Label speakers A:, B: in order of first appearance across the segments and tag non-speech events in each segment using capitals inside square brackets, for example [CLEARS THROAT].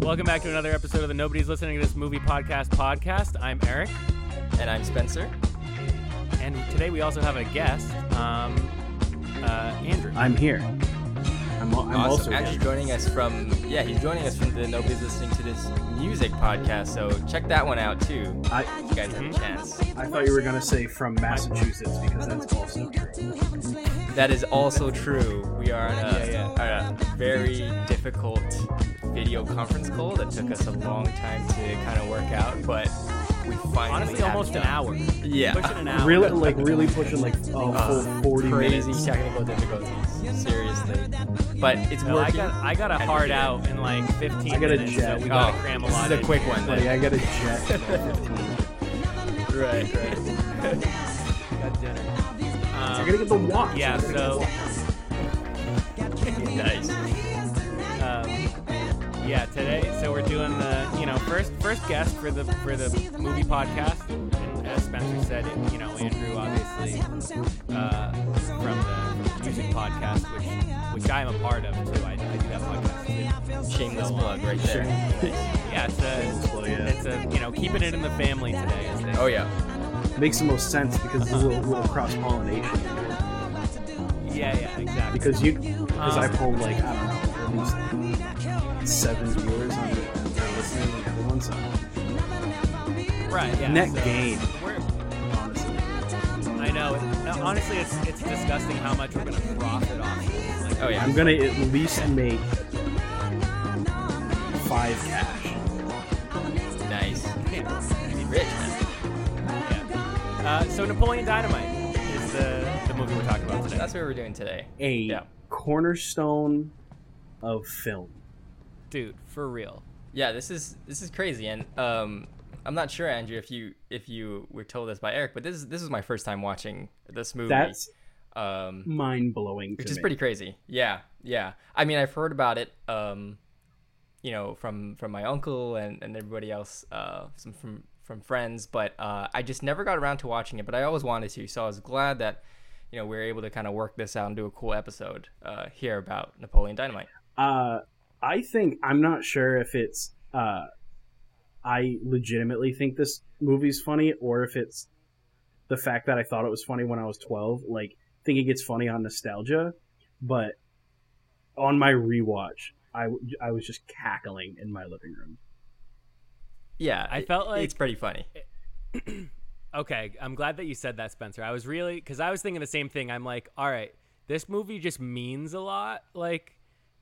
A: Welcome back to another episode of the Nobody's Listening to This Movie Podcast podcast. I'm Eric,
B: And I'm Spencer.
A: and today we also have a guest, um, uh, Andrew.
C: I'm here. I'm, al- I'm also
B: awesome.
C: here.
B: Actually, joining us from yeah, he's joining us from the Nobody's Listening to This Music podcast. So check that one out too.
C: I,
B: If you guys have
A: Mm-hmm.
B: a chance.
C: I thought you were gonna say from Massachusetts because that's also true.
B: That is also true. We are on a,
A: Yeah, yeah.
B: on a very difficult video conference call that took us a long time to kind of work out, but we finally
A: Honestly,
B: have
A: almost
B: it
A: an
B: done.
A: hour.
B: Yeah.
A: Pushing an hour.
C: Really, like really pushing like oh,
B: Uh,
C: full 40
B: crazy
C: minutes.
B: technical difficulties. Seriously, but it's
A: No, I
B: working.
A: got I got a
B: And we
A: hard
B: did it. [LAUGHS]
A: out in like 15
C: I got a
A: minutes,
C: jet.
A: so we
B: Oh,
A: got to cram a
B: this
A: lot.
B: is a
A: in. Um,
B: quick one.
C: Like
B: Then.
C: I got a
B: [LAUGHS]
C: jet.
B: Right, [LAUGHS] right.
A: Got dinner.
C: I
A: Um,
C: gotta get the walk.
A: yeah,
C: I gotta get
A: so
C: the walk.
B: nice.
A: um, yeah, today. So we're doing the you know first first guest for the for the movie podcast, and as Spencer said, it, you know Andrew obviously
B: Um,
A: uh, from the music podcast, which which I am a part of too. I, I do that podcast. Too.
B: Shameless
A: So, um,
B: plug right there.
A: Yeah, it's a
C: Well, yeah.
A: it's a you know keeping it in the family today. Is
B: Oh yeah.
C: makes the most sense because it's a little, little cross pollination
A: yeah, yeah, exactly.
C: because you because
A: Um,
C: I pulled like I don't know at least seven viewers on the they're listening to the other one so
A: right, yeah,
C: net
A: so
C: gain.
A: we're-
C: honestly
A: I know. No, honestly, it's it's disgusting how much we're gonna profit off. this. Like,
B: Oh yeah.
C: I'm gonna at least make five cash.
B: Nice. Rich. man.
A: Yeah. Uh, so Napoleon Dynamite is the, the movie we're talking about today.
B: That's what we're doing today.
C: A
B: Yeah.
C: cornerstone of film.
A: Dude, for real.
B: Yeah, this is this is crazy, and um, I'm not sure, Andrew, if you if you were told this by Eric, but this is this is my first time watching this movie.
C: That's
B: um,
C: mind blowing.
B: which is pretty crazy. Yeah, yeah. I mean, I've heard about it, um, you know, from from my uncle and and everybody else, uh, some from from friends, but uh, I just never got around to watching it. But I always wanted to, so I was glad that you know we were able to kind of work this out and do a cool episode uh, here about Napoleon Dynamite.
C: Uh, I think I'm not sure if it's. Uh, I legitimately think this movie's funny, or if it's the fact that I thought it was funny when I was 12. Like thinking it's funny on nostalgia, but on my rewatch, I w- I was just cackling in my living room.
B: Yeah,
A: I
B: it-
A: felt like-
B: it's pretty funny.
A: Okay, I'm glad that you said that, Spencer. I was really because I was thinking the same thing. I'm like, all right, this movie just means a lot. Like,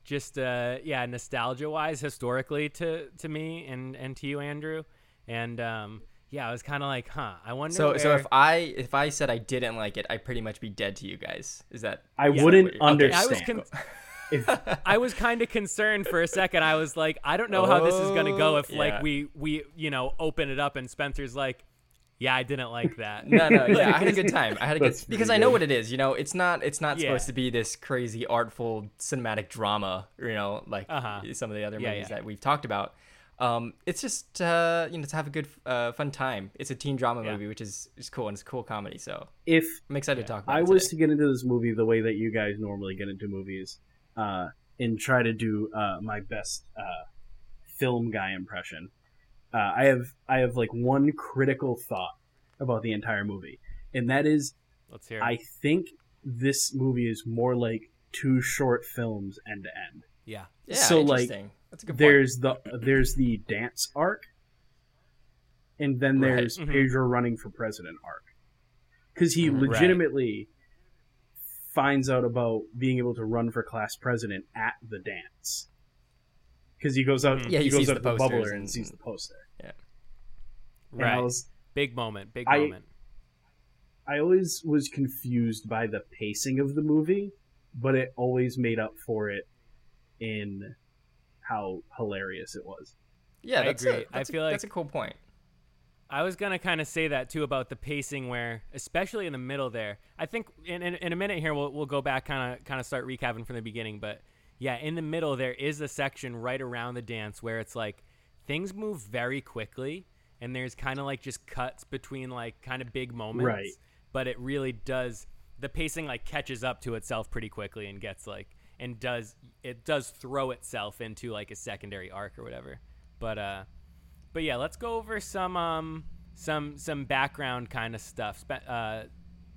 A: just uh, yeah, nostalgia wise, historically to to me and and to you, Andrew. And um, yeah, I was kind of like, huh. I wonder.
B: So so
A: where-
B: if I if I said I didn't like it, I'd pretty much be dead to you guys. Is that
C: I
B: is that
C: wouldn't
B: what you're-
C: under-
A: I was
C: Understand.
A: con-
B: [LAUGHS]
C: If
A: I was kind of concerned for a second. I was like, I don't know how this is gonna go if
B: Oh, yeah.
A: like we we you know open it up and Spencer's like, yeah, I didn't like that.
B: [LAUGHS] [LAUGHS] No, no, yeah, I had a
A: [LAUGHS]
B: good time. I had a good
C: That's pretty
B: because I know
C: good.
B: what it is. You know, it's not it's not
A: Yeah.
B: supposed to be this crazy artful cinematic drama. You know, like
A: Uh-huh.
B: some of the other
A: Yeah,
B: movies
A: yeah.
B: that we've talked about. Um, it's just uh, you know to have a good uh, fun time. It's a teen drama
A: Yeah.
B: movie, which is is cool and it's a cool comedy. So
C: if
B: I'm excited to talk about.
C: I
B: it
C: was
B: today.
C: to get into this movie the way that you guys normally get into movies, uh, and try to do uh, my best uh, film guy impression. Uh, I have I have like one critical thought about the entire movie, and that is
A: Let's hear. It.
C: I think this movie is more like two short films end to end.
A: yeah,
B: yeah,
C: so, like,
B: interesting. that's a good point.
C: There's the there's the dance arc, and then
B: Right. Mm-hmm.
C: there's
A: Mhm.
C: Pedro running for president arc, because he
B: Right.
C: legitimately finds out about being able to run for class president at the dance, because he goes out
A: Mhm.
B: Yeah,
C: he,
B: he
C: goes
B: sees
C: out
B: the
C: to the
B: posters
C: bubbler and
B: and-
C: sees the poster. And I
A: right.
C: was-
A: Big moment. Big
C: I-
A: moment.
C: I always was confused by the pacing of the movie, but it always made up for it in how hilarious it was.
B: Yeah,
A: I
B: that's
A: agree.
B: A,
A: I
B: that's a-
A: feel like-
B: that's a cool point.
A: I was gonna kind of say that too about the pacing, where especially in the middle there. I think in, in, in a minute here we'll we'll go back, kind of kind of start recapping from the beginning. But yeah, in the middle there is a section right around the dance where it's like things move very quickly, and there's kind of like just cuts between like kind of big moments.
C: Right.
A: But it really does the pacing like catches up to itself pretty quickly and gets like and does it does throw itself into like a secondary arc or whatever. But uh, but yeah, let's go over some um some some background kind of stuff. Spe- uh,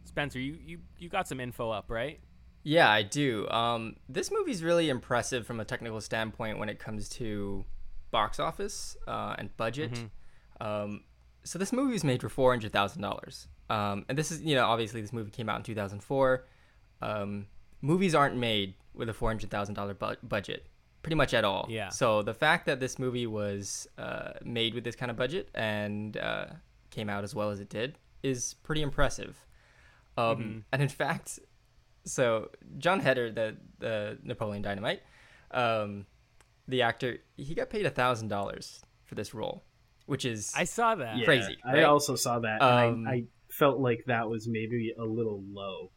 A: Spencer, you you you got some info up, right?
B: Yeah, I do. Um, this movie's really impressive from a technical standpoint when it comes to box office uh, and budget. Um, so this movie was made for four hundred thousand dollars, um, and this is you know obviously this movie came out in two thousand four. Um, movies aren't made with a four hundred thousand dollar bu- budget, pretty much at all.
A: Yeah.
B: So the fact that this movie was uh, made with this kind of budget and uh, came out as well as it did is pretty impressive. Um, And in fact, so John Heder, the the Napoleon Dynamite, um, the actor, he got paid a thousand dollars for this role, which is
A: I saw that.
C: Yeah,
B: Crazy,
C: I
B: right?
C: also saw that.
B: Um,
C: and I, I felt like that was maybe a little low.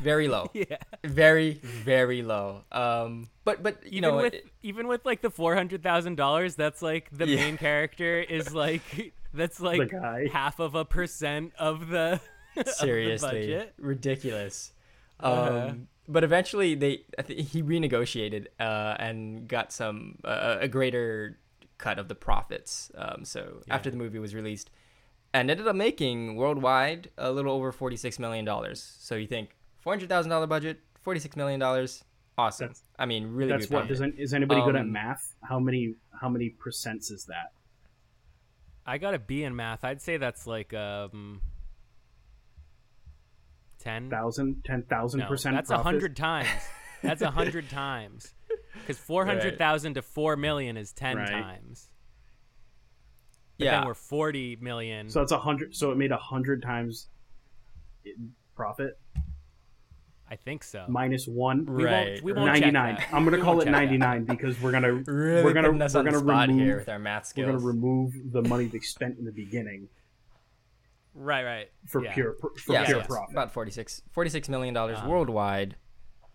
B: very low,
A: [LAUGHS] [LAUGHS] Yeah.
B: very very low. Um, but but you
A: even
B: know,
A: with
B: it-
A: even with like the four hundred thousand dollars, that's like the
B: Yeah.
A: main character is
B: [LAUGHS]
A: like that's like
C: guy.
A: half of a percent of the [LAUGHS] of the
B: seriously
A: budget.
B: ridiculous.
A: Uh-huh.
B: Um, but eventually they I thi- he renegotiated uh, and got some uh, a greater cut of the profits. Um, so after the movie was released, and ended up making worldwide a little over forty six million dollars. So you think four hundred thousand dollar budget, forty six million dollars, awesome.
C: That's-
B: I mean, really
C: That's
B: good.
C: what.
B: profit.
C: Does, an- is anybody good at
B: Um,
C: math? How many? How many percents is that?
A: I got a B in math. I'd say that's like um ten.
C: Thousand, ten thousand
A: No,
C: percent.
A: that's a
C: profit?
A: hundred times.
C: [LAUGHS]
A: That's a hundred times. Because four hundred thousand to four million is ten
C: Right.
A: times. But
B: yeah,
A: Then we're forty million.
C: So that's a hundred. So it made a hundred times it- profit
A: I think so.
C: minus one.
A: we
B: Right,
A: won't, we won't check
C: Ninety nine.
A: that.
C: I'm gonna
A: We
C: call
A: won't
C: it
A: check that.
C: ninety nine because we're
B: [LAUGHS]
C: gonna
B: really
C: we're gonna
B: putting us
C: we're
B: on
C: gonna
B: the spot
C: remove
B: here with our math
C: we're gonna
B: skills.
C: remove the money they spent in the beginning
A: Right, right.
C: for
A: yeah.
C: pure for
B: yeah,
C: pure
B: so it's
C: profit.
B: about 46, 46 million dollars worldwide.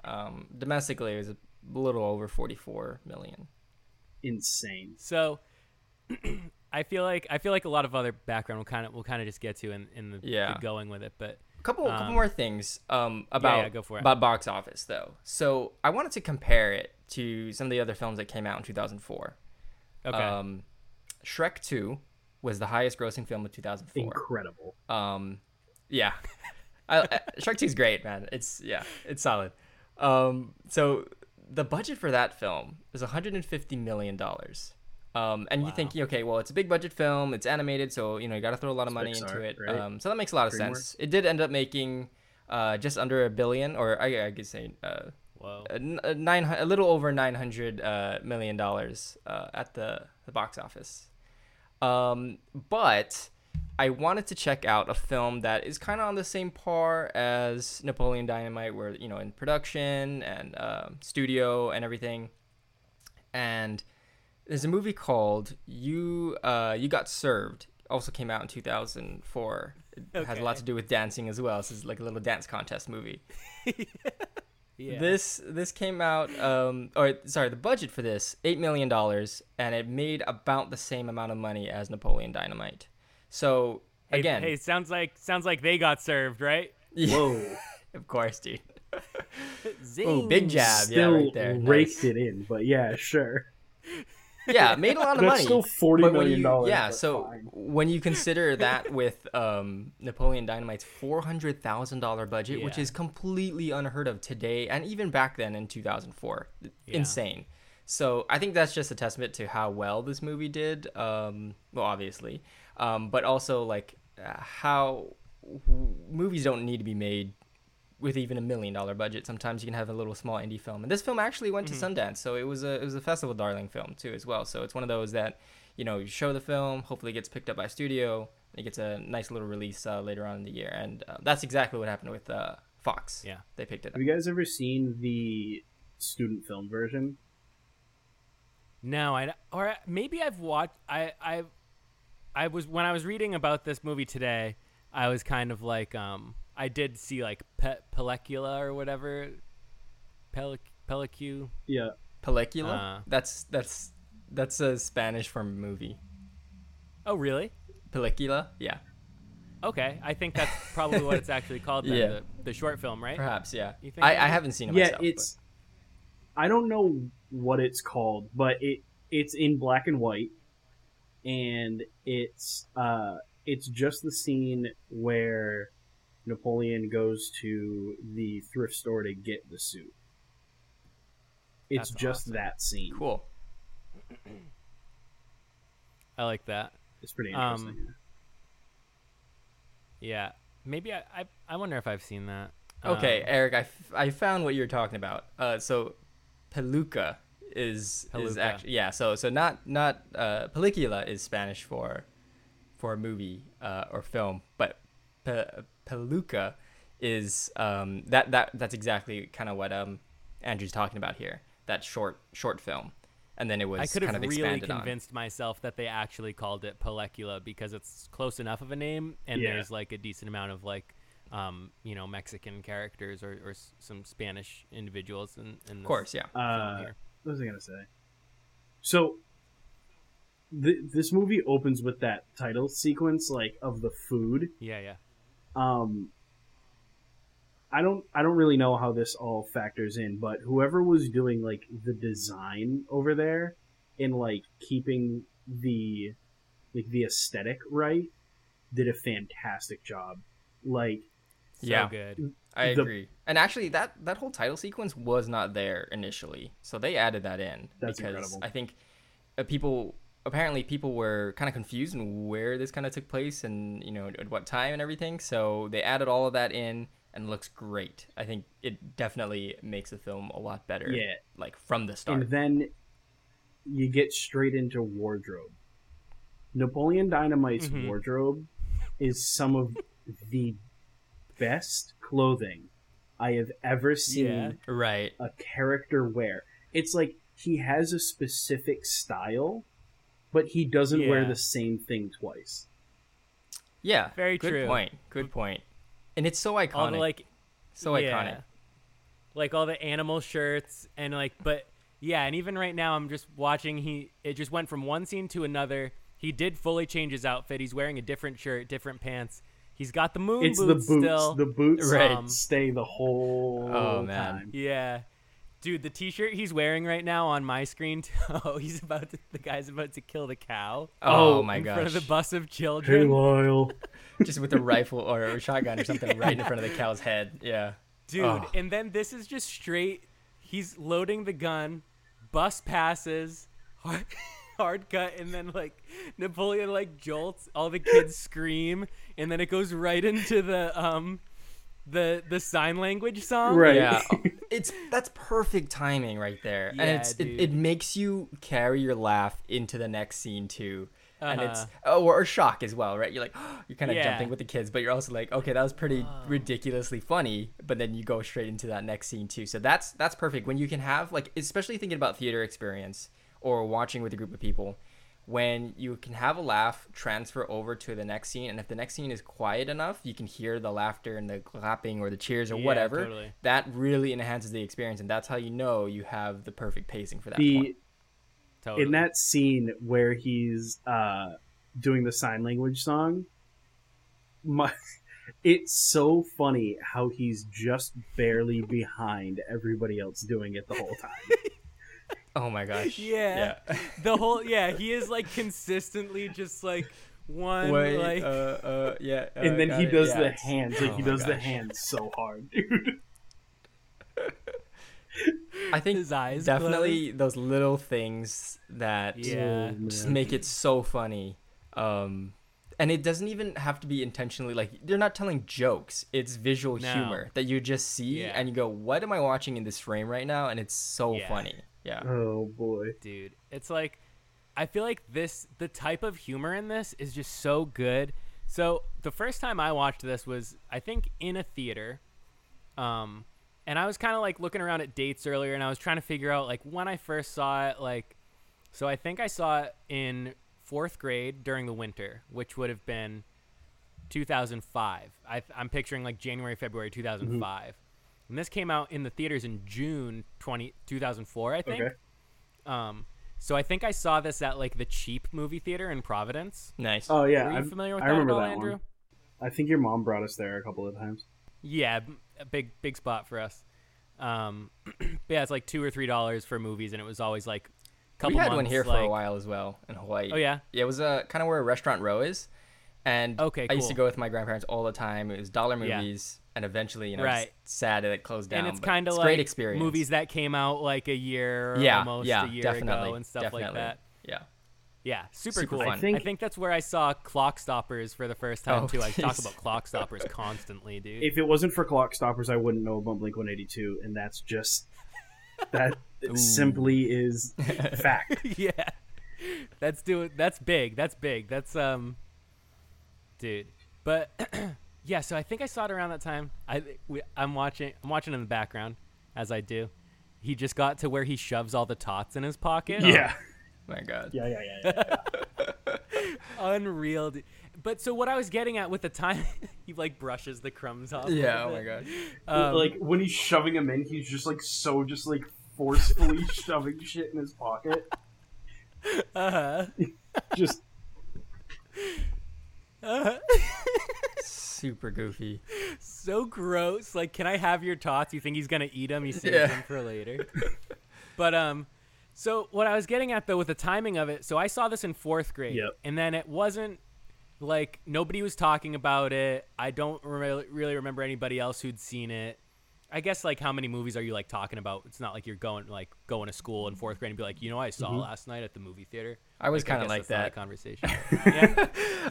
B: Um, domestically, it was a little over forty four million.
C: Insane.
A: So [CLEARS THROAT] I feel like I feel like a lot of other background we'll kind of we'll kind of just get to in in the,
B: Yeah.
A: the going with it, but
B: Couple, couple
A: Um,
B: more things um, about
A: yeah, go for it.
B: about box office though. So I wanted to compare it to some of the other films that came out in two thousand four.
A: okay.
B: Um, Shrek two was the highest grossing film of two thousand four.
C: Incredible.
B: Um, yeah, I, I, Shrek Two's great, man. It's yeah, it's solid. Um, so the budget for that film is 150 million dollars. Um, and you think, okay, well, it's a big budget film. It's animated, so you know you got to throw a lot of money
C: Pixar,
B: into it.
C: right?
B: Um, so that makes a lot of sense. It did end up making uh, just under a billion, or I, I could say uh,
A: Whoa.
B: a n- a nine hu- a little over nine hundred uh, million dollars uh, at the, the box office. Um, but I wanted to check out a film that is kind of on the same par as Napoleon Dynamite, where you know in production and um studio and everything. And there's a movie called You uh, You Got Served. Also came out in 2004. It has a lot to do with dancing as well. This is like a little dance contest movie.
A: Yeah.
B: This this came out um or sorry, the budget for this, eight million dollars, and it made about the same amount of money as Napoleon Dynamite. So
A: Hey-
B: again, [LAUGHS]
A: Hey, sounds like sounds like they got served, right?
B: Oh.
C: Whoa.
B: of course, dude. Oh, big jab,
C: Still
B: yeah, right there.
C: raked
B: Nice.
C: it in, but yeah, sure.
B: Yeah, made a lot of money.
C: That's still
B: But
C: $40
B: when
C: million
B: you-
C: dollars,
B: Yeah,
C: but
B: so
C: fine.
B: when you
C: [LAUGHS]
B: consider that with um, Napoleon Dynamite's four hundred thousand dollar budget, which
A: Yeah.
B: is completely unheard of today and even back then in two thousand four, insane. So I think that's just a testament to how well this movie did. Um, well, obviously, um, but also like uh, how w- movies don't need to be made with even a million dollar budget. Sometimes you can have a little small indie film, and this film actually went to
A: Mm-hmm.
B: Sundance, so it was a it was a festival darling film too as well. So it's one of those that you know you show the film, hopefully it gets picked up by a studio, and it gets a nice little release uh, later on in the year, and uh, that's exactly what happened with uh, Fox.
A: Yeah.
B: they picked it up.
C: Have you guys ever seen the student film version?
A: No, I or maybe I've watched. I I I was when I was reading about this movie today. I was kind of like, um, I did see like Pe- Pellicula or whatever, Pellic Pellicu.
C: Yeah.
B: Pellicula.
A: Uh.
B: that's that's that's a Spanish for movie.
A: Oh, really?
B: Pellicula. Yeah,
A: Okay, I think that's probably what it's actually called. Then,
B: [LAUGHS] Yeah.
A: the, the short film, right?
B: perhaps. Yeah,
A: You think
B: I,
A: so?
B: I haven't seen it
C: yeah,
B: myself. but-
C: it's I don't know what it's called, but it it's in black and white, and it's uh, it's just the scene where Napoleon goes to the thrift store to get the suit. It's
A: That's
C: just
A: awesome.
C: that scene.
B: Cool.
A: I like that.
C: It's pretty
A: Um,
C: interesting.
A: Yeah. Maybe I, I, I wonder if I've seen that.
B: Okay,
A: Um,
B: Eric, I, f- I found what you're talking about. Uh, so Peluca is is
A: Peluca.
B: actually yeah. So so not not uh, película is Spanish for for a movie uh, or film, but pe- Peluca is um, that that that's exactly kind of what um Andrew's talking about here. That short short film, and then it was
A: I could have
B: kind of
A: really
B: expanded
A: convinced myself that they actually called it Pellecula because it's close enough of a name, and
C: Yeah.
A: there's like a decent amount of like, um, you know, Mexican characters or, or s- some Spanish individuals. In, in
B: on. Of course, yeah.
C: Uh, what was I gonna say? So, th- this movie opens with that title sequence, like of the food.
A: yeah, yeah.
C: Um, I don't, I don't really know how this all factors in, but whoever was doing like the design over there and like keeping the like the aesthetic right did a fantastic job. Like,
A: So
B: Yeah.
A: good.
B: I
C: The-
B: agree. And actually, that that whole title sequence was not there initially, so they added that in
C: That's
B: because
C: incredible.
B: I think uh, people apparently people were kind of confused in where this kind of took place and you know at what time and everything. So they added all of that in and it looks great. I think it definitely makes the film a lot better.
C: Yeah.
B: like from the start.
C: And then you get straight into wardrobe. Napoleon Dynamite's
A: Mhm.
C: wardrobe is some of the best clothing I have ever seen
A: Yeah.
B: right.
C: a character wear. It's like he has a specific style, but he doesn't wear
A: Yeah.
C: the same thing twice.
B: Yeah.
A: Very
B: good
A: true.
B: point. Good point. And it's so iconic.
A: All the like
B: so
A: Yeah.
B: iconic.
A: Like all the animal shirts and like but yeah, and even right now I'm just watching he it just went from one scene to another. He did fully change his outfit. He's wearing a different shirt, different pants. He's got the moon
C: It's the boots.
A: boots, still.
C: The boots um,
A: Right.
C: stay the whole
B: Oh, man.
C: time.
A: yeah. Dude, the t-shirt he's wearing right now on my screen, [LAUGHS] too, oh, he's about to, the guy's about to kill the cow
B: Oh,
C: Oh,
B: my
A: in front
B: gosh!
A: of the bus of
C: Hey,
A: children.
C: Lyle.
B: Just with a rifle or a shotgun or something right in
A: [LAUGHS]
B: front of the cow's head. Yeah.
A: Dude,
B: Oh.
A: and then this is just straight he's loading the gun, bus passes, [LAUGHS] hard, hard cut, and then like Napoleon like jolts, all the kids scream, and then it goes right into the um the the sign language song.
C: Right.
B: Yeah, it's that's perfect timing right there,
A: Yeah,
B: and it's
A: dude.
B: it, it makes you carry your laugh into the next scene too, and it's
A: Uh-huh.
B: oh, or, or shock as well, right? You're like [GASPS] you're kind of
A: Yeah. Oh.
B: jumping with the kids, but you're also like, okay, that was pretty ridiculously funny, but then you go straight into that next scene too. So that's that's perfect when you can have like, especially thinking about theater experience or watching with a group of people. When you can have a laugh transfer over to the next scene, and if the next scene is quiet enough, you can hear the laughter and the clapping or the cheers or
A: Yeah,
B: whatever
A: totally.
B: that really enhances the experience and that's how you know you have the perfect pacing for that
C: The
B: point.
A: Totally.
C: in that scene where he's uh, doing the sign language song, my, [LAUGHS] it's so funny how he's just barely behind everybody else doing it the whole time.
B: oh my gosh
C: [LAUGHS]
A: Yeah.
B: yeah
A: the whole yeah, he is like consistently just like one
B: Wait,
A: like
B: uh, uh, yeah uh,
C: and then
B: got
C: he
B: it.
C: does
B: Yeah,
C: the
B: it's-
C: hands, like
B: oh
C: he
B: my
C: does the
B: gosh.
C: hands so hard, [LAUGHS] dude.
B: i think
A: his eyes
B: definitely those little things that
A: Yeah.
B: just make it so funny um and it doesn't even have to be intentionally like they're not telling jokes it's visual
A: No.
B: humor that you just see
A: Yeah.
B: and you go what am i watching in this frame right now and it's so
A: Yeah.
B: funny yeah
C: Oh boy.
A: dude. It's like I feel like this the type of humor in this is just so good. So the first time I watched this was I think in a theater. Um and I was kind of like looking around at dates earlier and I was trying to figure out like when I first saw it like so I think I saw it in 4th grade during the winter, which would have been 2005. I, I'm picturing like January, February 2005. And this came out in the theaters in June 20, 2004, I think.
C: Okay.
A: Um, so I think I saw this at like the cheap movie theater in Providence.
B: nice
C: Oh yeah,
A: Were you
C: I'm
A: familiar with
C: I
A: that
C: remember
A: at all,
C: that
A: Andrew?
C: one. I think your mom brought us there a couple of times.
A: Yeah, b- a big big [CLEARS THROAT] spot for us. Um, but yeah, it's like two or three dollars for movies, and it was always like couple
B: we had
A: months,
B: one here for a
A: like-
B: while as well in Hawaii.
A: Oh, yeah?
B: it was uh, kind of where Restaurant Row is, and
A: Okay,
B: I used to
A: cool.
B: go with my grandparents all the time. It was dollar
A: Yeah.
B: movies, and eventually, you know,
A: Right.
B: just sad that it closed down.
A: and it's
B: but
A: kind of
B: a
A: like
B: great experience.
A: movies that came out like a year or
B: yeah,
A: almost
B: yeah,
A: a year
B: definitely,
A: ago and stuff like
B: definitely.
A: that.
B: Yeah,
A: Yeah, super,
B: Super
A: cool.
B: fun.
A: I
B: I
A: think,
C: think-
A: that's where I saw Clock Stoppers for the first time
B: Oh,
A: too. I talk
B: jeez.
A: about Clock Stoppers constantly, dude.
C: If it wasn't for Clock Stoppers, I wouldn't know about Blink 182, and that's just that
B: [LAUGHS] Ooh.
C: simply
B: [LAUGHS]
C: is fact.
A: [LAUGHS] yeah. That's doing that's big. That's big. That's um dude. But [CLEARS THROAT] yeah, so I think I saw it around that time. I we, I'm watching I'm watching in the background as I do. He just got to where he shoves all the tots in his pocket.
C: Yeah.
B: my God.
C: Oh, Yeah, yeah, yeah,
B: [LAUGHS]
C: yeah.
A: Oh, Unreal. dude. But so what I was getting at with the time [LAUGHS] he like brushes the crumbs off. a [LAUGHS]
B: Yeah,
A: little
B: oh my
A: bit.
B: God.
A: Um,
C: like when he's shoving him in, he's just like so just like
A: [LAUGHS]
C: forcefully shoving shit in his pocket.
A: uh-huh.
C: [LAUGHS] Just
B: Super
A: [LAUGHS]
B: goofy.
A: so gross. Like, can I have your tots? You think he's gonna eat them? He saves
B: Yeah.
A: them for
B: [LAUGHS]
A: later. but um, so what I was getting at though with the timing of it, so I saw this in fourth grade,
C: Yep.
A: and then it wasn't like nobody was talking about it. I don't re- really remember anybody else who'd seen it. I guess like how many movies are you like talking about? It's not like you're going like going to school in fourth grade and be like, you know, I saw last night at the movie theater.
B: Mm-hmm. I was kind
A: guess
B: of like
A: that's not a
B: that. [LAUGHS]
A: conversation.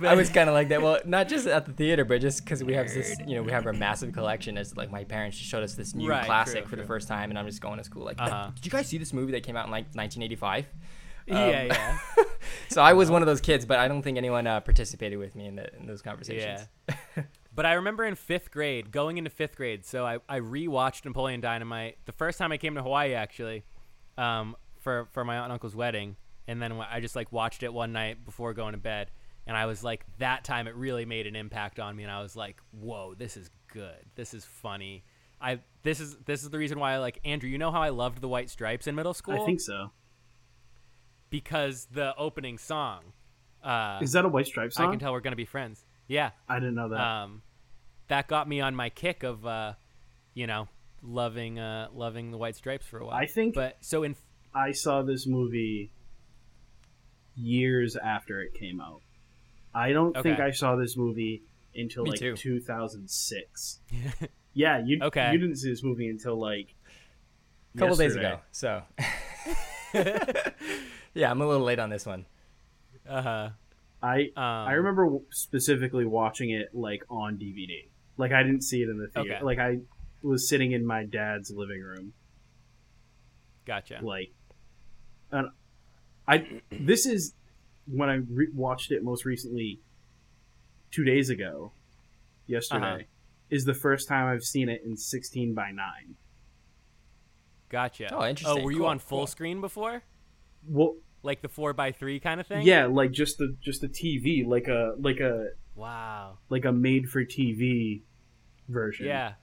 A: Yeah.
B: I was kind of like that. Well, not just at the theater, but just because we have this, you know, we have our massive collection. As like my parents just showed us this new
A: Right,
B: classic
A: true,
B: for
A: true.
B: the first time, and I'm just going to school like,
A: Uh-huh.
B: did you guys see this movie that came out in like 1985? um,
A: yeah, yeah.
B: So I was one of those kids, but I don't think anyone uh, participated with me in, the, in those conversations.
A: But I remember in fifth grade, going into fifth grade, so I, I rewatched Napoleon Dynamite the first time I came to Hawaii actually, um, for for my aunt and uncle's wedding, and then I just like watched it one night before going to bed, and I was like that time it really made an impact on me, and I was like, whoa, this is good, this is funny, I this is this is the reason why I like Andrew. You know how I loved the White Stripes in middle school
C: I think so.
A: because the opening song, uh,
C: Is that a White Stripes
A: I
C: song? I,
A: can tell we're gonna be friends. Yeah.
C: didn't know that.
A: um, that got me on my kick of uh, you know loving uh, loving the white stripes for a while.
C: I think-
A: but so in
C: I saw this movie years after it came out. I don't think
A: Okay.
C: I saw this movie until
B: Me
C: like
A: [LAUGHS]
B: too.
C: 2006. yeah, you
A: Okay.
C: you didn't see this movie until like
B: A couple days
C: yesterday.
B: ago. So, [LAUGHS] yeah, I'm a little late on this one.
A: uh,
C: I
A: um,
C: I remember w- specifically watching it like on DVD. Like I didn't see it in the theater.
A: Okay.
C: Like I was sitting in my dad's living room.
A: Gotcha.
C: Like, and I this is when I re- watched it most recently. Two days ago, yesterday
A: Uh-huh.
C: is the first time I've seen it in sixteen by nine.
A: Gotcha.
B: Oh, interesting.
A: Oh, were you
B: Cool,
A: on full
B: cool.
A: screen before?
C: Well,
A: Like the four by three kind of thing?
C: yeah, like just the just the TV, like a like a
A: Wow.
C: like a made for TV version.
A: Yeah.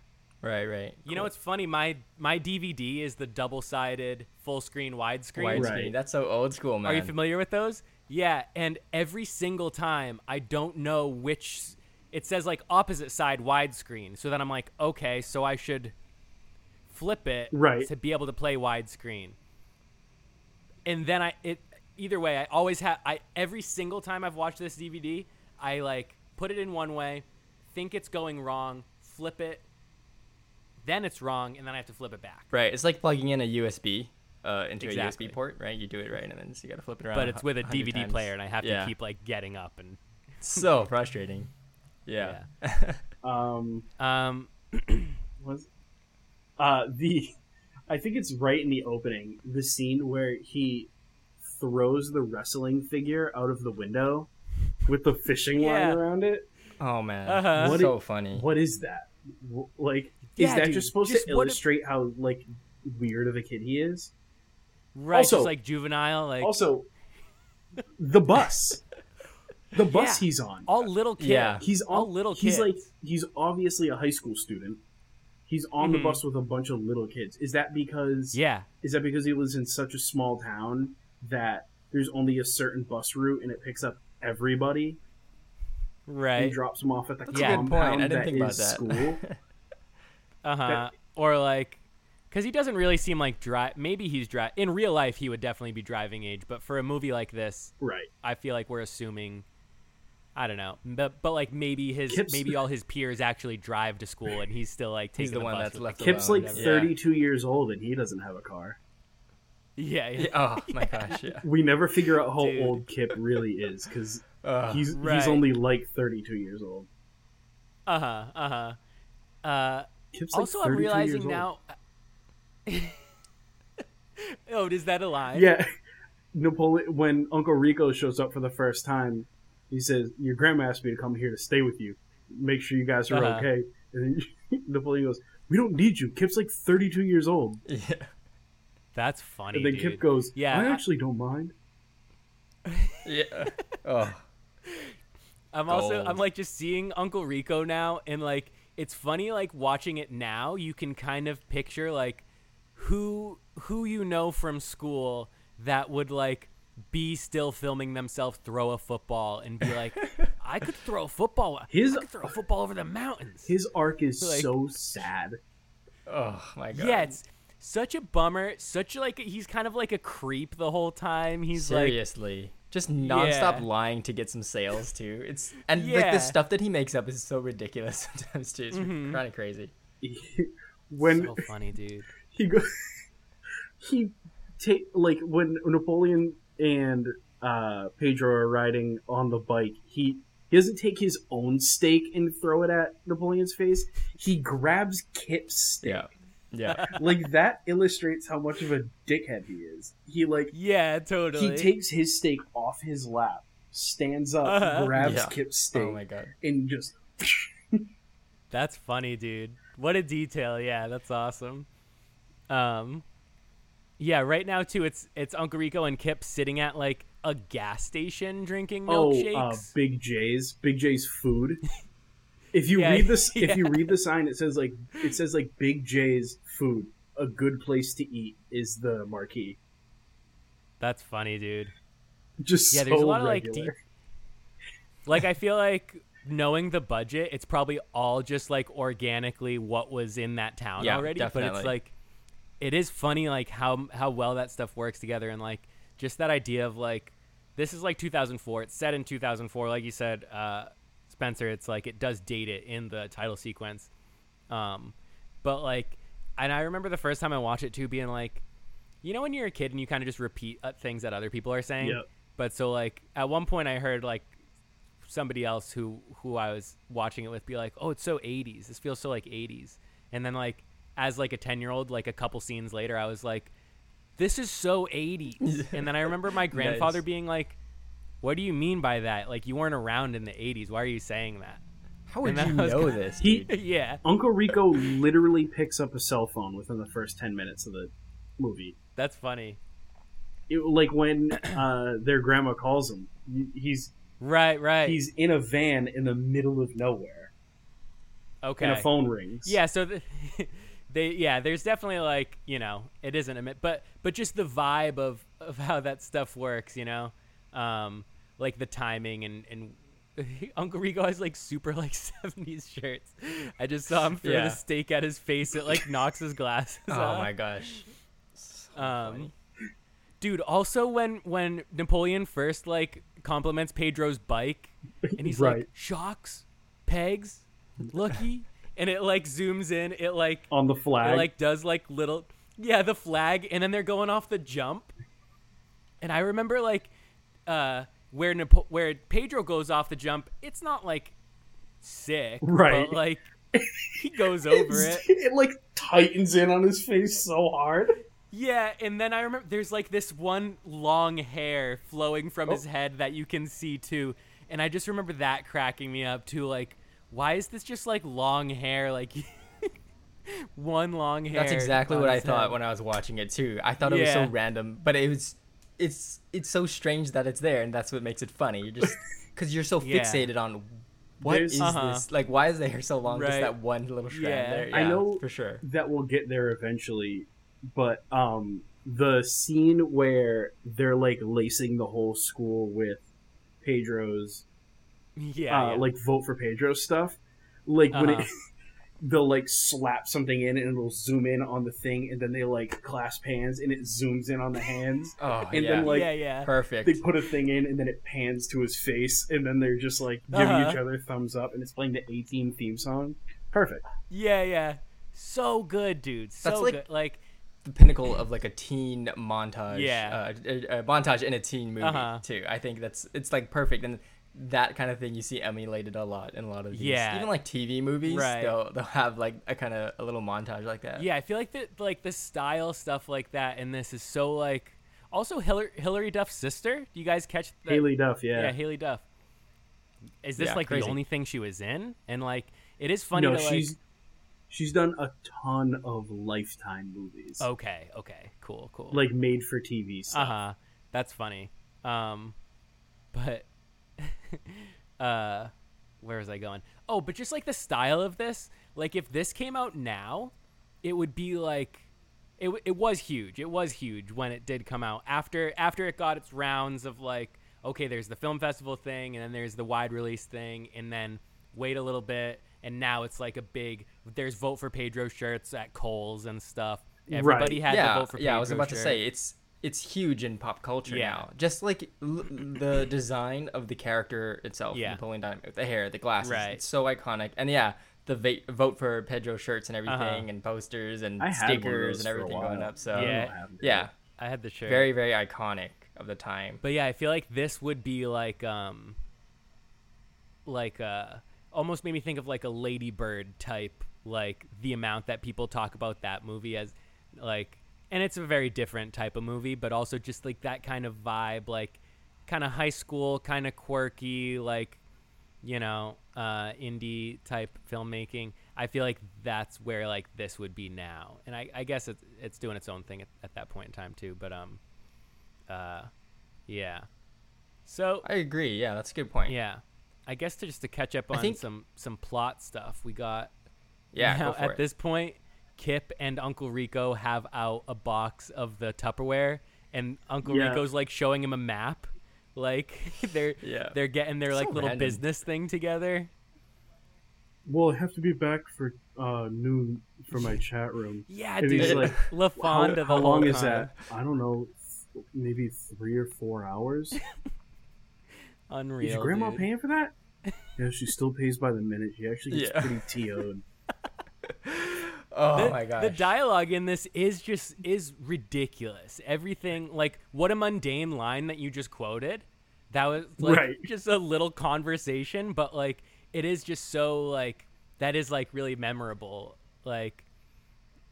B: Right, right.
A: You know what's funny? My my DVD is the double sided full screen widescreen.
B: Wide
C: Right.
B: screen. That's so old school, man.
A: Are you familiar with those? Yeah, and every single time I don't know which it says like opposite side widescreen. So then I'm like, okay, so I should flip it
C: Right.
A: to be able to play widescreen. And then I it either way, I always have I every single time I've watched this DVD, I like put it in one way, think it's going wrong, flip it, then it's wrong, and then I have to flip it back.
B: Right. It's like plugging in a USB uh, into
A: Exactly.
B: a USB port, right? You do it right, and then so you got to flip it around.
A: But
B: a
A: it's
B: hu-
A: with a
B: 100
A: DVD
B: times.
A: player, and I have
B: Yeah.
A: to keep like getting up and [LAUGHS]
B: so frustrating. Yeah.
C: Um.
A: um
C: was uh the [LAUGHS] I think it's right in the opening, the scene where he throws the wrestling figure out of the window with the fishing
A: Yeah.
C: line around it.
B: [LAUGHS] Oh man.
A: Uh-huh.
B: It's
C: What
B: so
C: it-
B: funny.
C: What is that? W- Like is
A: Yeah,
C: that
A: dude,
C: just supposed
A: just
C: to
A: what if-
C: illustrate how like weird of a kid he is?
A: Right,
C: Also-
A: just like juvenile, like
C: Also the bus.
A: [LAUGHS]
C: The bus
A: Yeah.
C: he's on.
A: all little kids.
B: Yeah.
C: He's on
A: all little kids.
C: He's like he's obviously a high school student. He's on
A: Mm-hmm.
C: the bus with a bunch of little kids. Is that because
A: yeah,
C: is that because he lives in such a small town that there's only a certain bus route and it picks up everybody
A: right.
C: and drops them off at the
A: a good [LAUGHS]
C: compound
B: point. I didn't
C: that
B: think about
C: is
B: that.
C: school?
A: Uh huh. Uh-huh. Or like, because he doesn't really seem like drive. Maybe he's drive in real life. He would definitely be driving age, but for a movie like this,
C: Right.
A: I feel like we're assuming. I don't know, but but like maybe his
C: Kip's-
A: maybe all his peers actually drive to school and he's still like taking
B: He's the one
A: bus
B: that's
A: with-
B: left
C: Kip's
B: alone.
C: like
B: Yeah.
C: 32 years old and he doesn't have a car.
A: [LAUGHS] Yeah, yeah.
B: Yeah, [LAUGHS] Oh my gosh, yeah.
C: We never figure out how
A: Dude.
C: old Kip really is because
A: [LAUGHS]
B: Uh,
C: he's
A: Right.
C: he's only like 32 years old.
A: Uh huh. Uh huh. Uh.
C: Kip's like
A: Also, I'm
C: 32 years
A: realizing
C: old.
A: now. [LAUGHS] oh, is that a lie?
C: Yeah. [LAUGHS] Napoleon, when Uncle Rico shows up for the first time, he says, Your grandma asked me to come here to stay with you. Make sure you guys are
A: Uh-huh.
C: okay. And then [LAUGHS] Napoleon goes, We don't need you. Kip's like 32 years old.
B: [LAUGHS] yeah.
A: That's funny.
C: And then
A: dude.
C: Kip goes,
A: Yeah,
C: Yeah. I
A: I-
C: actually don't mind.
A: [LAUGHS]
B: Yeah. Oh.
A: I'm also
B: Gold.
A: I'm like just seeing Uncle Rico now and like it's funny like watching it now you can kind of picture like who who you know from school that would like be still filming themselves throw a football and be
C: [LAUGHS]
A: like I could throw a football
C: His-
A: I could throw a football over the mountains.
C: His arc is
A: [LAUGHS] Like-
C: so sad. [LAUGHS]
B: Oh my god.
A: yeah, it's such a bummer, such like he's kind of like a creep the whole time. He's like
B: Seriously. just
A: Yeah.
B: nonstop lying to get some sales too.
A: [LAUGHS]
B: It's and like
A: Yeah. Mm-hmm.
B: the stuff that he makes up is so ridiculous [LAUGHS] sometimes too. It's kind of crazy.
C: when
A: so funny, dude.
C: he goes [LAUGHS] he take like when napoleon and uh pedro are riding on the bike he he doesn't take his own stake and throw it at napoleon's face he grabs kip's stake
B: Yeah.
A: [LAUGHS]
B: Yeah.
C: [LAUGHS] like that illustrates how much of a dickhead he is he like
A: Yeah, totally.
C: [LAUGHS] he takes his stake off his lap stands up
A: Uh-huh.
C: grabs
B: Yeah.
C: kip's stake
B: oh my god.
C: and just
A: That's funny, dude. What a detail. Yeah, that's awesome. Um Yeah, right now too it's it's Uncle Rico and Kip sitting at like a gas station drinking milkshakes.
C: Oh, uh, Big J's, Big J's
A: [LAUGHS]
C: food. If you
A: Yeah,
C: read this, if you
A: yeah.
C: read the sign, it says like it says like Big J's food. A good place to eat is the marquee.
A: that's funny, dude.
C: Just
A: Yeah,
C: so
A: there's a lot of like
C: regular.
A: deep Like I feel like knowing the budget, it's probably all just like organically what was in that town
B: Yeah,
A: already, but
B: definitely.
A: it's like it is funny like how how well that stuff works together and like just that idea of like this is like 2004 it's set in 2004 like you said uh spencer it's like it does date it in the title sequence um but like and i remember the first time i watched it too being like you know when you're a kid and you kind of just repeat uh, things that other people are saying
C: Yep.
A: but so like at one point i heard like somebody else who who I was watching it with be like, "Oh, it's so 80s. This feels so like 80s." And then like as like a 10-year-old, like a couple scenes later, I was like, "This is so 80s." and then I remember my grandfather being like, "What do you mean by that? Like you weren't around in the 80s. Why are you saying that?" [LAUGHS]
B: How would
A: that
B: you
A: was
B: know
A: good.
B: this?
C: He-
B: Dude?
A: yeah.
C: Uncle Rico literally picks up a cell phone within the first ten minutes of the movie.
A: That's funny.
C: It,
A: [CLEARS THROAT]
C: like when uh, their grandma calls him, he's
A: Right, right.
C: he's in a van in the middle of nowhere,
A: okay.
C: and a phone rings.
A: Yeah, so the, [LAUGHS] they yeah, there's definitely like, you know, it isn't a mi- but but just the vibe of of how that stuff works, you know. Um like the timing and and [LAUGHS] Uncle Rico has like super like [LAUGHS] 70s shirts. I just saw him throw
B: Yeah.
A: the steak at his face. It like knocks his glasses
B: [LAUGHS] oh
A: off.
B: my gosh. So
A: Um,
B: funny.
A: Dude, also when when Napoleon first like compliments Pedro's bike and he's like
C: Right.
A: shocks, pegs, lucky and it like zooms in, it like
C: on the
A: it
C: flag. [LAUGHS]
A: like does like little yeah the flag and then they're going off the jump and i remember like uh where Napo- where pedro goes off the jump it's not like sick
C: Right.
A: but like he
C: [LAUGHS]
A: goes over it
C: it like tightens in on his face so hard.
A: yeah and then i remember there's like this one long hair flowing from
B: Oh.
A: his head that you can see too and i just remember that cracking me up too like why is this just like long hair like [LAUGHS] one long hair
B: That's exactly
A: on
B: what I
A: his
B: thought
A: head.
B: when I was watching it too. I thought it was so
A: Yeah.
B: random, but it was it's it's so strange that it's there and that's what makes it funny.
A: [LAUGHS]
B: You're just cuz you're so
A: Yeah.
B: fixated on what
C: There's-
B: is
A: Uh-huh.
B: this? Like why is the hair so long just
A: Right.
B: that one little strand
A: Yeah.
B: there?
C: I
B: Yeah,
C: know-
B: for
C: [LAUGHS]
B: sure.
C: that we'll get there eventually, but um, the scene where they're like lacing the whole school with Pedro's
A: yeah,
C: uh,
A: [LAUGHS] yeah. Uh-huh.
C: like vote for Pedro stuff, like when it, [LAUGHS] they'll like slap something in and it'll zoom in on the thing and then they like clasp hands and it zooms in on the hands
B: Oh,
C: and
B: yeah.
C: then like
A: yeah, yeah.
B: Perfect.
C: they put a thing in and then it pans to his face and then they're just like giving
A: Uh-huh.
C: each other thumbs up and it's playing the A Team theme song. Perfect.
A: Yeah, yeah. So good, dude. So
B: That's like-
A: good. Like,
B: the pinnacle of like a teen montage.
A: Yeah.
B: Uh, a, a montage in a teen movie
A: Uh-huh.
B: too. I think that's it's like perfect and that kind of thing you see emulated a lot in a lot of these.
A: Yeah.
B: Even like TV movies,
A: Right.
B: they'll they'll have like a kind of a little montage like that.
A: yeah, I feel like the like the style stuff like that in this is so like. Also, Hillary, Hillary Duff's sister. Do you guys catch that?
C: Haley Duff,
A: Yeah,
C: yeah.
A: Haley Duff. Is this
B: Yeah,
A: like
B: crazy.
A: the only thing she was in? And like, it is funny.
C: no,
A: to, like,
C: she's she's done a ton of lifetime movies.
B: Oh.
A: Okay, okay, cool, cool.
C: Like made for TV stuff.
B: Uh-huh.
A: uh huh. That's funny. Um, but [LAUGHS] uh, where was I going? Oh, but just like the style of this, like if this came out now, it would be like, it w- it was huge. It was huge when it did come out. After after it got its rounds of like, okay, there's the film festival thing, and then there's the wide release thing, and then wait a little bit, and now it's like a big. There's vote for Pedro shirts at Kohl's and stuff. Everybody had
B: yeah,
A: to vote for
B: yeah. I was
A: Pedro
B: about to
A: shirt.
B: say it's it's huge in pop culture
A: Yeah.
B: now. Just like l- the design of the character itself,
A: Yeah.
B: Napoleon Dynamite, the hair, the glasses,
A: Right.
B: it's so iconic. And yeah, the va- vote for Pedro shirts and everything,
A: Uh-huh.
B: and posters and
C: I had one of
B: stickers
C: those
B: and
C: for a
B: everything going
C: while.
B: up. So
A: Yeah.
C: I don't have them.
B: yeah,
A: I had the shirt.
B: very very iconic of the time.
A: But yeah, I feel like this would be like um like uh almost made me think of like a ladybird type like the amount that people talk about that movie as like and it's a very different type of movie, but also just like that kind of vibe like kind of high school, kind of quirky like you know, uh indie type filmmaking. I feel like that's where like this would be now. And I I guess it's it's doing its own thing at, at that point in time too, but um uh yeah. So
B: I agree. Yeah, that's a good point.
A: yeah, I guess to just to catch up
B: I
A: on
B: think-
A: some some plot stuff we got.
B: yeah.
A: now,
B: go for
A: at
B: it.
A: this point, Kip and Uncle Rico have out a box of the Tupperware, and Uncle
C: Yeah.
A: Rico's like showing him a map. Like [LAUGHS] they're
B: Yeah.
A: they're getting their
B: So
A: like little
B: random.
A: business thing together.
C: Well, I have to be back for uh, noon for my
B: [LAUGHS]
C: chat room.
A: Yeah,
C: And
A: dude.
C: he's
A: Like, [LAUGHS]
C: like,
A: LaFonda
C: how,
A: the
C: how
A: whole
C: long is
A: time.
C: that? I don't know, th- maybe three or four
B: [LAUGHS]
C: hours.
A: Unreal.
C: Is your grandma
A: dude.
C: paying
B: [LAUGHS]
C: for that? Yeah, she still pays by the minute. She actually gets
B: Yeah.
C: pretty TO'd.
B: oh
A: the,
B: my gosh.
A: the dialogue in this is just is ridiculous. Everything like what a mundane line that you just quoted. That was like
C: Right.
A: just a little conversation, but like it is just so like that is like really memorable. Like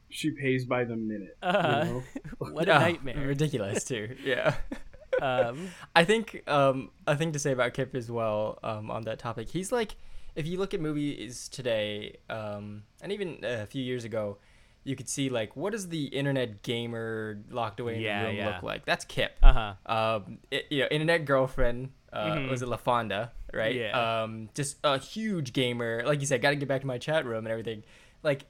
C: She pays by the minute.
A: Uh,
B: Uh-huh.
C: you know?
A: what
B: Yeah,
A: a
B: [LAUGHS]
A: nightmare.
B: Ah, Ridiculous
A: [LAUGHS]
B: too. Yeah.
A: Um,
B: I think um, a thing to say about Kip as well um, on that topic. He's like, if you look at movies today, um, and even uh, a few years ago, you could see like, what does the internet gamer locked away in
A: Yeah,
B: the room
A: yeah.
B: look like? That's Kip.
A: uh huh.
B: Um, it- you know, internet girlfriend uh, was it LaFonda, right?
A: Mm-hmm. Yeah.
B: Um, just a huge gamer. Like you said, got to get back to my chat room and everything. Like,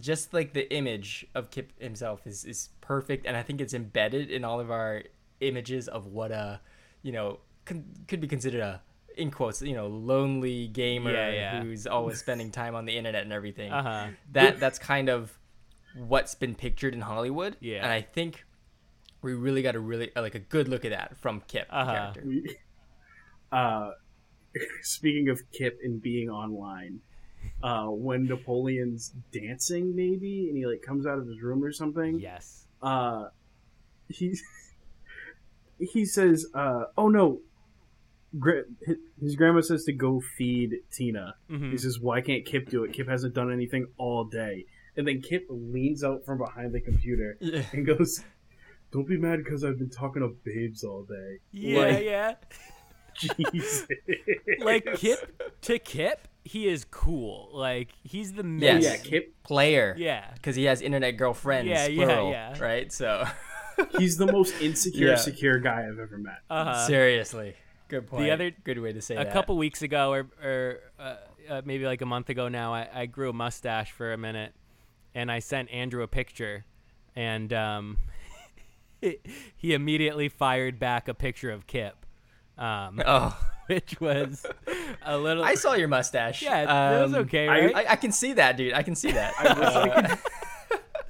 B: just like the image of Kip himself is is perfect, and I think it's embedded in all of our images of what a, you know, con- could be considered a in quotes, you know, lonely gamer
A: Yeah, yeah.
B: who's always spending time on the internet and everything.
A: Uh-huh.
B: That that's kind of what's been pictured in Hollywood.
A: Yeah.
B: And I think we really got a really uh, like a good look at that from Kip the
A: Uh-huh.
B: character.
C: We- [LAUGHS] uh, speaking of Kip and being online, uh, when Napoleon's dancing, maybe, and he like comes out of his room or something.
A: Yes.
C: uh, he [LAUGHS] he says, uh, "Oh no." Gra- hi- his grandma says to go feed Tina.
A: hmm
C: He says, "Why can't Kip do it? Kip hasn't done anything all day." And then Kip leans out from behind the computer
B: Yeah.
C: and goes, "Don't be mad because I've been talking to babes all day."
A: Yeah,
B: Like-
A: yeah.
C: Jesus.
B: [LAUGHS]
A: Like Kip to Kip, he is cool. Like he's the
C: Oh,
B: Yes.
C: yeah,
A: man.
C: Kip.
B: Player.
A: Yeah.
B: Because he has internet girlfriends.
A: Yeah, yeah,
B: plural,
A: yeah.
B: Right? So
C: He's the most insecure,
B: Yeah.
C: secure guy I've ever met.
A: Uh huh.
B: [LAUGHS] seriously. Good point.
A: other-
B: good way to say
A: a
B: that.
A: couple weeks ago or, or uh, uh, maybe like a month ago now I, I grew a mustache for a minute and i sent andrew a picture and um, [LAUGHS] he
B: [LAUGHS]
A: immediately fired back a picture of kip um, [LAUGHS]
B: Oh.
A: which was a little.
B: I saw your mustache.
A: yeah, that was
B: Um,
A: okay,
C: I-
A: right?
B: I, I can see that, dude. I can see that.
C: I wish I
B: Uh,
C: could.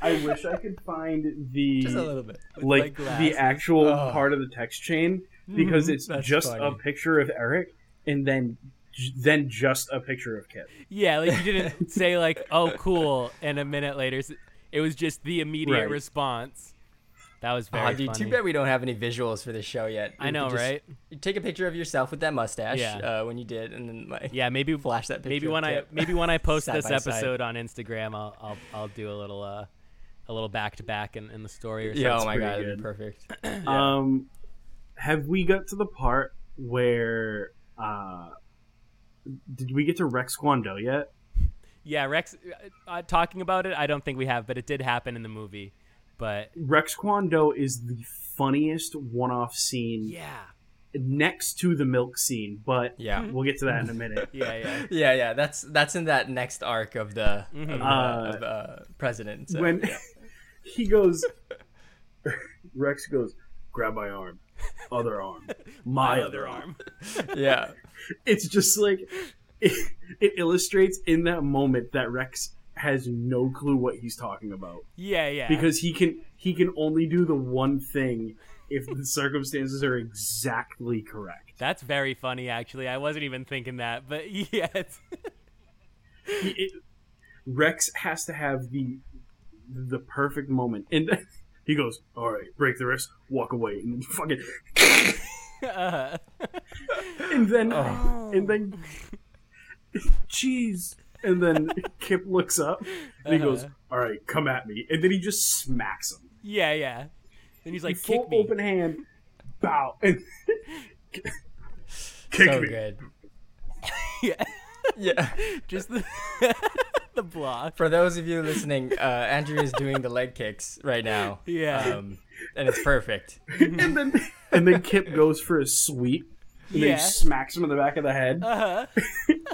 C: [LAUGHS] I wish I could find
B: just a
C: the
B: little bit.
A: like
C: like
A: glass.
C: the actual
B: Ugh.
C: part of the text chain because it's
B: that's
C: just a
B: funny.
C: picture of Eric and then j- then just a picture of Kit.
A: yeah, like you didn't say like, "Oh, cool," and a minute later, s- it was just the immediate
C: Right.
A: response. That was very
B: Aw, dude,
A: funny.
B: too bad we don't have any visuals for this show yet.
A: I
B: We
A: know,
B: could just-
A: right?
B: you take a picture of yourself with that mustache
A: Yeah.
B: uh, when you did, and then like
A: Yeah, maybe
B: flash that picture.
A: maybe
B: of
A: when I
B: Kit.
A: [LAUGHS] maybe
B: [LAUGHS]
A: when I post
B: Side
A: this
B: by side.
A: episode on Instagram, I'll I'll, I'll do a little uh a little back to back in in the story or something.
B: yeah, oh my
C: pretty
B: god, that'd
C: good.
B: be perfect.
C: Um, have we got to the part where uh, did we get to Rex Quando yet?
A: Yeah, Rex. uh, Uh, talking about it, I don't think we have, but it did happen in the movie. But
C: Rex Quando is the funniest one-off scene
A: yeah,
C: next to the milk scene, but
A: [LAUGHS]
B: Yeah.
C: we'll get to that in a minute.
A: yeah, [LAUGHS] yeah.
B: Yeah, yeah, that's that's in that next arc of the of,
A: Mhm.
B: the-
C: Uh,
B: of, uh, president. so,
C: when
B: yeah.
C: [LAUGHS] he goes, Rex goes, grab my arm, other arm, my, other arm.
B: [LAUGHS] [LAUGHS] yeah,
C: It's just like it, it illustrates in that moment that Rex has no clue what he's talking about
A: Yeah, yeah.
C: because he can he can only do the one thing if the circumstances are exactly correct.
A: that's very funny. Actually, I wasn't even thinking that, but [LAUGHS] yeah, it's,
C: He- it- Rex has to have the the perfect moment, and [LAUGHS] then he goes, "All right, break the wrist, walk away," and [LAUGHS] then fucking,
A: uh,
C: and then
A: Oh.
C: and then [LAUGHS] cheese and then [LAUGHS] kip looks up and he goes
A: Uh-huh.
C: all right come at me and then he just smacks him
A: yeah, yeah. Then he's like,
C: full
A: "Kick me."
C: open hand bow and [LAUGHS] kick
B: so Oh,
C: me
B: good.
A: [LAUGHS] Yeah,
B: Yeah.
A: just the [LAUGHS] the block.
B: For those of you listening, uh, Andrew is doing the leg kicks right now.
A: [LAUGHS] Yeah.
B: Um, and it's [LAUGHS] perfect.
C: [LAUGHS] and then and then kip goes for a sweep and then
A: Yeah.
C: he smacks him in the back of the head
A: Uh-huh.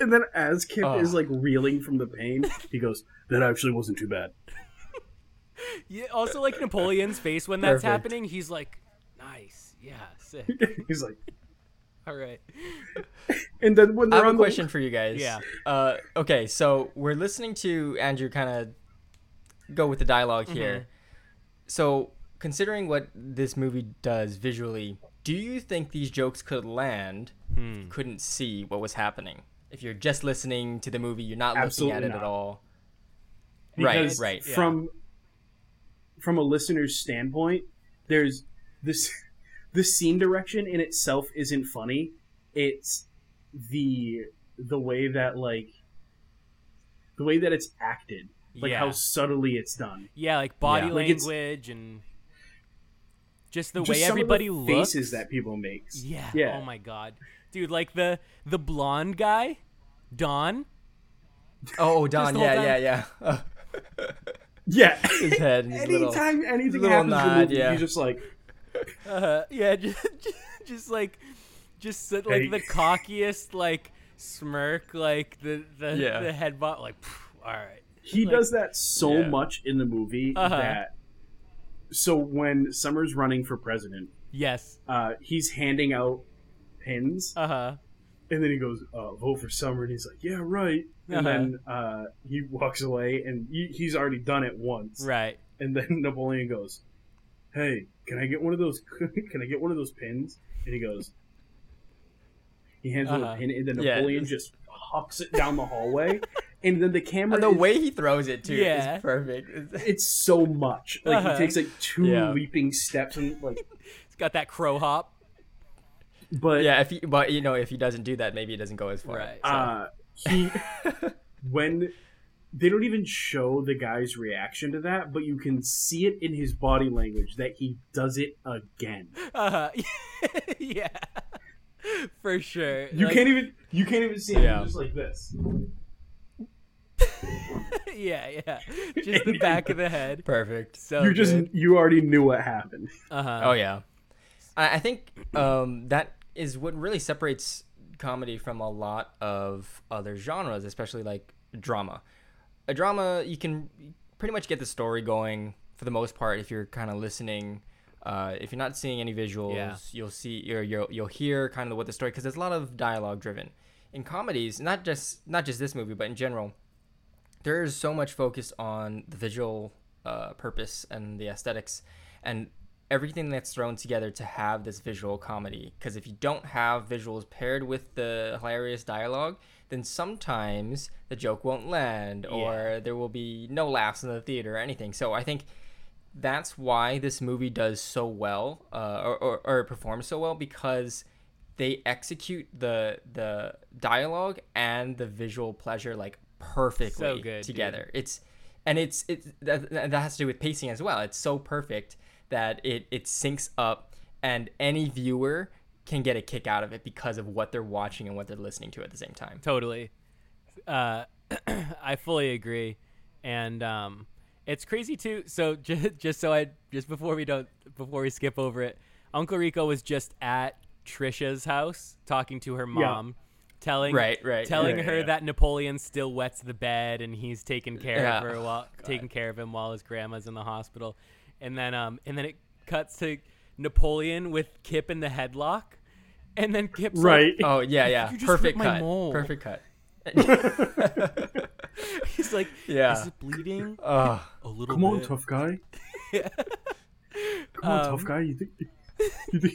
C: and then as kip
B: Oh.
C: is like reeling from the pain he goes that actually wasn't too bad [LAUGHS]
A: Yeah, also, like Napoleon's face when that's
B: Perfect.
A: happening, he's like, "Nice, yeah, sick,
C: [LAUGHS] he's like
A: all right."
C: and then when
B: I
C: they're
B: have
C: on
B: a [LAUGHS]
C: the-
B: question for you guys.
A: Yeah.
B: Uh, okay, so we're listening to Andrew kind of go with the dialog
A: Mm-hmm.
B: here. So, considering what this movie does visually, do you think these jokes could land if you couldn't see what was happening? If you're just listening to the movie, you're not
C: Absolutely
B: looking at it
C: not.
B: at all.
C: because
B: right, right. yeah.
C: from from a listener's standpoint there's this the scene direction in itself isn't funny it's the the way that like the way that it's acted like
A: yeah,
C: how subtly it's done
A: yeah, like body
B: Yeah.
C: Like, it's-
A: language and just the
C: Just
A: way
C: some of the
A: everybody looks.
C: faces that people make
A: Yeah.
C: yeah
A: Oh my god, dude! Like the the blonde guy, Don.
B: Oh, Don,
A: the whole
B: yeah,
A: time.
B: yeah, yeah, [LAUGHS]
C: yeah
B: His head. and his little-
C: [LAUGHS] anytime anything
B: little
C: happens in the
B: nod,
C: movie,
B: yeah.
C: he's just like
A: Uh, yeah, [LAUGHS] just, just like, just so- like
C: Hey.
A: the cockiest like smirk, like the the
B: Yeah.
A: the head bot, like pff, all right.
C: he
A: Like-
C: does that so
B: Yeah.
C: much in the movie
A: Uh-huh.
C: that so when summer's running for president
A: Yes.
C: uh, he's handing out pins,
A: Uh huh.
C: and then he goes, uh, "Vote for Summer," and he's like, "Yeah, right." And
A: Uh-huh.
C: then uh, he walks away, and he, he's already done it once.
A: Right.
C: And then [LAUGHS] Napoleon goes, "Hey, can I get one of those? [LAUGHS] Can I get one of those pins?" And he goes, he hands him
A: Uh-huh.
C: a pin, and then
B: Yeah,
C: Napoleon
B: it's-
C: just hucks it down the hallway,
A: [LAUGHS]
C: and then the camera
B: And the
C: is-
B: way he throws it, too,
A: Yeah.
B: is perfect. [LAUGHS] It's-
C: It's so much. Like
A: Uh-huh.
C: he takes like two
B: Yeah.
C: leaping steps, and like,
A: It's got that crow hop.
C: but
B: yeah, if he, but you know, if he doesn't do that, maybe it doesn't go as far.
A: Right.
B: so.
C: Uh,
B: [LAUGHS]
C: he when they don't even show the guy's reaction to that, but you can see it in his body language that he does it again.
A: Uh [LAUGHS] huh. yeah. For sure.
C: You
A: Like,
C: can't even you can't even see it
B: Yeah.
C: just like this.
A: [LAUGHS] Yeah,
C: [LAUGHS]
A: yeah. Just the back of the head.
B: perfect.
A: So
C: you just you already knew what happened. [LAUGHS]
A: Uh huh.
B: Oh yeah, I, I think um, that is what really separates comedy from a lot of other genres, especially like drama. A drama you can pretty much get the story going for the most part if you're kind of listening. Uh, if you're not seeing any visuals,
A: Yeah.
B: you'll see or you'll you'll hear kind of what the story because there's a lot of dialogue driven. in comedies, not just not just this movie, but in general, there is so much focus on the visual uh, purpose and the aesthetics, and everything that's thrown together to have this visual comedy. Because if you don't have visuals paired with the hilarious dialogue, then sometimes the joke won't land, or there will be no laughs in the theater or anything. So I think that's why this movie does so well, uh, or, or or performs so well because they execute the the dialogue and the visual pleasure like perfectly
A: So good, dude.
B: together. It's and it's it's that, that has to do with pacing as well. It's so perfect that it it syncs up and any viewer can get a kick out of it because of what they're watching and what they're listening to at the same time.
A: totally. Uh, [CLEARS THROAT] I fully agree, and um, it's crazy too. So [LAUGHS] just, just so I just before we don't before we skip over it, Uncle Rico was just at Trisha's house talking to her mom, telling
B: Right, right.
A: telling
C: Yeah,
A: her
C: yeah.
A: that Napoleon still wets the bed and he's taking care
B: Yeah.
A: of her while taking care of him while his grandma's in the hospital, and then um and then it cuts to Napoleon with Kip in the headlock, and then Kip's like,
C: Right.
B: Oh yeah, yeah.
A: You just
B: Perfect
A: hit my
B: cut.
A: mole.
B: Perfect cut.
A: [LAUGHS]
B: [LAUGHS]
A: He's like,
B: Yeah.
A: is it bleeding?
B: Oh,
A: A little
C: Come on,
A: bit.
B: [LAUGHS]
C: tough guy. Come on,
B: Um,
C: tough guy. You think you think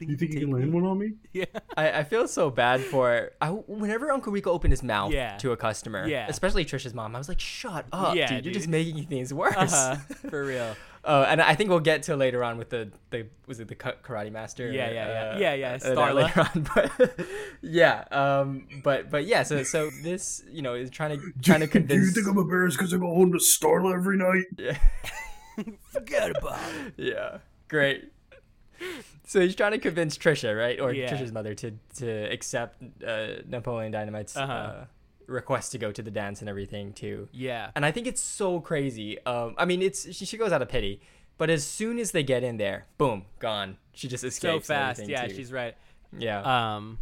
C: you, think
B: [LAUGHS]
C: you can land one on me?
A: [LAUGHS] Yeah.
B: I, I feel so bad for I, whenever Uncle Rico opened his mouth
A: Yeah.
B: to a customer,
A: Yeah.
B: especially Trisha's mom. I was like, "Shut up,
A: Yeah,
B: dude, You're just
A: dude.
B: making things worse." [LAUGHS]
A: Uh, [LAUGHS] for real.
B: Uh, and I think we'll get to later on with the, the was it the Ka- karate master?
A: Yeah, yeah, yeah.
B: uh,
A: Yeah, yeah,
B: uh, that
A: Starla.
B: Later on, [LAUGHS] but yeah, um, but but yeah. So so this you know is trying to trying to convince.
C: [LAUGHS] Do you think I'm embarrassed because I go home to Starla every night?
A: Forget about it.
B: Yeah, great. So he's trying to convince Trisha, right, or
A: Yeah.
B: Trisha's mother, to to accept uh, Napoleon Dynamite's uh
A: Uh-huh.
B: request to go to the dance and everything too.
A: Yeah.
B: And I think it's so crazy. Um, I mean, it's she, she goes out of pity, but as soon as they get in there, boom, gone. She just escapes.
A: So
B: and
A: fast.
B: everything,
A: Yeah,
B: too.
A: she's right.
B: yeah.
A: Um,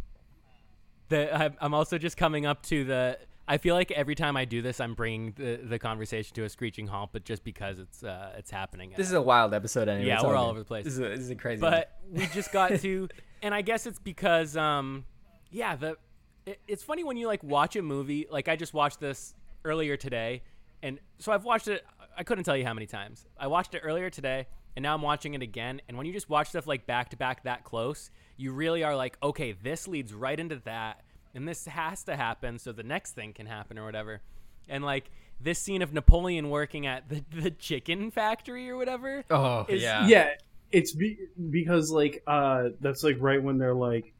A: the I, I'm also just coming up to the. I feel like every time I do this, I'm bringing the, the conversation to a screeching halt, but just because it's uh, it's happening.
B: this is a wild episode. Anyway,
A: Yeah,
B: It's
A: we're all
B: good.
A: over the place.
B: This is a, this is a crazy. one.
A: but we just got to and i guess it's because um yeah the it, it's funny when you like watch a movie like i just watched this earlier today and so i've watched it i couldn't tell you how many times i watched it earlier today and now i'm watching it again and when you just watch stuff like back to back that close you really are like okay this leads right into that and this has to happen so the next thing can happen or whatever and like this scene of napoleon working at the, [LAUGHS] the chicken factory or whatever
B: oh
A: is-
B: yeah,
C: yeah it's be- because like uh that's like right when they're like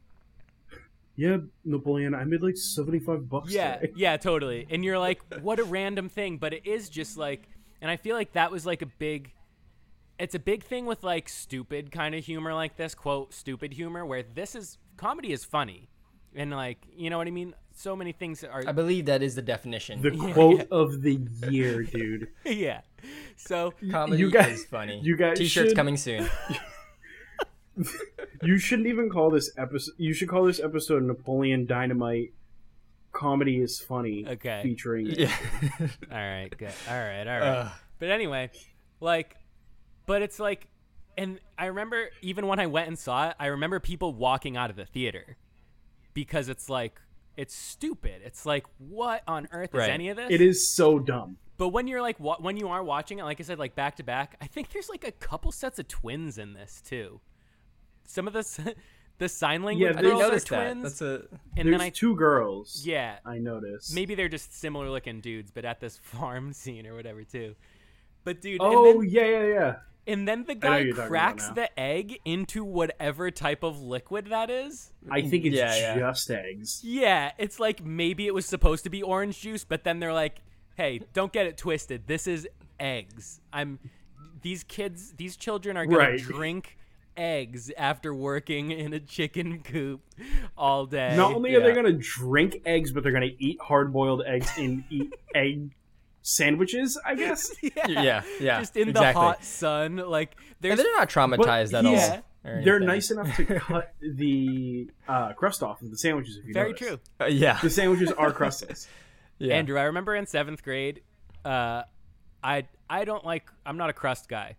C: yeah napoleon i made like 75 bucks
A: Yeah, [LAUGHS]
C: today."
A: yeah, totally. And you're like, what a random thing, but it is just like, and I feel like that was like a big, it's a big thing with like stupid kind of humor like this, quote, stupid humor, where this is, comedy is funny. And like, you know what I mean? So many things are,
B: I believe that is the definition.
C: the quote of the year dude
A: [LAUGHS] yeah. So,
B: Comedy
C: you guys-
B: is funny.
C: you guys
B: T-shirts
C: should-
A: [LAUGHS]
B: coming soon.
C: you shouldn't even call this episode you should call this episode napoleon dynamite comedy is funny
A: Okay.
C: featuring
B: yeah.
A: all right, good. All right, all right.
B: Ugh.
A: But anyway, like, but it's like, and I remember even when I went and saw it, I remember people walking out of the theater because it's like, it's stupid. It's like, what on earth is
B: Right.
A: any of this?
C: it is so dumb
A: But when you're like, wa- when you are watching it, like I said, like back to back, I think there's like a couple sets of twins in this too. Some of the s- [LAUGHS] the sign language
B: I
C: I
B: didn't
A: girls
B: notice
A: are
B: that.
A: twins,
B: That's a
A: and
C: there's
A: then I
C: two girls
A: [LAUGHS] yeah,
C: i noticed
A: maybe they're just similar looking dudes, but at this [LAUGHS] farm scene or whatever too. But dude, and then-
C: oh yeah yeah yeah
A: And then the
C: know who
A: guy
C: you're talking about
A: cracks
C: now.
A: the egg into whatever type of liquid that is.
C: i think it's
B: Yeah, yeah.
C: just eggs
A: Yeah, it's like maybe it was supposed to be orange juice, but then they're like, "Hey, don't get it twisted. This is eggs. I'm these kids, these children are going
C: Right.
A: to drink eggs after working in a chicken coop all day."
C: Not only are
B: yeah.
C: they gonna drink eggs, but they're gonna eat hard boiled eggs and [LAUGHS] eat egg sandwiches,
A: [LAUGHS]
C: I guess.
A: yeah,
B: yeah, yeah,
A: Just in the
B: exactly.
A: hot sun, like
B: and
A: there's
B: they're not traumatized
C: But
B: at all.
A: he's-
B: or
C: They're
B: anything.
A: [LAUGHS]
B: [LAUGHS]
C: nice enough to cut the uh, crust off of the sandwiches if you
A: very
C: notice.
A: true.
B: Uh, yeah.
C: The sandwiches are crustless.
B: yeah.
A: Andrew, I remember in seventh grade, uh, I I don't like I'm not a crust guy,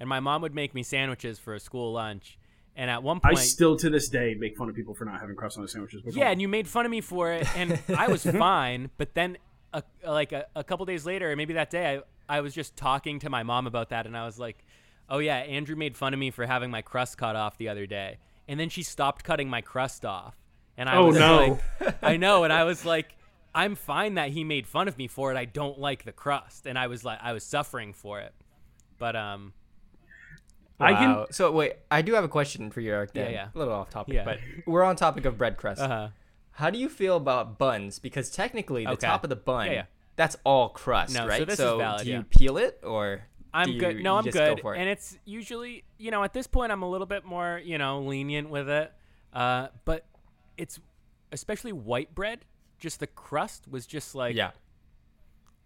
A: and my mom would make me sandwiches for a school lunch, And at one
C: I
A: point,
C: still to this day make fun of people for not having croissant sandwiches. But go
A: yeah,
C: on.
A: and you made fun of me for it,
C: [LAUGHS]
A: and I was fine. But then, a, like a, a couple days later, or maybe that day, I, I was just talking to my mom about that, and I was like, "Oh yeah, Andrew made fun of me for having my crust cut off the other day," and then she stopped cutting my crust off, and I
C: Oh,
A: was
C: no.
A: like, "I know," and I
C: [LAUGHS]
A: was like. I'm fine that he made fun of me for it. I don't like the crust, and I was like, I was suffering for it. But um,
C: I can-
B: Wow. So wait, I do have a question for you, Eric. Then.
A: Yeah, yeah.
B: A little off topic,
A: Yeah.
B: but we're on topic of bread crust.
A: uh,
B: How do you feel about buns? Because technically, the
A: Okay.
B: top of the bun,
A: Yeah, yeah.
B: that's all crust,
A: No, so
B: right?
A: this is valid,
B: do you
A: yeah.
B: peel it or? do
A: I'm
B: you-
A: good. No,
B: you
A: I'm
B: just go
A: good.
B: for it?
A: And it's usually, you know, at this point, I'm a little bit more, you know, lenient with it. Uh, but it's especially white bread. Just the crust was just like,
B: yeah,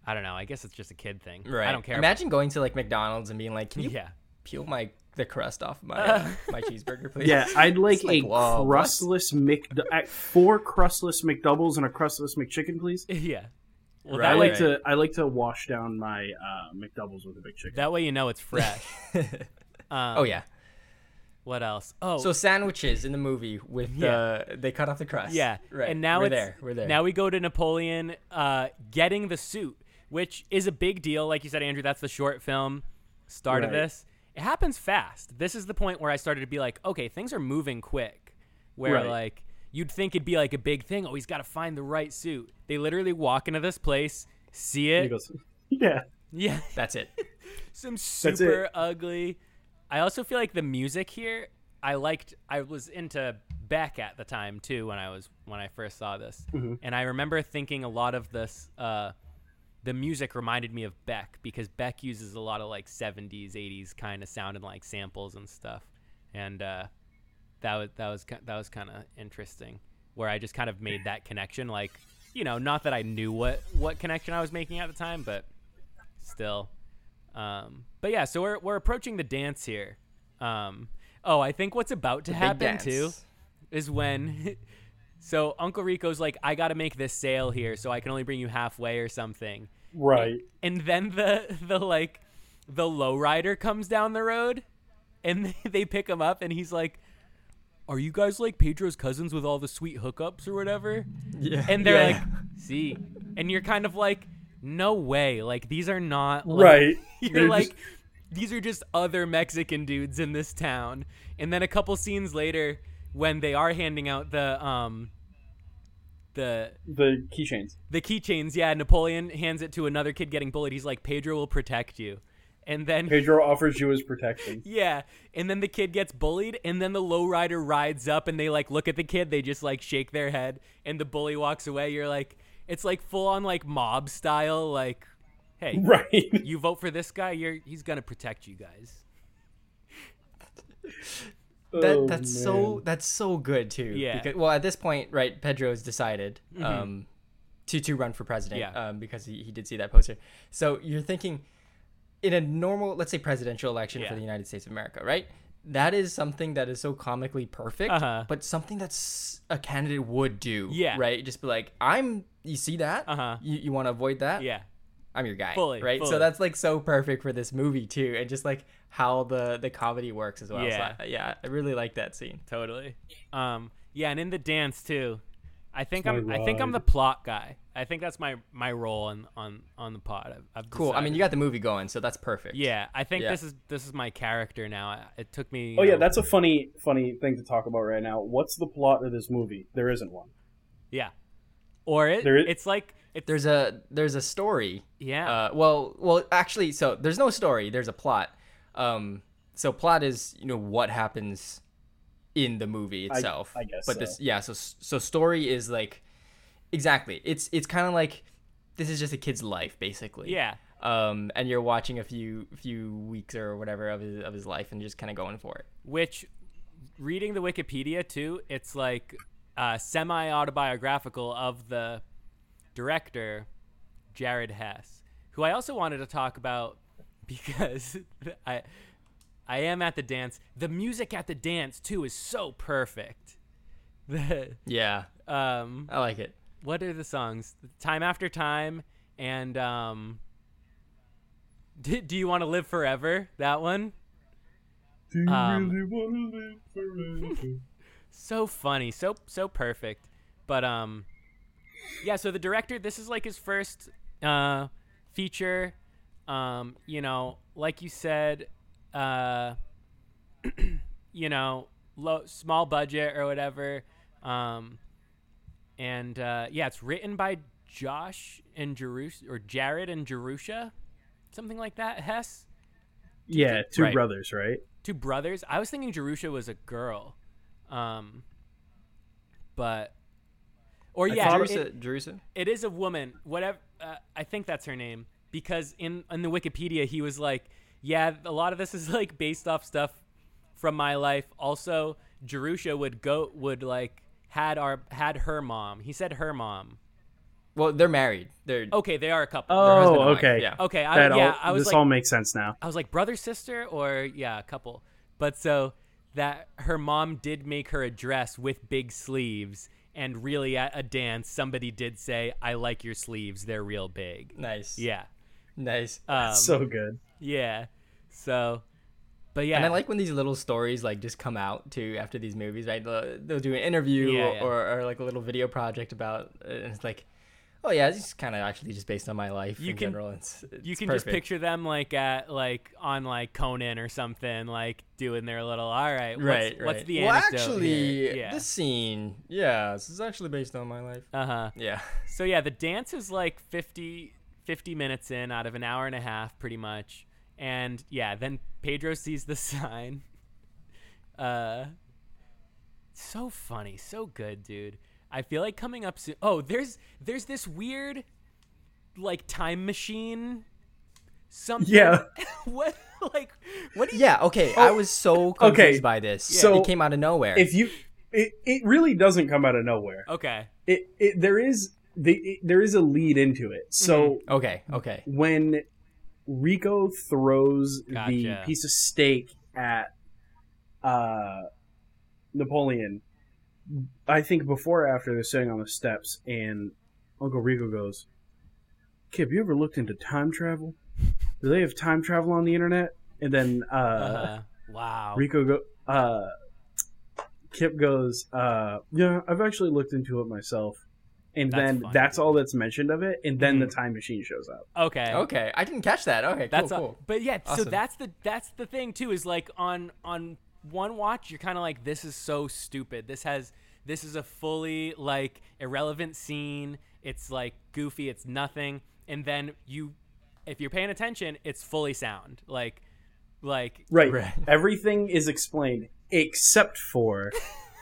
A: I don't know. I guess it's just a kid thing.
B: right.
A: I don't care.
B: Imagine going to like McDonald's and being like, "Can you
A: yeah. [LAUGHS]
B: peel my the crust off my uh, my cheeseburger, please?"
C: [LAUGHS] Yeah, I'd like,
B: It's like,
C: a
B: whoa, what?
C: crustless Mc, uh, four crustless McDoubles and a crustless McChicken, please.
A: yeah. Well,
B: Right.
A: that,
C: I like
A: way,
C: to I like to wash down my uh, McDoubles with a big chicken.
A: that way you know it's
B: [LAUGHS]
A: fresh. um,
B: oh yeah.
A: What else? Oh,
B: So sandwiches in the movie with the they cut off the crust.
A: Yeah,
B: Right.
A: And now
B: we're
A: it's,
B: there. We're there.
A: Now we go to Napoleon uh, getting the suit, which is a big deal. Like you said, Andrew, that's the short film start of
C: Right.
A: this. It happens fast. This is the point where I started to be like, okay, things are moving quick. Where
C: Right.
A: like you'd think it'd be like a big thing. Oh, he's got to find the right suit. They literally walk into this place, see
C: He
A: it.
C: goes, [LAUGHS] yeah,
A: [LAUGHS] Yeah, [LAUGHS]
B: that's it.
A: some
C: it.
A: super ugly. I also feel like the music here. I liked. I was into Beck at the time too when I was when I first saw this, and I remember thinking a lot of this. Uh, the music reminded me of Beck because Beck uses a lot of like '70s, '80s kind of sound and like samples and stuff, and uh, that was that was ki- that was kind of interesting. Where I just kind of made that connection, like you know, not that I knew what what connection I was making at the time, but still. Um, but yeah, so we're we're approaching the dance here. Um, oh, I think what's about to
B: Big
A: happen
B: dance.
A: too is when [LAUGHS] so Uncle Rico's like, I gotta make this sale here, so I can only bring you halfway or something.
C: right.
A: And then the the like the lowrider comes down the road and [LAUGHS] they, they pick him up and he's like are you guys like Pedro's cousins with all the sweet hookups or whatever?
B: Yeah.
A: And they're
B: Yeah.
A: like, see. And you're kind of like, no way. Like, these are not. Like,
C: Right.
A: [LAUGHS] You're
C: They're
A: like,
C: just-
A: these are just other Mexican dudes in this town. And then a couple scenes later, when they are handing out the, um, the
C: The keychains.
A: the keychains, yeah. Napoleon hands it to another kid getting bullied. He's like, "Pedro will protect you," and then
C: Pedro offers you his protection.
A: yeah, and then the kid gets bullied, and then the lowrider rides up, and they like look at the kid. They just like shake their head, and the bully walks away. You're like, it's like full on like mob style. Like, hey,
C: [LAUGHS] Right.
A: you vote for this guy, you're he's gonna protect you guys.
B: That, that's so that's so good too.
A: Yeah.
B: Because, well, at this point, right, Pedro's decided um, to to run for president.
A: Mm-hmm. Yeah.
B: Um, because he, he did see that poster. So you're thinking, in a normal, let's say, presidential election for
A: Yeah.
B: the United States of America, right? That is something that is so comically perfect,
A: Uh-huh.
B: but something that's a candidate would do.
A: Yeah.
B: Right. Just be like, I'm. You see that?
A: Uh-huh.
B: You, you want to avoid that?
A: Yeah,
B: I'm your guy.
A: Fully,
B: right.
A: fully.
B: So that's like so perfect for this movie too, and just like how the the comedy works as well.
A: Yeah.
B: So I, yeah. I really like that scene.
A: totally. Um, yeah, and in the dance too. I think
C: My
A: I'm I think I'm
C: ride.
A: the plot guy. I think that's my my role on on on the pod. I've, I've
B: Cool. I mean,
A: decided.
B: you got the movie going, so that's perfect.
A: Yeah, I think
B: Yeah.
A: this is this is my character now. I- It took me. you
C: Oh yeah,
A: know-
C: that's a funny funny thing to talk about right now. What's the plot of this movie? There isn't one.
A: yeah. Or it,
C: There is-
A: it's like it's
B: There's a there's a story.
A: yeah.
B: Uh, well, well, actually, so there's no story. There's a plot. Um, so plot is you know what happens in the movie
C: I-
B: itself.
C: I guess
B: But
C: so.
B: this, yeah. So so story is like exactly. It's it's kind of like this is just a kid's life basically.
A: yeah,
B: um, and you're watching a few few weeks or whatever of his of his life and just kind of going for it.
A: which reading the Wikipedia too, it's like uh, semi autobiographical of the director Jared Hess, who I also wanted to talk about [LAUGHS] because I I am at the dance. The music at the dance too is so perfect. [LAUGHS] The
B: Yeah,
A: um
B: I like it.
A: what are the songs? Time after time and um do, do you want to live forever? That one?
C: Do you
A: Um,
C: really want to live forever?
A: so funny, so so perfect. But um, yeah. So the director, this is like his first uh feature. Um, you know, like you said, uh, [CLEARS THROAT] you know, low small budget or whatever. Um, and uh, yeah, it's written by Josh and Jerus or Jared and Jerusha, something like that. Hess,
C: yeah, two
B: right.
C: brothers, right?
A: two brothers. I was thinking Jerusha was a girl, um, but or
B: I
A: yeah,
B: thought it-
A: it,
B: Jerusa?
A: it is a woman. Whatever, uh, I think that's her name because in in the Wikipedia he was like, yeah, a lot of this is like based off stuff from my life. Also, Jerusha would go would like had our had her mom. He said her mom.
B: Well, they're married. They're
A: Okay, they are a couple.
B: they're husband and
C: Oh,
B: wife,
C: okay.
B: Yeah.
A: Oh, okay, I,
C: That all,
A: yeah, I was
C: this
A: like,
C: all makes sense now.
A: I was like brother sister or yeah a couple but so that her mom did make her a dress with big sleeves and really at a dance somebody did say I like your sleeves they're real big
B: Nice.
A: yeah
B: Nice.
A: um,
C: so [LAUGHS] good.
A: yeah so but yeah
B: And I like when these little stories like just come out too after these movies, right? They'll, they'll do an interview
A: Yeah, yeah.
B: Or, or like a little video project about, and it's like, oh yeah, it's just kind of actually just based on my life
A: You
B: in
A: can-
B: general. It's, it's
A: you can just
B: perfect.
A: picture them like at like on like Conan or something like doing their little all right what's,
B: right, right.
A: what's the
B: well,
A: anecdote
B: actually,
A: here?" yeah
B: this scene, yeah, this is actually based on my life.
A: uh huh
B: Yeah,
A: So yeah, the dance is like 50, 50 minutes in out of an hour and a half, pretty much. And yeah, then Pedro sees the [LAUGHS] sign. Uh, so funny, so good, dude. I feel like coming up soon. Oh, there's there's this weird, like time machine, something.
C: Yeah.
A: [LAUGHS] what like what do you? Oh,
B: yeah. Okay, I was so confused
C: okay,
B: by this.
C: so
B: it came out of nowhere.
C: If you, it, it really doesn't come out of nowhere.
A: Okay.
C: It, it there is the it, there is a lead into it.
A: Mm-hmm.
C: So
B: okay, okay,
C: when Rico throws the
A: Gotcha.
C: piece of steak at uh, Napoleon, I think before or after they're sitting on the steps, and Uncle Rico goes, "Kip, you ever looked into time travel? Do they have time travel on the internet?" And then uh,
A: [LAUGHS] Uh, wow.
C: Rico go. Uh, Kip goes. Uh, yeah, I've actually looked into it myself. And
A: That's
C: then
A: funny, Mm-hmm.
C: that's
A: dude.
C: all that's mentioned of it, and then
B: Mhm.
C: the time machine shows up.
A: Okay.
B: okay. I didn't catch that. Okay,
A: That's
B: cool,
A: all-
B: cool.
A: but yeah, so
B: Awesome.
A: that's the that's the thing too is like on on one watch you're kind of like this is so stupid. This has this is a fully like irrelevant scene. It's like goofy, it's nothing. And then you if you're paying attention, it's fully sound. Like like
C: Right.
B: Right. [LAUGHS]
C: Everything is explained except for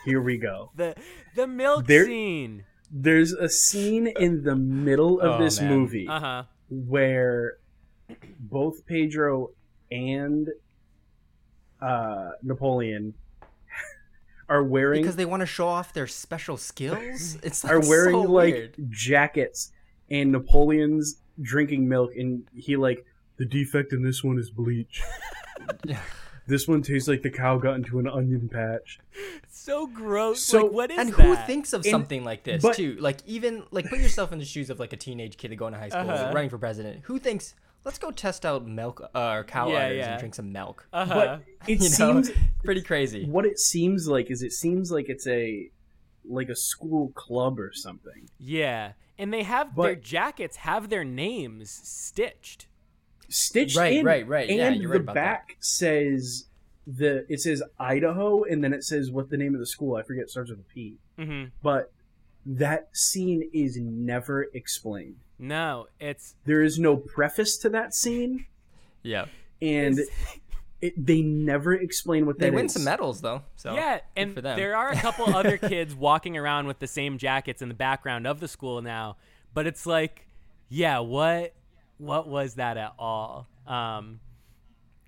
C: here we go.
A: the the milk
C: There-
A: scene.
C: There's a scene in the middle of
B: Oh,
C: this
B: man.
C: movie
A: Uh-huh.
C: where both Pedro and uh, Napoleon [LAUGHS] are wearing
B: Because they want to show off their
A: [LAUGHS]
B: special skills. It's like,
C: are wearing
B: so
C: like
B: weird.
C: jackets and Napoleon's drinking milk and he like the defect in this one
B: [LAUGHS]
C: is bleach. this one tastes like the cow got into an onion patch.
A: So gross.
C: So-
A: like what is
B: and
A: that?
B: who thinks of
C: In-
B: something like this
C: but-
B: too like even like put yourself in the shoes of like a teenage kid going to high school
A: Uh-huh.
B: running for president who thinks let's go test out milk uh, or cow
A: Yeah,
B: udders
A: yeah.
B: and drink some milk [LAUGHS]
A: uh-huh.
C: But
B: Uh,
C: it
B: you know
C: seems
B: pretty crazy
C: what it seems like is it seems like it's a like a school club or something.
A: yeah. And they have their
C: But-
A: jackets have their names stitched.
C: Stitched
B: Right,
C: in,
B: right, right.
C: And
B: Yeah, you're right
C: the
B: about that.
C: back says the it says Idaho, and then it says what the name of the school. I forget. It starts with a P.
A: Mhm.
C: But that scene is never explained.
A: No, it's
C: There is no preface to that scene,
B: yeah
C: and
A: It's-
C: [LAUGHS] it, they never explain what that
B: they win
C: is.
B: some medals though so
A: yeah,
B: good
A: and
B: for them.
A: there are a couple
B: [LAUGHS]
A: other kids walking around with the same jackets in the background of the school now, but it's like, yeah, what, what was that at all? Um,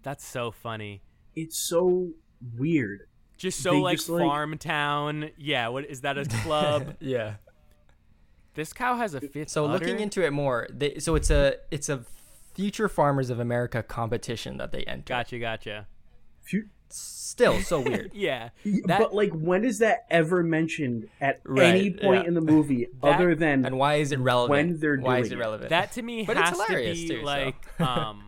A: that's so funny.
C: It's so weird.
A: Just so
C: They
A: like
C: just, like-
A: farm town. Yeah, what is that a
C: [LAUGHS]
A: club?
B: yeah
A: this cow has a fifth.
B: so looking
A: udder?
B: into it more they, so it's a it's a future farmers of america competition that they enter
A: Gotcha, gotcha.
C: Fu-
B: still so weird
A: [LAUGHS] Yeah,
C: but like, when is that ever mentioned at
B: Right,
C: any point
B: yeah.
C: in the movie
A: That-
C: other than
B: and why is it relevant
C: When they're
B: why
C: doing
B: is it
C: it.
B: relevant
A: that to me
B: But it's
A: has to
B: hilarious
A: be
B: too, so.
A: like um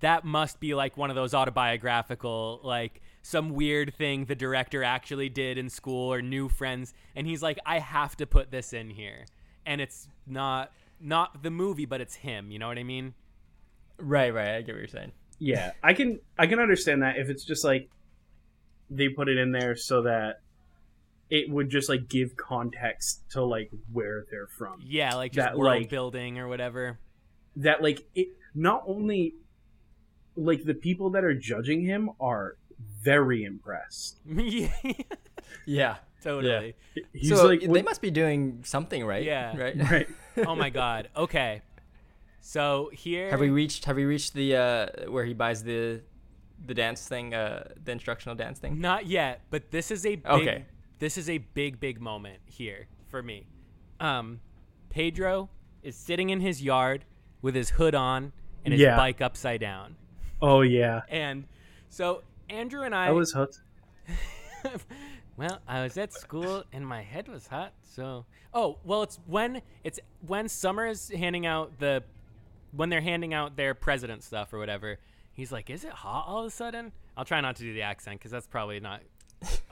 A: that must be like one of those autobiographical like some weird thing the director actually did in school or new friends and he's like I have to put this in here and it's not not the movie but it's him you know what I mean
B: [LAUGHS] Right, right. I get what you're saying.
C: yeah i can i can understand that if it's just like they put it in there so that it would just like give context to like where they're from
A: yeah like just
C: That,
A: world
C: like-
A: building or whatever [LAUGHS]
C: that like it not only like the people that are judging him are very impressed
A: yeah
B: Yeah.
A: totally
C: he's
B: so
C: like
B: they
C: what-
B: must be doing something right.
A: Yeah.
B: [LAUGHS] Right.
C: [LAUGHS] right
A: oh my god okay so here
B: Have we reached? Have we reached the uh, where he buys the the dance thing, uh, the instructional dance thing?
A: Not yet, but this is a big,
B: Okay.
A: This is a big, big moment here for me. Um, Pedro is sitting in his yard with his hood on and his
C: Yeah.
A: bike upside down,
C: oh yeah
A: and so Andrew and I.
C: i was hooked
A: [LAUGHS] well, I was at school and my head was hot. So, oh well, it's when it's when Summer is handing out the when they're handing out their president stuff or whatever. He's like, "Is it hot all of a sudden?" I'll try not to do the accent because that's probably not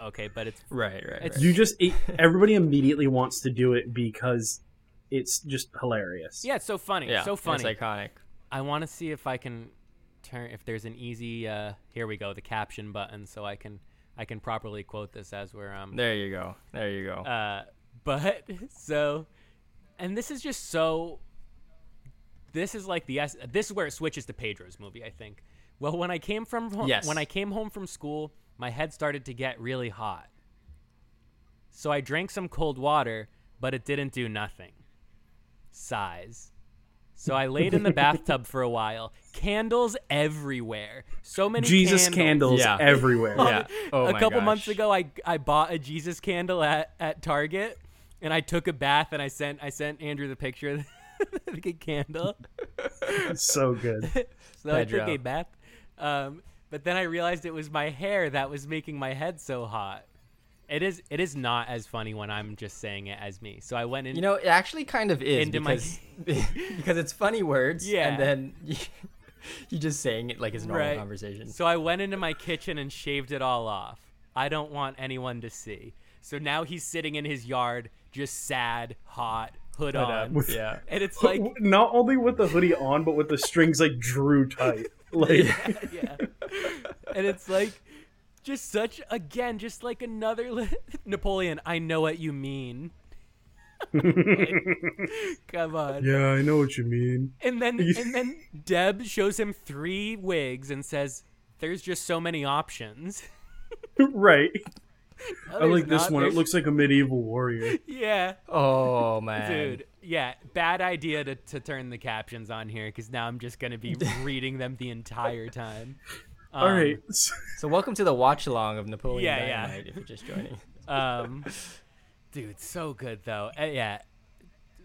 A: okay. But it's
B: Right. Right.
A: It's-
B: right.
C: you just it, everybody immediately wants to do it because it's just hilarious
A: yeah, it's so funny,
B: yeah.
A: so funny.
B: It's iconic.
A: I want to see if I can turn if there's an easy. Uh, here we go, the caption button, so I can I can properly quote this as we're um
B: There you go. There you go.
A: Uh, but [LAUGHS] so, and this is just so. This is like the es- this is where it switches to Pedro's movie. I think. Well, when I came from ho-
B: Yes.
A: when I came home from school, my head started to get really hot. So I drank some cold water, but it didn't do nothing. Sighs. So I laid in the bathtub for a while. Candles everywhere. So many
C: jesus
A: candles
C: candles
B: Yeah.
C: everywhere
A: [LAUGHS]
B: yeah. [LAUGHS] Oh
A: a
B: my
A: couple
B: gosh.
A: months ago I, I bought a Jesus candle at, at Target and I took a bath and I sent I sent Andrew the picture of [LAUGHS] the good candle.
C: so good
A: So I took
B: Pedro.
A: a bath. Um, but then I realized it was my hair that was making my head so hot. It is it is not as funny when I'm just saying it as me. So I went in
B: You know, it actually kind of is
A: Into my-
B: because [LAUGHS] because it's funny words.
A: Yeah.
B: And then you, [LAUGHS] you just saying it like it's normal
A: Right.
B: conversation.
A: So I went into my kitchen and shaved it all off. I don't want anyone to see. So now he's sitting in his yard, just sad, hot, hood on.
B: up, yeah.
A: And it's like
C: not only with the hoodie on but with the strings like drew [LAUGHS] tight like
A: yeah. [LAUGHS] And it's like just such again, just like another li- [LAUGHS] Napoleon. I know what you mean. [LAUGHS] Like, come on.
C: yeah i know what you mean
A: And then and then Deb shows him three wigs and says, "There's just so many [LAUGHS] options."
C: [LAUGHS] right
A: No,
C: i
A: there's
C: like this
A: not.
C: one it
A: There's-
C: looks like a medieval warrior
A: yeah,
B: Oh man.
A: dude. Yeah, bad idea to, to turn the captions on here because now I'm just gonna
C: [LAUGHS]
A: be reading them the entire time.
C: [LAUGHS]
A: Um,
C: all right [LAUGHS]
B: So welcome to the watch along of Napoleon
A: Yeah, yeah.
B: Dynamite. If you're
A: [LAUGHS]
B: just joining.
A: Um, dude, so good though. Uh, yeah,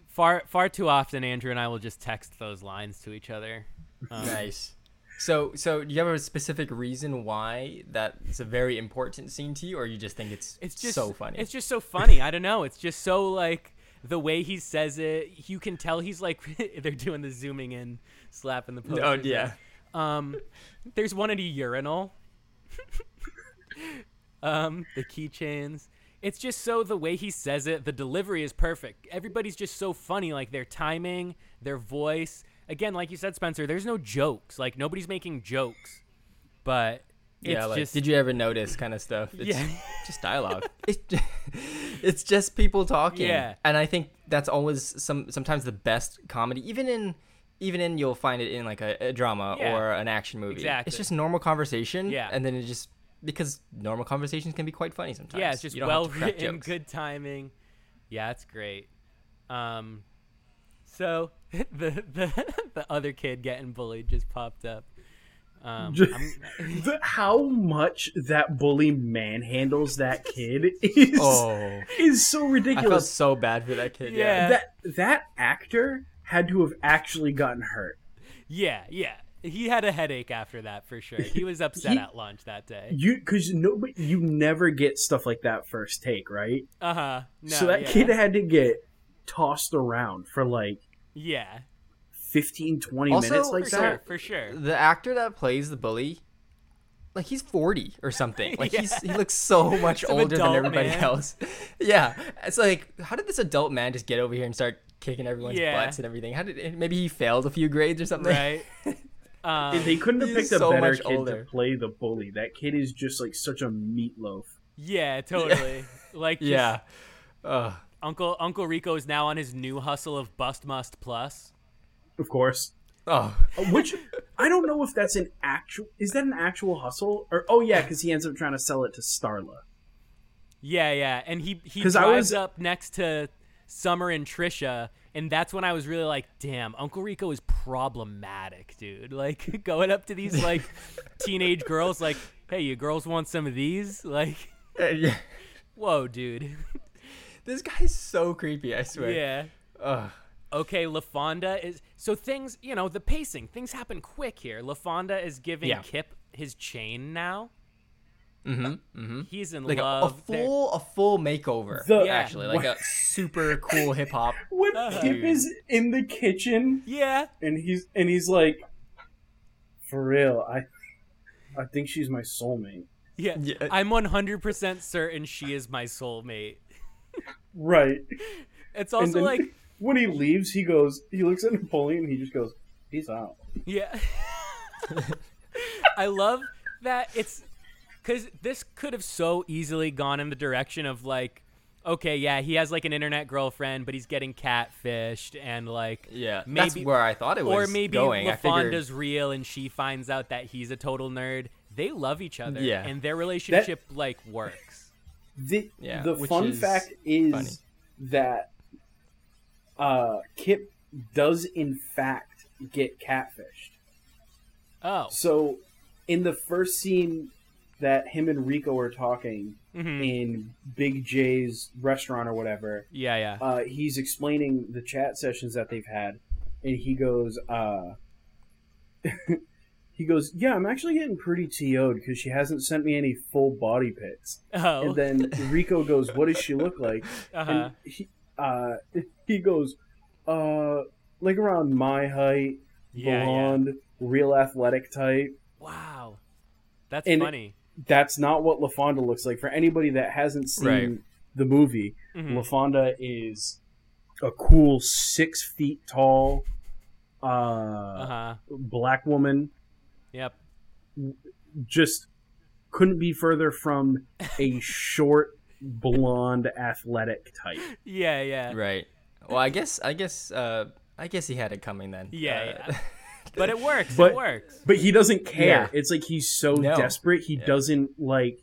A: far far too often Andrew and I will just text those lines to each other. Um,
B: nice. So, so do you have a specific reason why that's a very important scene to you, or you just think it's
A: It's just
B: so funny?
A: It's just so funny. I don't know. It's just so like the way he says it. You can tell he's like [LAUGHS] they're doing the zooming in, slapping the post.
B: oh yeah,
A: Um, there's one at a urinal. [LAUGHS] um, the keychains. It's just so the way he says it, the delivery is perfect. Everybody's just so funny, like their timing, their voice. Again, like you said, Spencer, there's no jokes. Like nobody's making jokes, but it's
B: yeah. Like,
A: just
B: did you ever notice kind of stuff? It's
A: Yeah.
B: just [LAUGHS] dialogue. it's just, it's just people talking.
A: Yeah.
B: and I think that's always some sometimes the best comedy, even in even in you'll find it in like a, a drama
A: Yeah.
B: or an action movie.
A: Exactly.
B: It's just normal conversation.
A: Yeah.
B: and then it just because normal conversations can be quite funny sometimes.
A: yeah, it's just
B: You don't have
A: well
B: to crack
A: written,
B: jokes.
A: good timing. Yeah, it's great. Um, so [LAUGHS] the the [LAUGHS] the other kid getting bullied just popped up. Um, I'm-
C: The- how much that bully manhandles that kid [LAUGHS] is
B: [LAUGHS] Oh.
C: is so
B: I felt
C: ridiculous
B: so bad for that kid.
A: Yeah.
C: that that actor had to have actually gotten hurt
A: Yeah, yeah. He had a headache after that for sure. He was upset
C: He-
A: at lunch that day.
C: you because nobody you never get stuff like that first take right
A: Uh huh. No,
C: so that
A: yeah.
C: kid had to get tossed around for like
A: Yeah.
C: 15, 20
B: Also,
C: minutes like
A: For
C: that.
A: sure, for sure.
C: [LAUGHS]
B: The actor that plays the bully, like he's 40
A: [LAUGHS]
B: or something. Like he's he looks so much
A: Some
B: older than
A: adult
B: everybody
A: man.
B: else. [LAUGHS] yeah. It's like how did this adult man just get over here and start kicking everyone's
A: Yeah.
B: butts and everything? How did maybe he failed a few grades or something?
A: Right.
C: [LAUGHS]
A: Um,
C: They couldn't have
B: He's
C: picked a
B: so
C: better
B: much
C: kid
B: older.
C: to play the bully. That kid is just like such a meatloaf.
A: yeah, totally. Like just
B: [LAUGHS] yeah. Ugh.
A: Uncle Uncle Rico is now on his new hustle of Bust Must Plus.
C: Of course.
B: oh.
C: Uh, Which I don't know if that's an actual. Is that an actual hustle? Or oh yeah, because he ends up trying to sell it to Starla.
A: Yeah, yeah. And he he
C: 'Cause
A: drives
C: I was-
A: up next to Summer and Trisha, and that's when I was really like, damn, Uncle Rico is problematic, dude. [LAUGHS] Like going up to these like teenage girls, like, hey, you girls want some of these? [LAUGHS] Like,
B: Eh, yeah.
A: whoa, dude. [LAUGHS]
B: This guy's so creepy, I swear.
A: yeah.
B: Ugh.
A: Okay, LaFonda is so things. You know the pacing. Things happen quick here. LaFonda is giving
B: Yeah.
A: Kip his chain now.
B: Mm-hmm. Mm-hmm.
A: He's in
B: Like a, a
A: love. They're-
B: full a full makeover. [LAUGHS]
C: The-
A: Yeah.
B: Actually. Like a super cool hip
A: [LAUGHS]
B: hop.
C: When
A: Uh-huh.
C: Kip is in the kitchen
A: Yeah.
C: and he's and he's like, for real, I, I think she's my soulmate.
A: Yeah.
B: Yeah.
A: I'm 100% certain she is my soulmate.
C: Right.
A: It's also
C: and
B: [LAUGHS]
C: then
A: like,
C: when he leaves, he goes. He looks at Napoleon. and He just goes, "Peace out."
A: yeah. [LAUGHS] I love that it's because this could have so easily gone in the direction of like, okay, yeah, he has like an internet girlfriend, but he's getting catfished and like,
B: Yeah. that's
A: maybe
B: where I thought it
A: or
B: was
A: maybe
B: going. I figured
A: LaFonda's real and she finds out that he's a total nerd. They love each other,
B: Yeah.
A: and their relationship like works.
C: The
B: Yeah,
C: the
B: which
C: fun
B: is
C: fact is
B: funny.
C: that uh, Kip does in fact get catfished.
A: Oh,
C: So in the first scene that him and Rico are talking
B: Hmm.
A: Mhm.
C: in Big J's restaurant or whatever,
A: yeah, yeah,
C: uh, he's explaining the chat sessions that they've had, and he goes, uh, [LAUGHS] he goes, yeah, I'm actually getting pretty TO'd because she hasn't sent me any full body pics.
A: oh,
B: [LAUGHS]
C: And then Rico goes, what does she look like?
A: uh-huh.
C: And he, uh, he goes, uh, like around my height,
A: yeah, yeah.
C: blonde, real athletic type.
A: Wow. That's
C: And-
A: funny.
C: That's not what LaFonda looks like. For anybody that hasn't seen
B: Right.
C: the movie,
A: Mhm.
C: LaFonda is a cool six feet tall uh,
A: Uh-huh.
C: black woman.
A: Yep.
C: Just couldn't be further from a [LAUGHS] short, blonde, athletic type.
A: Yeah, yeah.
B: Right. Well, I guess I guess uh I guess he had it coming then.
A: Yeah,
B: Uh,
A: But it works.
C: But-
A: it works.
C: But he doesn't care.
B: Yeah.
C: It's like he's so
B: No.
C: desperate. He
B: Yeah.
C: doesn't like.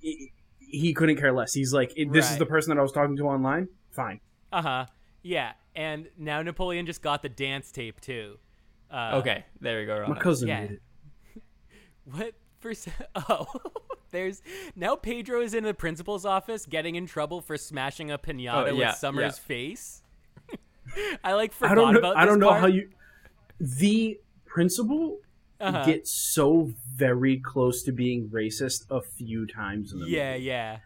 C: He, he couldn't care less. He's like, this is
A: Right.
C: the person that I was talking to online. Fine.
A: Uh-huh. Yeah. And now Napoleon just got the dance tape too. Uh,
B: okay, there we go.
C: My
B: Ron.
C: cousin
A: yeah.
C: did it.
A: [LAUGHS] What for se- [LAUGHS] Oh. There's now Pedro is in the principal's office getting in trouble for smashing a piñata
B: Oh, yeah,
A: with Summer's
B: yeah.
A: face. [LAUGHS] I like forgot
C: I don't know.
A: about
C: I
A: this
C: don't know
A: part.
C: how you. The principal
A: Uh-huh.
C: gets so very close to being racist a few times in the
A: Yeah,
C: movie.
A: yeah.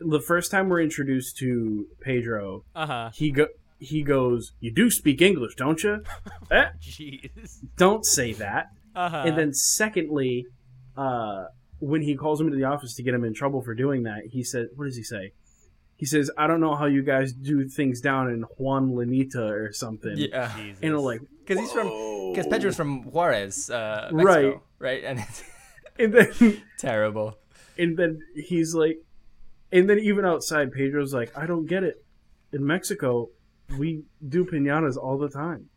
C: The first time we're introduced to Pedro,
A: Uh-huh.
C: he go he goes, "You do speak English, don't you? eh,
A: Jeez. [LAUGHS]
C: don't say that."
A: Uh-huh.
C: and then secondly, uh, when he calls him into the office to get him in trouble for doing that, he says, "What does he say?" He says, "I don't know how you guys do things down in Juan Lenita or something."
B: Yeah,
A: Jesus.
C: And I'm like,
B: because he's from because Pedro's from Juarez, uh,
C: Right.
B: Mexico, right? And it's [LAUGHS]
C: and then
B: terrible.
C: and then he's like and then even outside pedro's like i don't get it in mexico we do piñatas all the time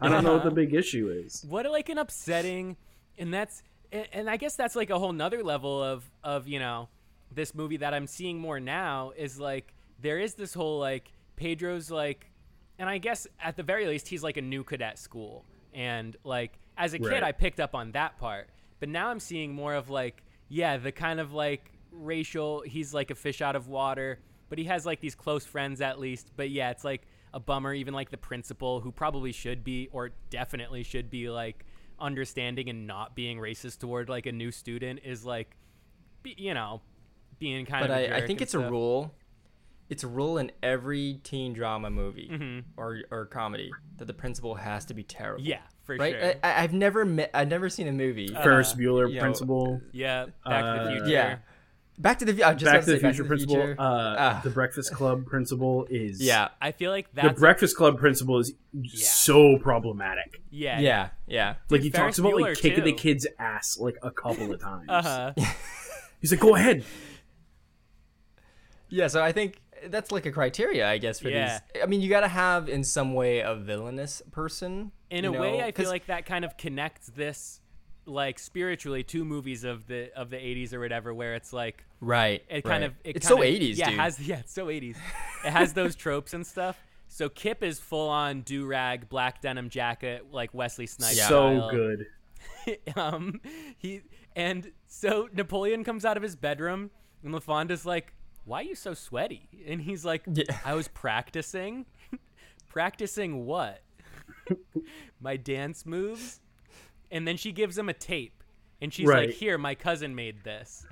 C: i don't know what the
B: Uh-huh.
C: big issue is
A: what like an upsetting and that's and, and i guess that's like a whole nother level of of you know this movie that i'm seeing more now is like there is this whole like pedro's like and i guess at the very least he's like a new cadet school and like as a kid
C: Right.
A: i picked up on that part but now i'm seeing more of like yeah the kind of like racial he's like a fish out of water but he has like these close friends at least but yeah it's like a bummer even like the principal who probably should be or definitely should be like understanding and not being racist toward like a new student is like be, you know being kind
B: But
A: of a
B: I, I
A: jerk
B: think
A: and
B: it's a
A: stuff.
B: rule. it's a rule in every teen drama movie
A: Mhm.
B: or or comedy that the principal has to be terrible.
A: Yeah, for
B: right.
A: sure. Uh,
B: I, I- I've never met. I've never seen a movie.
C: Ferris Bueller
B: you know,
C: principal.
A: yeah, Back to the
C: Uh,
A: Future.
B: yeah. Back to the Fu- I was just
C: Back
B: about
C: to the
B: say Back
C: Future principal.
B: Future.
C: Uh,
B: Ah.
C: The Breakfast Club principal is
B: yeah,
A: I feel like
C: The
A: that's
C: Breakfast Club principal is so problematic.
A: yeah,
B: yeah, yeah.
C: Like he
A: Ferris
C: talks about like
A: Bueller,
C: kicking the
A: too.
C: kid's ass like
B: [LAUGHS]
C: a couple of times.
A: Uh
B: Uh-huh.
A: huh.
C: He's like, "Go ahead."
B: Yeah, so I think that's like a criteria, I guess, for
A: Yeah.
B: these. I mean, you got to have in some way a villainous person.
A: In
B: you
A: a way,
B: know,
A: I
B: 'cause-
A: feel like that kind of connects this, like spiritually, to movies of the of the '80s or whatever, where it's like
B: right.
A: it kind
B: right.
A: of it
B: it's
A: kind
B: so
A: of-
B: eighties,
A: yeah,
B: dude.
A: It has, yeah, it's so '80s. it has
B: [LAUGHS]
A: those tropes and stuff. So Kip is full on do rag, black denim jacket, like Wesley Snipes.
B: Yeah.
C: So
A: style.
C: good.
A: [LAUGHS] um, he and so Napoleon comes out of his bedroom, and LaFonda's like, "Why are you so sweaty?" And he's like,
B: Yeah.
A: "I was practicing, [LAUGHS] practicing what?
C: [LAUGHS]
A: my dance moves." And then she gives him a tape, and she's
C: Right.
A: like, "Here, my cousin made this."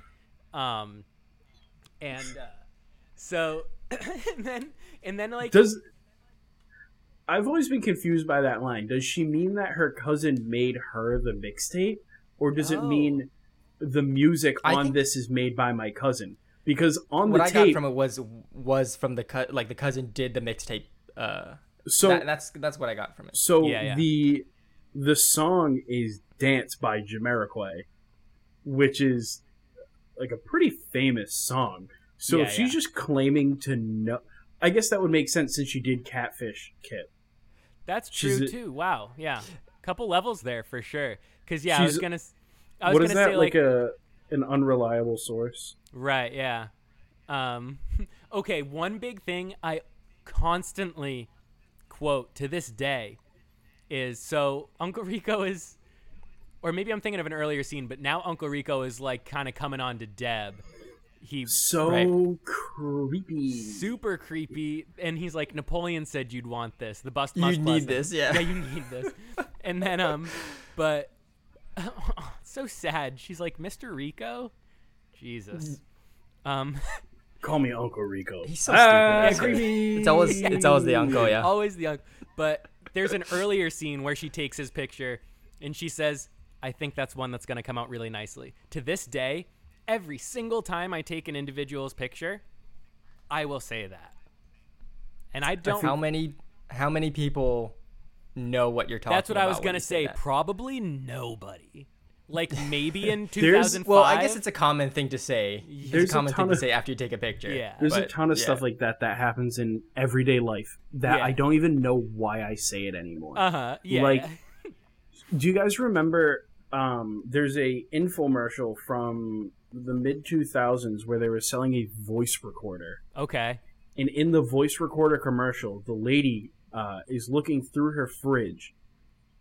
A: Um, and uh, so, [LAUGHS] and then and then like
C: Does I've always been confused by that line. Does she mean that her cousin made her the mixtape, or does it
A: Oh.
C: mean the music
B: I
C: on
B: think-
C: this is made by my cousin? Because on the
B: what I got
C: tape,
B: from it was was from the cut, like the cousin did the mixtape. Uh,
C: so
B: that- that's that's what I got from it.
C: so
A: Yeah, yeah.
C: the the song is "Dance" by Jamiroquai, which is like a pretty famous song. So
A: Yeah,
C: if she's
A: yeah.
C: just claiming to know, I guess that would make sense since she did Catfish Kip.
A: That's
C: She's
A: true
C: a-
A: too. Wow. Yeah. Couple levels there for sure. Cause yeah, I was
C: She's-
A: gonna. s- I was
C: What
A: gonna
C: is that
A: say
C: like a an unreliable source?
A: right. Yeah. Um. [LAUGHS] Okay. One big thing I constantly quote to this day is so Uncle Rico is, or maybe I'm thinking of an earlier scene, but now Uncle Rico is like kind of coming on to Deb. He
C: so
B: Right.
C: creepy.
A: super creepy, and he's like Napoleon said you'd want this. The bust
B: You
A: must
B: need
A: bust."
B: this, yeah.
A: Yeah, you need
B: [LAUGHS]
A: this. and then um, but [LAUGHS] so sad. She's like Mr. Rico, Jesus. Um,
C: Call me Uncle Rico.
B: He's so
C: Ah,
B: stupid.
C: creepy.
B: It's always it's always the uncle, yeah.
A: always the young. But there's an earlier scene where she takes his picture, and she says, "I think that's one that's gonna come out really nicely." To this day, every single time I take an individual's picture, I will say that. And I don't
B: How many how many people know what you're talking?
A: That's what I was
B: about when
A: gonna
B: you
A: say.
B: that?
A: Probably nobody. Like maybe
B: [LAUGHS]
A: in two
C: There's-
A: thousand five.
B: Well, I guess it's a common thing to say.
C: There's
B: It's
C: a
B: a common
C: ton
B: thing to
C: of-
B: say after you take a picture.
A: Yeah.
C: There's a
B: but,
C: ton of
B: yeah.
C: stuff like that that happens in everyday life that
A: Yeah.
C: I don't even know why I say it anymore.
A: uh huh. Yeah.
C: like- Do you guys remember? Um, there's a infomercial from the mid 2000s where they were selling a voice recorder,
A: okay.
C: and in the voice recorder commercial, the lady uh, is looking through her fridge,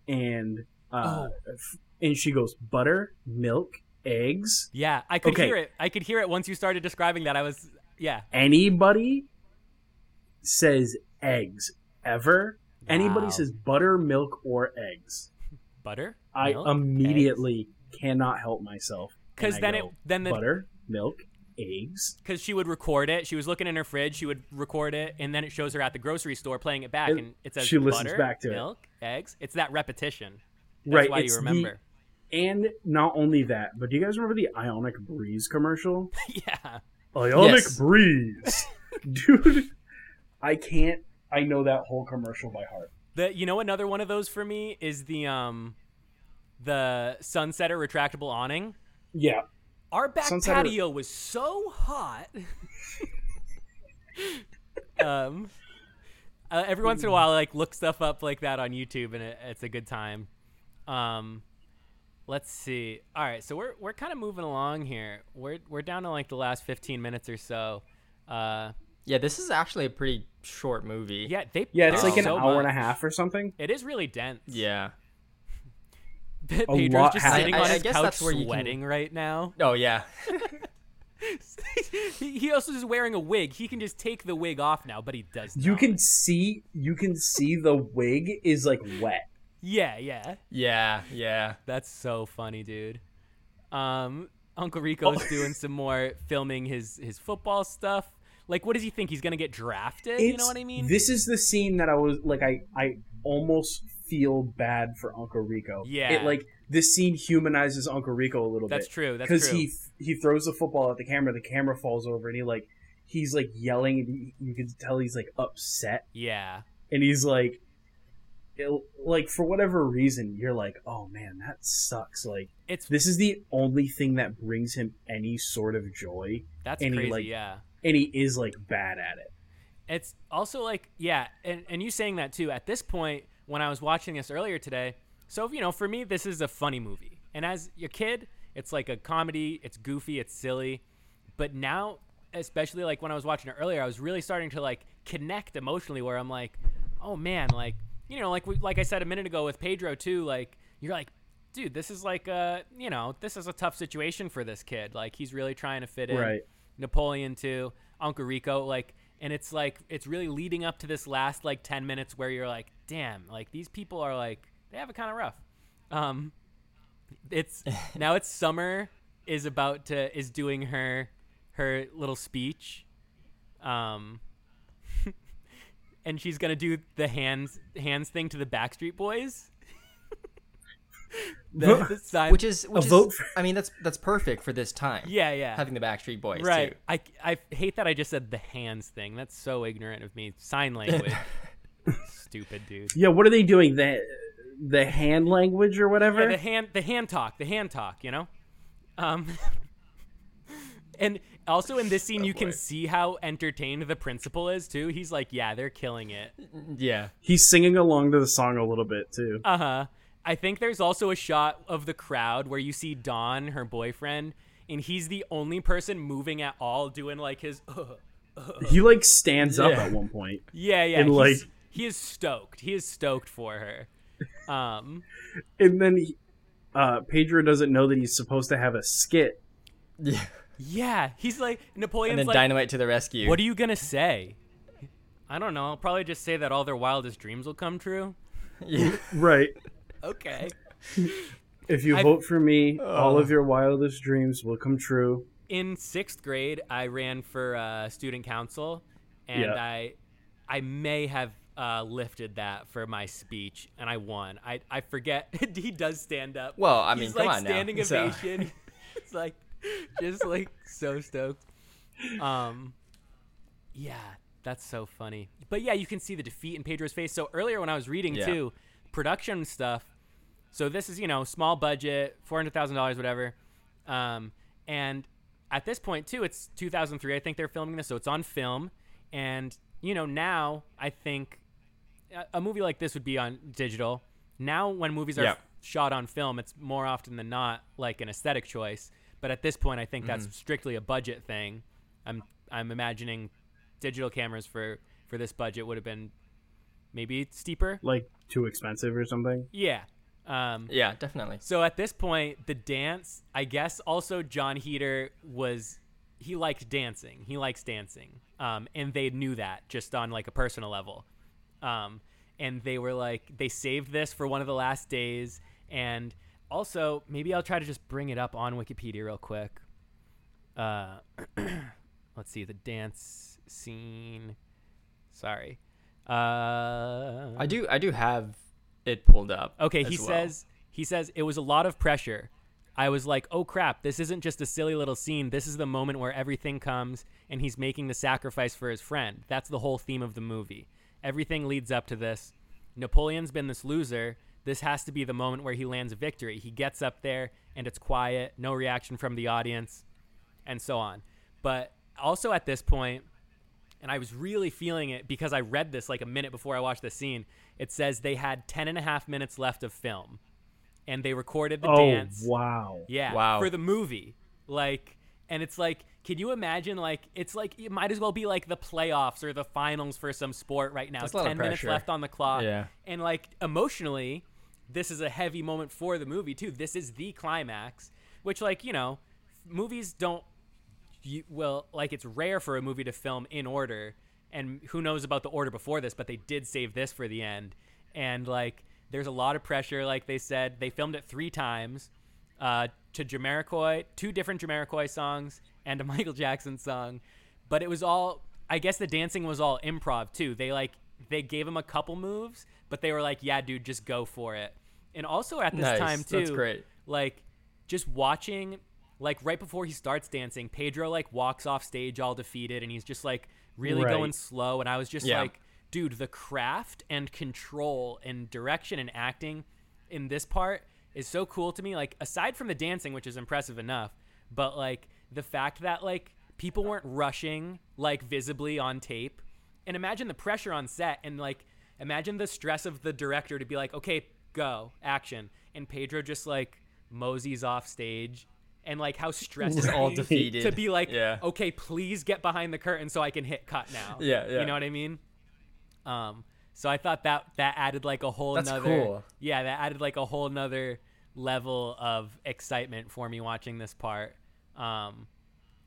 C: and uh,
A: Oh.
C: f- and she goes butter, milk, eggs.
A: Yeah, I could
C: Okay.
A: hear it. I could hear it once you started describing that. I was yeah.
C: anybody says eggs ever,
A: Wow.
C: anybody says butter, milk, or eggs,
A: Butter.
C: I
A: Milk?
C: immediately cannot help myself. and
A: 'Cause
C: I
A: then it-
C: go,
A: then the-
C: butter, milk, eggs.
A: because she would record it. She was looking in her fridge. She would record it, and then it shows her at the grocery store playing it back,
C: It-
A: and it says
C: she listens
A: butter,
C: back to it.
A: milk, eggs. It's that repetition. That's
C: right,
A: why
C: it's
A: you
C: the-
A: remember. [LAUGHS]
C: and not only that, but do you guys remember the Ionic Breeze commercial?
A: yeah,
C: Ionic
A: [LAUGHS]
B: Yes.
C: Breeze, dude. I can't. I know that whole commercial by heart.
A: the you know another one of those for me is the um, the sunsetter retractable awning.
C: Yeah,
A: Our back
C: Sunsetter-
A: patio was so hot. [LAUGHS] um, uh, every once in a while, I, like look stuff up like that on YouTube, and it, it's a good time. Um, let's see. All right, so we're we're kind of moving along here. We're we're down to like the last fifteen minutes or so. Uh,
B: Yeah, this is actually a pretty short movie.
A: yeah, they
C: yeah. It's
A: there's
C: like an
A: so
C: hour and a
A: much.
C: half or something.
A: It is really dense. [LAUGHS]
B: Yeah.
A: Pedro's
C: lot
A: just
C: happened.
A: sitting
B: I-
A: on
B: I
A: his
B: guess
A: couch
B: that's where you can-
A: sweating right now. [LAUGHS]
B: Oh yeah.
A: he he also is wearing a wig. He can just take the wig off now, but he does.
C: You
A: not.
C: can see you can see the wig is like wet.
A: Yeah, yeah.
B: Yeah. Yeah.
A: That's so funny, dude.
C: Oh.
A: Um, Uncle Rico's doing some more filming his his football stuff. Like, what does he think? He's gonna get drafted? you know what I mean?
C: This is the scene that I was like, I I almost feel bad for Uncle Rico.
A: Yeah.
C: it like this scene humanizes Uncle Rico a little
A: that's
C: bit
A: true. That's
C: because
A: true.
C: he f- he throws the football at the camera, the camera falls over, and he like he's like yelling, and he, you can tell he's like upset,
A: yeah.
C: and he's like. It, like for whatever reason you're like oh man that sucks like
A: It's
C: this is the only thing that brings him any sort of joy
A: that's
C: and he,
A: crazy.
C: like-
A: yeah.
C: and he is like bad at it
A: It's also like, yeah, and, and you saying that too. At this point, when I was watching this earlier today, so you know, for me, this is a funny movie, and as your kid, it's like a comedy. It's goofy. It's silly, but now, especially like when I was watching it earlier, I was really starting to like connect emotionally, where I'm like, oh man, like you know, like we, like I said a minute ago with Pedro too, like you're like. Dude, this is like a you know, this is a tough situation for this kid. Like he's really trying to fit in.
C: Right.
A: Napoleon to Uncle Rico, like, and it's like it's really leading up to this last like ten minutes where you're like, damn, like these people are like they have it kind of rough. Um, it's now it's summer is about to is doing her her little speech, um, [LAUGHS] and she's gonna do the hands hands thing to the Backstreet Boys. [LAUGHS] the,
B: [LAUGHS]
A: the sign-
B: which is which is,
C: vote for-
B: I mean that's that's perfect for this time.
A: yeah, yeah,
B: having the Backstreet Boys
A: Right.
B: too.
A: I, I hate that I just said the hands thing. That's so ignorant of me. Sign
B: [LAUGHS]
A: language. Stupid dude.
C: Yeah, what are they doing? The the hand language or whatever?
A: Yeah, the hand the hand talk, the hand talk, you know? Um [LAUGHS] And also in this scene you
B: Oh, boy.
A: can see how entertained the principal is too. He's like, "Yeah, they're killing it."
B: Yeah,
C: He's singing along to the song a little bit too.
A: Uh huh. I think there's also a shot of the crowd where you see Don, her boyfriend, and he's the only person moving at all, doing like his. [LAUGHS]
C: He like stands up
B: Yeah.
C: at one point.
A: Yeah, yeah.
C: And,
A: he's-
C: like-
A: he is stoked. He is stoked for her. Um,
C: And then he, uh Pedro doesn't know that he's supposed to have a skit.
A: [LAUGHS]
B: yeah.
A: yeah, he's like
B: And
A: Napoleon's
B: then
A: like,
B: Dynamite to the rescue.
A: what are you gonna say? I don't know. I'll probably just say that all their wildest dreams will come true.
B: Yeah.
C: Right.
A: Okay.
C: If you
A: I-
C: vote for me, all
B: Ugh.
C: of your wildest dreams will come true.
A: In sixth grade, I ran for uh, student council, and
C: Yeah.
A: I, I may have uh, lifted that for my speech, and I won. I I forget. [LAUGHS] he does stand up.
B: [LAUGHS] Well, I mean,
A: He's
B: come
A: like
B: on now.
A: standing
B: So-
A: ovation.
B: [LAUGHS]
A: [LAUGHS] it's like just like so stoked. Um, yeah, that's so funny. But yeah, you can see the defeat in Pedro's face. So earlier when I was reading
B: Yeah.
A: too, production stuff. So this is you know small budget, four hundred thousand dollars, whatever. Um, and at this point too, it's two thousand three. I think they're filming this, so it's on film. And you know now I think uh, a- a movie like this would be on digital. Now, when movies are
B: Yeah.
A: f- shot on film, it's more often than not like an aesthetic choice. But at this point, I think that's strictly a budget thing. I'm I'm imagining digital cameras for for this budget would have been maybe steeper.
C: Like too expensive or something.
A: Yeah. Um,
B: yeah, definitely.
A: so at this point, the dance, I guess also John Heater was he liked dancing. He likes dancing. Um, and they knew that just on like a personal level. Um, and they were like they saved this for one of the last days and also maybe I'll try to just bring it up on Wikipedia real quick. Uh, [CLEARS THROAT] let's see the dance scene. Sorry. Uh
B: I do I do have it pulled up.
A: Okay,
B: as
A: he
B: well.
A: says he says it was a lot of pressure. I was like, "Oh crap, this isn't just a silly little scene. This is the moment where everything comes and he's making the sacrifice for his friend. That's the whole theme of the movie. Everything leads up to this. Napoleon's been this loser. This has to be the moment where he lands a victory. He gets up there and it's quiet, no reaction from the audience, and so on. But also at this point, and I was really feeling it because I read this like a minute before I watched the scene. It says they had 10 and a half minutes left of film and they recorded the
C: oh
A: dance.
C: wow.
A: Yeah.
B: Wow.
A: For the movie. Like, and it's like, can you imagine? Like, it's like, it might as well be like the playoffs or the finals for some sport right now.
B: That's a lot of
A: 10 minutes
B: pressure.
A: left on the clock.
B: Yeah.
A: And like, emotionally, this is a heavy moment for the movie, too. This is the climax, which, like, you know, movies don't you well like it's rare for a movie to film in order and who knows about the order before this but they did save this for the end and like there's a lot of pressure like they said they filmed it three times uh, to [LAUGHS] Jamiroquai two different Jamiroquai songs and a Michael Jackson song but it was all I guess the dancing was all improv too. They like they gave him a couple moves, but they were like, "Yeah, dude, just go for it." And also at this
B: Nice.
A: time too,
B: That's great.
A: like just watching like right before he starts dancing, Pedro like walks off stage all defeated and he's just like really
C: Right.
A: going slow and I was just
B: Yeah.
A: like, "Dude, the craft and control and direction and acting in this part is so cool to me. Like aside from the dancing, which is impressive enough, but like the fact that like people weren't rushing like visibly on tape, and imagine the pressure on set and like imagine the stress of the director to be like, okay, go action, and Pedro just like moseys off stage, and like how stressed
B: Just
A: it
B: [LAUGHS] all
A: is [LAUGHS]
B: defeated.
A: to be like, oh.
B: yeah.
A: okay, please get behind the curtain so I can hit cut now.
B: Yeah, yeah.
A: You know what I mean? Um, so I thought that that added like a whole
B: That's
A: nother
B: cool.
A: yeah, that added like a whole nother level of excitement for me watching this part. Um,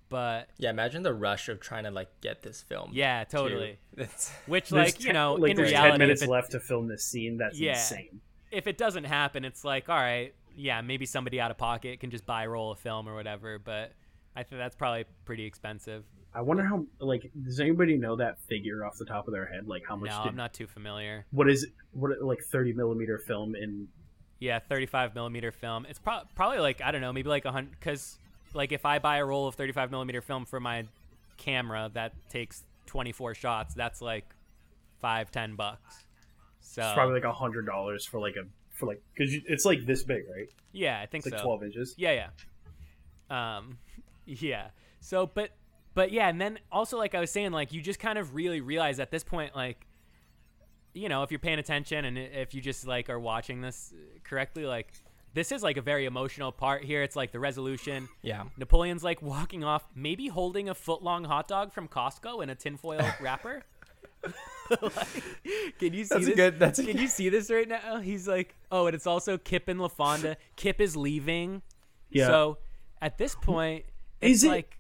A: but
B: Yeah, imagine the rush of trying to like get this film.
A: yeah,
B: too.
A: totally. [LAUGHS]
B: That's-
A: Which
C: There's
A: like, you
C: ten-
A: know,
C: like
A: in
C: there's ten
A: reality, if
C: minutes
A: it,
C: left to film this scene. That's
A: Yeah.
C: insane.
A: if it doesn't happen, it's like, all right, yeah, maybe somebody out of pocket can just buy roll a film or whatever. But I think that's probably pretty expensive.
C: I wonder how. Like, does anybody know that figure off the top of their head? Like, how much?
A: No,
C: did,
A: I'm not too familiar.
C: What is what like thirty millimeter film in?
A: Yeah, 35 millimeter film. It's pro- probably like I don't know, maybe like a hundred. Because like if I buy a roll of 35 millimeter film for my camera that takes 24 shots, that's like five, ten bucks. So
C: It's probably like a hundred dollars for like a for like because it's like this big, right?
A: yeah, I think
C: It's like
A: so.
C: twelve inches.
A: Yeah, yeah. Um, [LAUGHS] yeah. So, but, but yeah, and then also, like I was saying, like you just kind of really realize at this point, like, you know, if you're paying attention and i- if you just like are watching this correctly, like this is like a very emotional part here. It's like the resolution.
B: yeah.
A: Napoleon's like walking off, maybe holding a foot long hot dog from Costco in a
B: [LAUGHS]
A: tinfoil wrapper. [LAUGHS] like, can you see
B: That's a
A: this?
B: good- that's a
A: can you see this right now? He's like, oh, and it's also Kip and LaFonda. Kip is leaving.
C: Yeah.
A: So at this point, it's
C: Is it-
A: like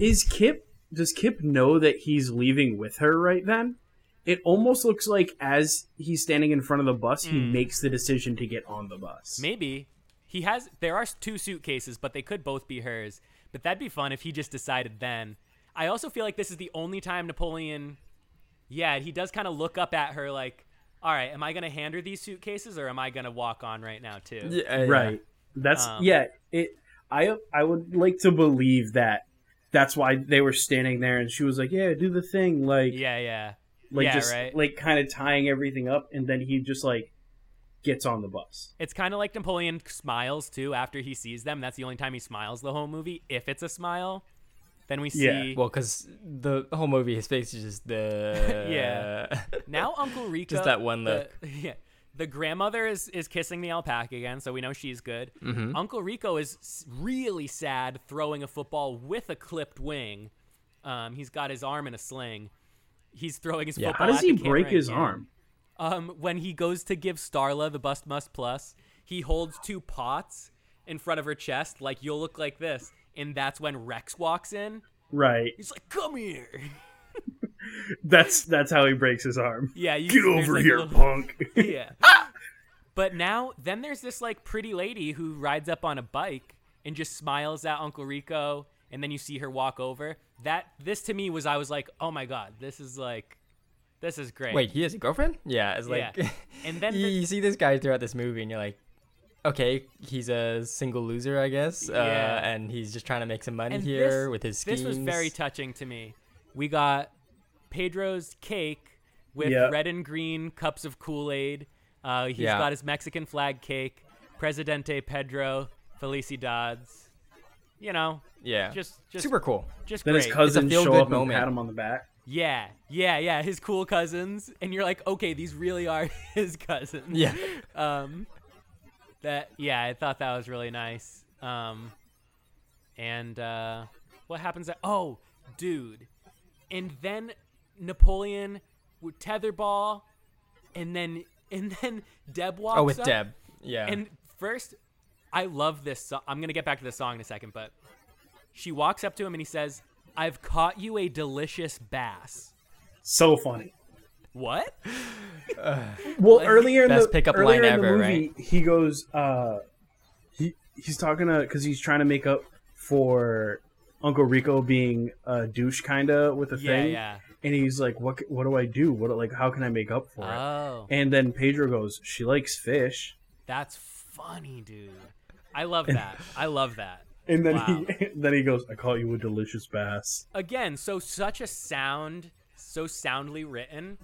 C: Is Kip? Does Kip know that he's leaving with her right then? It almost looks like as he's standing in front of the bus, he makes the decision to get on the bus.
A: Hmm. maybe he has. There are two suitcases, but they could both be hers. But that'd be fun if he just decided then. I also feel like this is the only time Napoleon. Yeah, he does kind of look up at her like, all right, am I gonna hand her these suitcases or am I gonna walk on right now too?
B: Yeah, yeah.
C: Right. That's
A: Um,
C: yeah. It. I I would like to believe that. That's why they were standing there, and she was like, "Yeah, do the thing." Like
A: Yeah, yeah.
C: like
A: yeah,
C: just
A: right.
C: like kind of tying everything up and then he just like gets on the bus
A: It's kind of like Napoleon smiles too after he sees them. That's the only time he smiles the whole movie. If it's a smile, then we see.
C: Yeah.
B: Well, because the whole movie, his face is just the
A: [LAUGHS] Yeah.
B: [LAUGHS]
C: [LAUGHS]
A: now Uncle Rico.
B: Just that one
A: the- [LAUGHS] yeah. The grandmother is, is kissing the alpaca again, so we know she's good.
C: Mm-hmm.
A: Uncle Rico is s- really sad throwing a football with a clipped wing. Um, he's got his arm in a sling. He's throwing his
B: Yeah.
A: football.
C: how does
A: at
C: he
A: the camera
C: break his
A: again.
C: arm
A: um, when he goes to give Starla the Bust Must Plus, he holds two pots in front of her chest, like you'll look like this, and that's when Rex walks in.
C: right
A: He's like, "Come here." [LAUGHS]
C: that's that's how he breaks his arm
A: Yeah, you
C: get
A: [LAUGHS] there's,
C: over
A: like, a
C: here
A: little-
C: punk
A: yeah. But now, then there's this like pretty lady who rides up on a bike and just smiles at Uncle Rico, and then you see her walk over. That this to me was I was like, "Oh my god, this is like, this is great."
B: Wait, he has a girlfriend? Yeah, it's like [LAUGHS]
A: Yeah. And then
B: you,
A: the-
B: you see this guy throughout this movie, and you're like, okay, he's a single loser, I guess, uh,
A: Yeah.
B: and he's just trying to make some money
A: And
B: here
A: this-
B: with his schemes.
A: This was very touching to me. We got Pedro's cake with
C: Yeah.
A: red and green cups of Kool Aid. Uh, he's
B: Yeah.
A: got his Mexican flag cake. Presidente Pedro Felicidades. You know,
B: yeah,
A: just just
B: super cool.
A: [LAUGHS] just
C: then
A: great.
C: his cousins
B: feel-good
C: show up
B: moment.
C: and pat him on the back
A: yeah, yeah, yeah. His cool cousins, and you're like, okay, these really are [LAUGHS] his cousins.
B: Yeah,
A: um that yeah i thought that was really nice um and uh what happens at, oh dude and then napoleon with tetherball and then and then deb walks
B: oh, with
A: up,
B: Deb. Yeah,
A: and first i love this so- i'm gonna get back to the song in a second but she walks up to him and he says i've caught you a delicious bass
C: so funny
A: what
C: well earlier in
B: best
C: the
B: pickup
C: earlier
B: line
C: in the
B: ever,
C: movie he goes uh he he's talking to because he's trying to make up for Uncle Rico being a douche kinda with a
A: yeah,
C: thing,
A: yeah.
C: and he's like, "What? c- What do I do? What? Like, how can I make up for it?"
A: Oh,
C: And then Pedro goes, "She likes fish,"
A: that's funny, dude. I love that. I love that.
C: and then
A: Wow.
C: he [LAUGHS] then he goes, "I caught you a delicious bass."
A: Again, so such a sound, so soundly written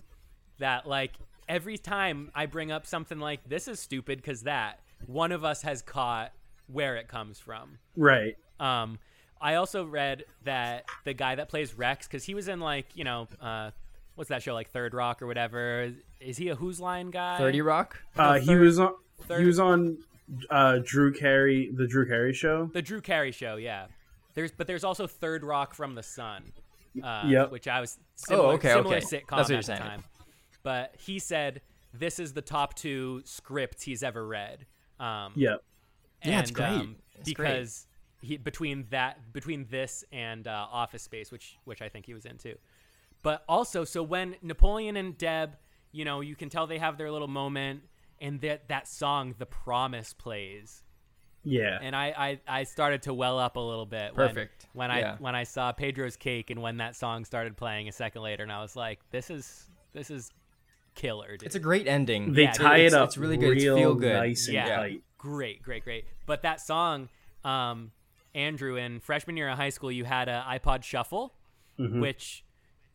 A: that like every time I bring up something like this is stupid because that one of us has caught where it comes from.
C: Right.
A: Um, I also read that the guy that plays Rex, because he was in like you know, uh, what's that show like Third Rock or whatever? Is he a Who's Line guy?
B: Thirty Rock.
C: Uh, he
A: third-
C: was on.
A: third-
C: He was on uh, Drew Carey, the Drew Carey show.
A: The Drew Carey show, yeah. There's but there's also Third Rock from the Sun, uh,
C: Yep.
A: which I was similar,
B: Oh, okay,
A: similar
B: okay.
A: sitcom
B: That's what
A: at
B: you're
A: the
B: saying.
A: time. But he said this is the top two scripts he's ever read. Um,
C: Yep.
B: Yeah, it's
A: and,
B: great.
A: um,
B: It's great.
A: because he between that between this and uh, Office Space, which which I think he was into, but also so when Napoleon and Deb, you know, you can tell they have their little moment, and that that song, "The Promise," plays,
C: Yeah.
A: and I I, I started to well up a little bit.
B: Perfect.
A: When, when I
B: Yeah.
A: when I saw Pedro's Cake and when that song started playing a second later, and I was like, this is this is killer, dude.
B: It's a great ending.
C: they
A: Yeah,
C: tie
B: it's-
C: it up
B: it's really good. It's
C: real
B: feel good.
C: nice and
A: yeah,
C: tight.
A: great, great, great. But that song, um, Andrew, in freshman year of high school, you had a iPod Shuffle,
C: Mm-hmm.
A: which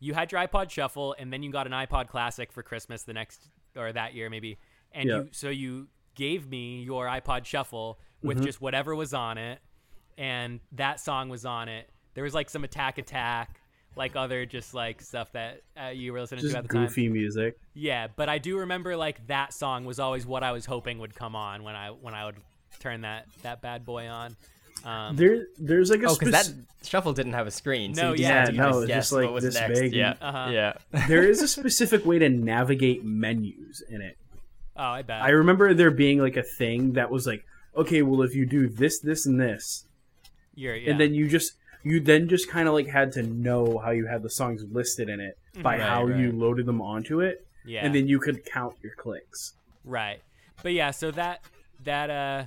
A: you had your iPod Shuffle, and then you got an iPod Classic for Christmas the next or that year maybe, and
C: Yeah.
A: you so you gave me your iPod Shuffle
C: Mm-hmm.
A: with just whatever was on it, and that song was on it. There was like some Attack Attack, like other just like stuff that uh, you were listening
C: Just
A: to at the time.
C: goofy music.
A: Yeah, but I do remember like that song was always what I was hoping would come on when I when I would turn that that bad boy on. Um,
C: There, there's like a
B: Oh,
C: spec-
B: because that shuffle didn't have a screen. So
A: No,
B: you just
A: yeah,
B: had to
A: no,
B: kinda
C: it was
B: guess
C: just, like,
B: what was
C: this
B: next.
C: big.
B: Yeah,
A: Uh-huh.
B: yeah.
C: there is a specific way to navigate menus in it.
A: oh, I bet.
C: I remember there being like a thing that was like, okay, well if you do this, this, and this,
A: You're, yeah.
C: and then you just you then just kind of like had to know how you had the songs listed in it by
A: Right,
C: how
B: right.
C: you loaded them onto it,
A: yeah,
C: and then you could count your clicks.
A: right. But yeah, so that that uh,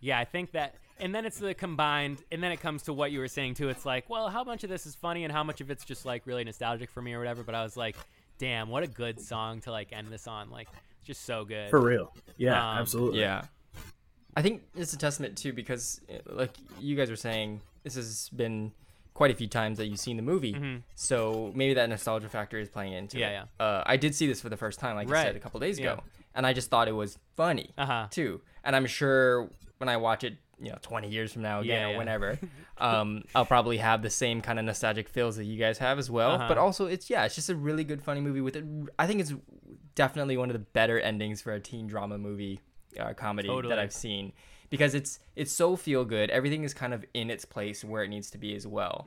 A: yeah, I think that, and then it's the combined, and then it comes to what you were saying too. It's like, well, how much of this is funny and how much of it's just like really nostalgic for me or whatever. But I was like, damn, what a good song to like end this on. Like, just so good.
C: For real, yeah,
A: Um,
C: absolutely.
B: Yeah. I think it's a testament too because uh, like you guys were saying this has been quite a few times that you've seen the movie. So maybe that nostalgia factor is playing into
A: Mm-hmm. Yeah,
B: it. Uh, I did see this for the first time like I
A: Right.
B: said a couple days
A: Yeah.
B: ago and I just thought it was funny
A: Uh-huh.
B: too. And I'm sure when I watch it, you know, 20 years from now again
A: Yeah,
B: or
A: yeah.
B: whenever, um, I'll probably have the same kind of nostalgic feels that you guys have as well.
A: Uh-huh.
B: But also it's yeah, it's just a really good funny movie with it. I think it's definitely one of the better endings for a teen drama movie uh, comedy
A: Totally.
B: that I've seen because it's it's so feel good. Everything is kind of in its place where it needs to be as well.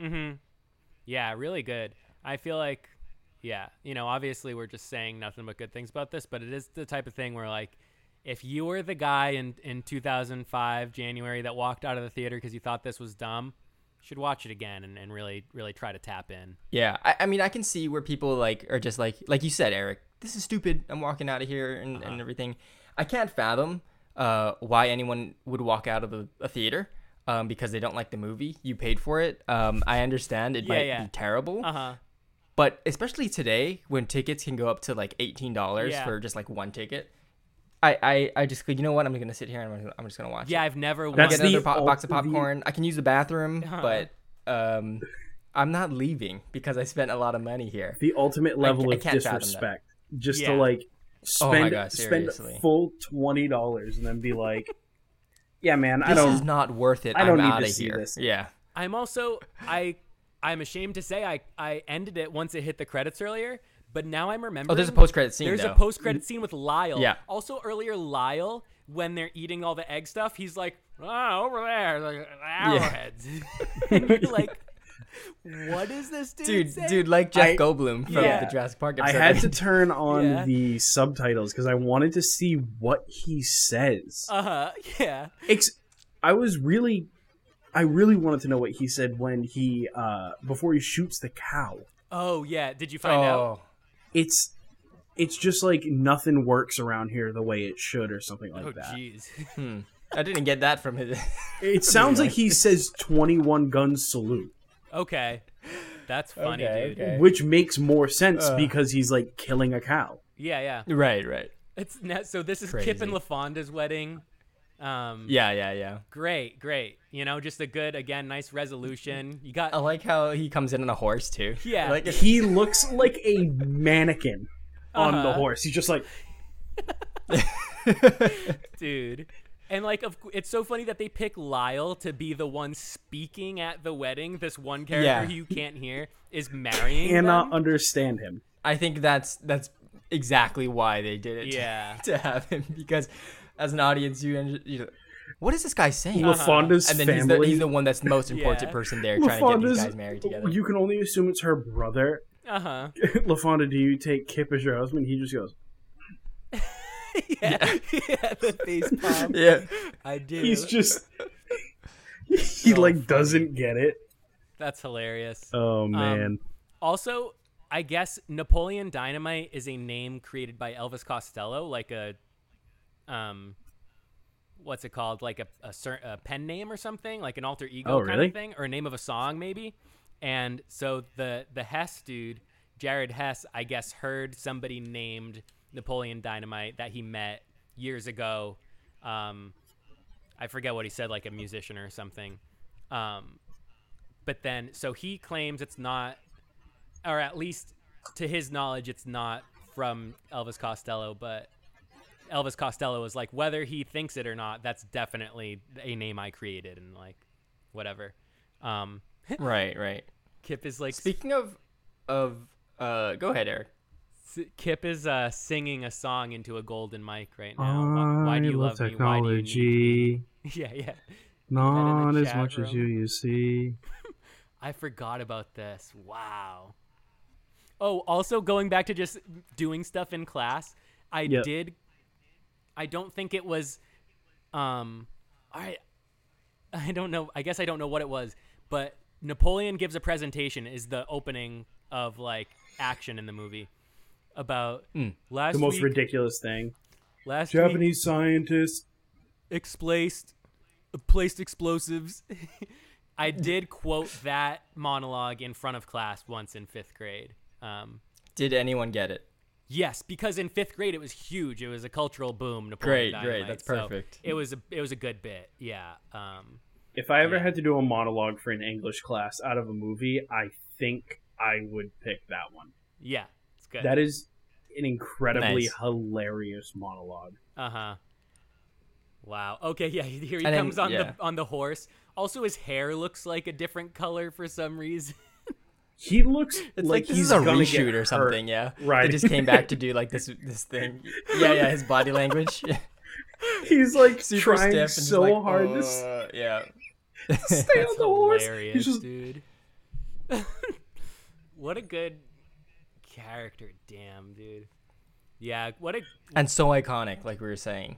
A: Yeah, really good. I feel like, yeah, you know, obviously we're just saying nothing but good things about this, but it is the type of thing where like, if you were the guy in in 2005 January that walked out of the theater because you thought this was dumb, you should watch it again and, and really really try to tap in.
B: Yeah, I, I mean, I can see where people like are just like like you said, Eric. This is stupid. I'm walking out of here and,
A: Uh-huh.
B: and everything. I can't fathom uh, why anyone would walk out of a, a theater um, because they don't like the movie. You paid for it. Um, I understand it
A: Yeah,
B: might
A: yeah.
B: be terrible,
A: Uh huh.
B: but especially today when tickets can go up to like eighteen dollars
A: Yeah.
B: for just like one ticket. I, I, I just go, you know what? I'm gonna sit here and I'm, gonna, I'm just gonna watch.
A: Yeah,
B: it.
A: I've never.
B: I
C: That's
A: once-
B: get another
C: the
B: po- box of
C: ul- the-
B: popcorn. I can use the bathroom,
A: Uh-huh.
B: but um, I'm not leaving because I spent a lot of money here.
C: the ultimate level
B: I
C: of
B: can't fathom that.
C: disrespect. Just to
A: Yeah.
C: like
B: Oh
C: spend
B: my God,
C: spend
B: seriously.
C: full twenty dollars and then be like, yeah, man, I
B: This is
C: don't.
B: not worth it.
C: I don't
B: am
C: need
B: out
C: to
B: of
C: see
B: here.
C: this.
B: Yeah.
A: I'm also I I'm ashamed to say I I ended it once it hit the credits earlier, but now I'm remembering.
B: Oh, there's a post-credit scene.
A: There's
B: though. Mm-hmm.
A: a post credit scene with Lyle.
B: Yeah.
A: Also earlier, Lyle, when they're eating all the egg stuff, he's like, "Ah, over there, like
B: [LAUGHS]
A: arrowheads." [LAUGHS] and you're like, "What is this dude?"
B: Dude,
A: saying?
B: dude, like Jeff
C: I-
B: Goldblum from
A: Yeah.
B: the Jurassic Park
C: I
B: episode.
A: [LAUGHS]
C: had
B: [LAUGHS]
C: to turn on
A: Yeah.
C: the subtitles because I wanted to see what he says.
A: Uh huh. Yeah.
C: Ex- I was really, I really wanted to know what he said when he uh before he shoots the cow.
A: Oh yeah. Did you find out?
B: Oh,
C: It's it's just like nothing works around here the way it should or something like
A: Oh
C: that.
A: jeez. [LAUGHS]
B: I hmm. didn't get that from his. [LAUGHS]
C: It sounds like he says twenty one gun salute.
A: Okay, that's funny,
B: Okay,
A: dude.
B: okay.
C: which makes more sense
B: Ugh.
C: because he's like killing a cow.
A: Yeah, yeah.
B: Right, right.
A: It's net. So this is Kip
B: Crazy.
A: and LaFonda's wedding. Um,
B: Yeah, yeah, yeah.
A: great, great. You know, just a good, again, nice resolution. You got
B: I like how he comes in on a horse too.
A: Yeah.
B: I Oh, like it.
C: He looks like a mannequin on the
A: Uh-huh.
C: horse. He's just like,
A: dude. And like, of, cou- it's so funny that they pick Lyle to be the one speaking at the wedding. This one character
B: Yeah.
A: who you can't hear is marrying.
C: cannot
A: them.
C: understand him.
B: [LAUGHS] I think that's that's exactly why they did it. to-
A: Yeah.
B: [LAUGHS] To, have him because as an audience you and you what is this guy saying?
A: Uh-huh.
C: LaFonda's
B: Uh-huh. And then he's the,
C: family.
B: he's the one that's the most important
A: Yeah.
B: person there trying to get
C: LaFonda's.
B: these guys married together.
C: You can only assume it's her brother. [LAUGHS]
A: Uh huh.
C: LaFonda, do you take Kip as your husband? He just goes,
A: [LAUGHS] [LAUGHS] Yeah. yeah. The face palm.
B: [LAUGHS] yeah.
A: I do.
C: he's just. [LAUGHS] He like doesn't get it.
A: That's hilarious.
C: Oh man,
A: Also, I guess Napoleon Dynamite is a name created by Elvis Costello, like a, um, what's it called? Like a a, cer- a pen name or something, like an alter ego
C: Oh,
A: kind
C: really?
A: of thing, or a name of a song maybe. And so the the Hess dude, Jared Hess, I guess heard somebody named Napoleon Dynamite that he met years ago. Um, I forget what he said, like a musician or something. Um, but then, so he claims it's not or at least to his knowledge, it's not from Elvis Costello, but Elvis Costello is like, whether he thinks it or not, that's definitely a name I created and like whatever. Um,
B: [LAUGHS] Right, right.
A: Kip is like,
B: Speaking of of uh go ahead, Eric.
A: s- Kip is uh, singing a song into a golden mic right now. Why, why do you love, me? Why do you need me? [LAUGHS] Yeah, yeah.
C: Not as
A: chat
C: much as
A: room.
C: you, you see.
A: I forgot about this. Wow. Oh, also going back to just doing stuff in class, I
C: Yep.
A: did. I don't think it was. Um, I, [LAUGHS] I don't know. I guess I don't know what it was, but Napoleon gives a presentation is the opening of like action in the movie about last
C: Hmm. The most
A: week.
C: ridiculous thing.
A: last week,
C: Japanese scientist.
A: explaced placed explosives. [LAUGHS] I did quote that monologue in front of class once in fifth grade. Um,
B: Did anyone get it?
A: yes, because in fifth grade it was huge. It was a cultural boom. Napoleon
B: Great, great.
A: Dynamite,
B: That's
A: so
B: perfect.
A: it was a it was a good bit. Yeah. Um,
C: If I ever
A: Yeah.
C: had to do a monologue for an English class out of a movie, I think I would pick that one.
A: yeah. It's good.
C: That is an incredibly
B: Nice.
C: hilarious monologue.
A: Uh huh. Wow. Okay. Yeah. [LAUGHS] Here he
B: And then-
A: comes on
B: yeah.
A: the on the horse. Also, his hair looks like a different color for some reason.
C: He looks
B: It's
C: like,
B: like, this
C: he's
B: is a
C: gonna get
B: reshoot or
C: hurt.
B: something, yeah.
C: Right.
B: They just came back
C: [LAUGHS]
B: to do like this this thing. Yeah, yeah, his body language. [LAUGHS]
C: He's like
B: Super stiff
C: trying
B: and just
C: so
B: like,
C: hard to s-
B: uh, Yeah.
C: stay on
A: That's
C: the horse.
A: hilarious,
C: He's just
A: dude. [LAUGHS] what a good character, damn, dude. Yeah, what a
B: And so iconic, like we were saying.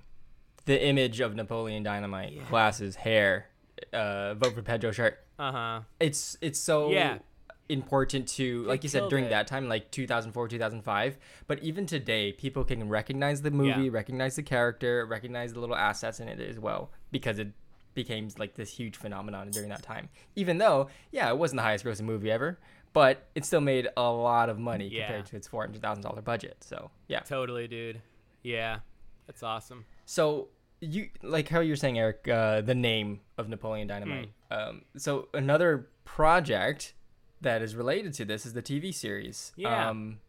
B: The image of Napoleon Dynamite, glasses, hair, uh, vote for Pedro Sharp.
A: uh huh.
B: It's it's so
A: Yeah.
B: important to like you said
A: killed
B: during
A: it.
B: that time, like 2004, 2005. But even today, people can recognize the movie,
A: Yeah.
B: recognize the character, recognize the little assets in it as well, because it became like this huge phenomenon during that time. Even though, yeah, it wasn't the highest grossing movie ever, but it still made a lot of money
A: Yeah.
B: compared to its four hundred thousand dollar budget. So yeah.
A: Totally, dude. Yeah, that's awesome.
B: So you like how you're saying, Eric, uh, the name of Napoleon Dynamite.
A: Hmm.
B: Um, so another project that is related to this is the TV series.
A: Yeah.
B: Um,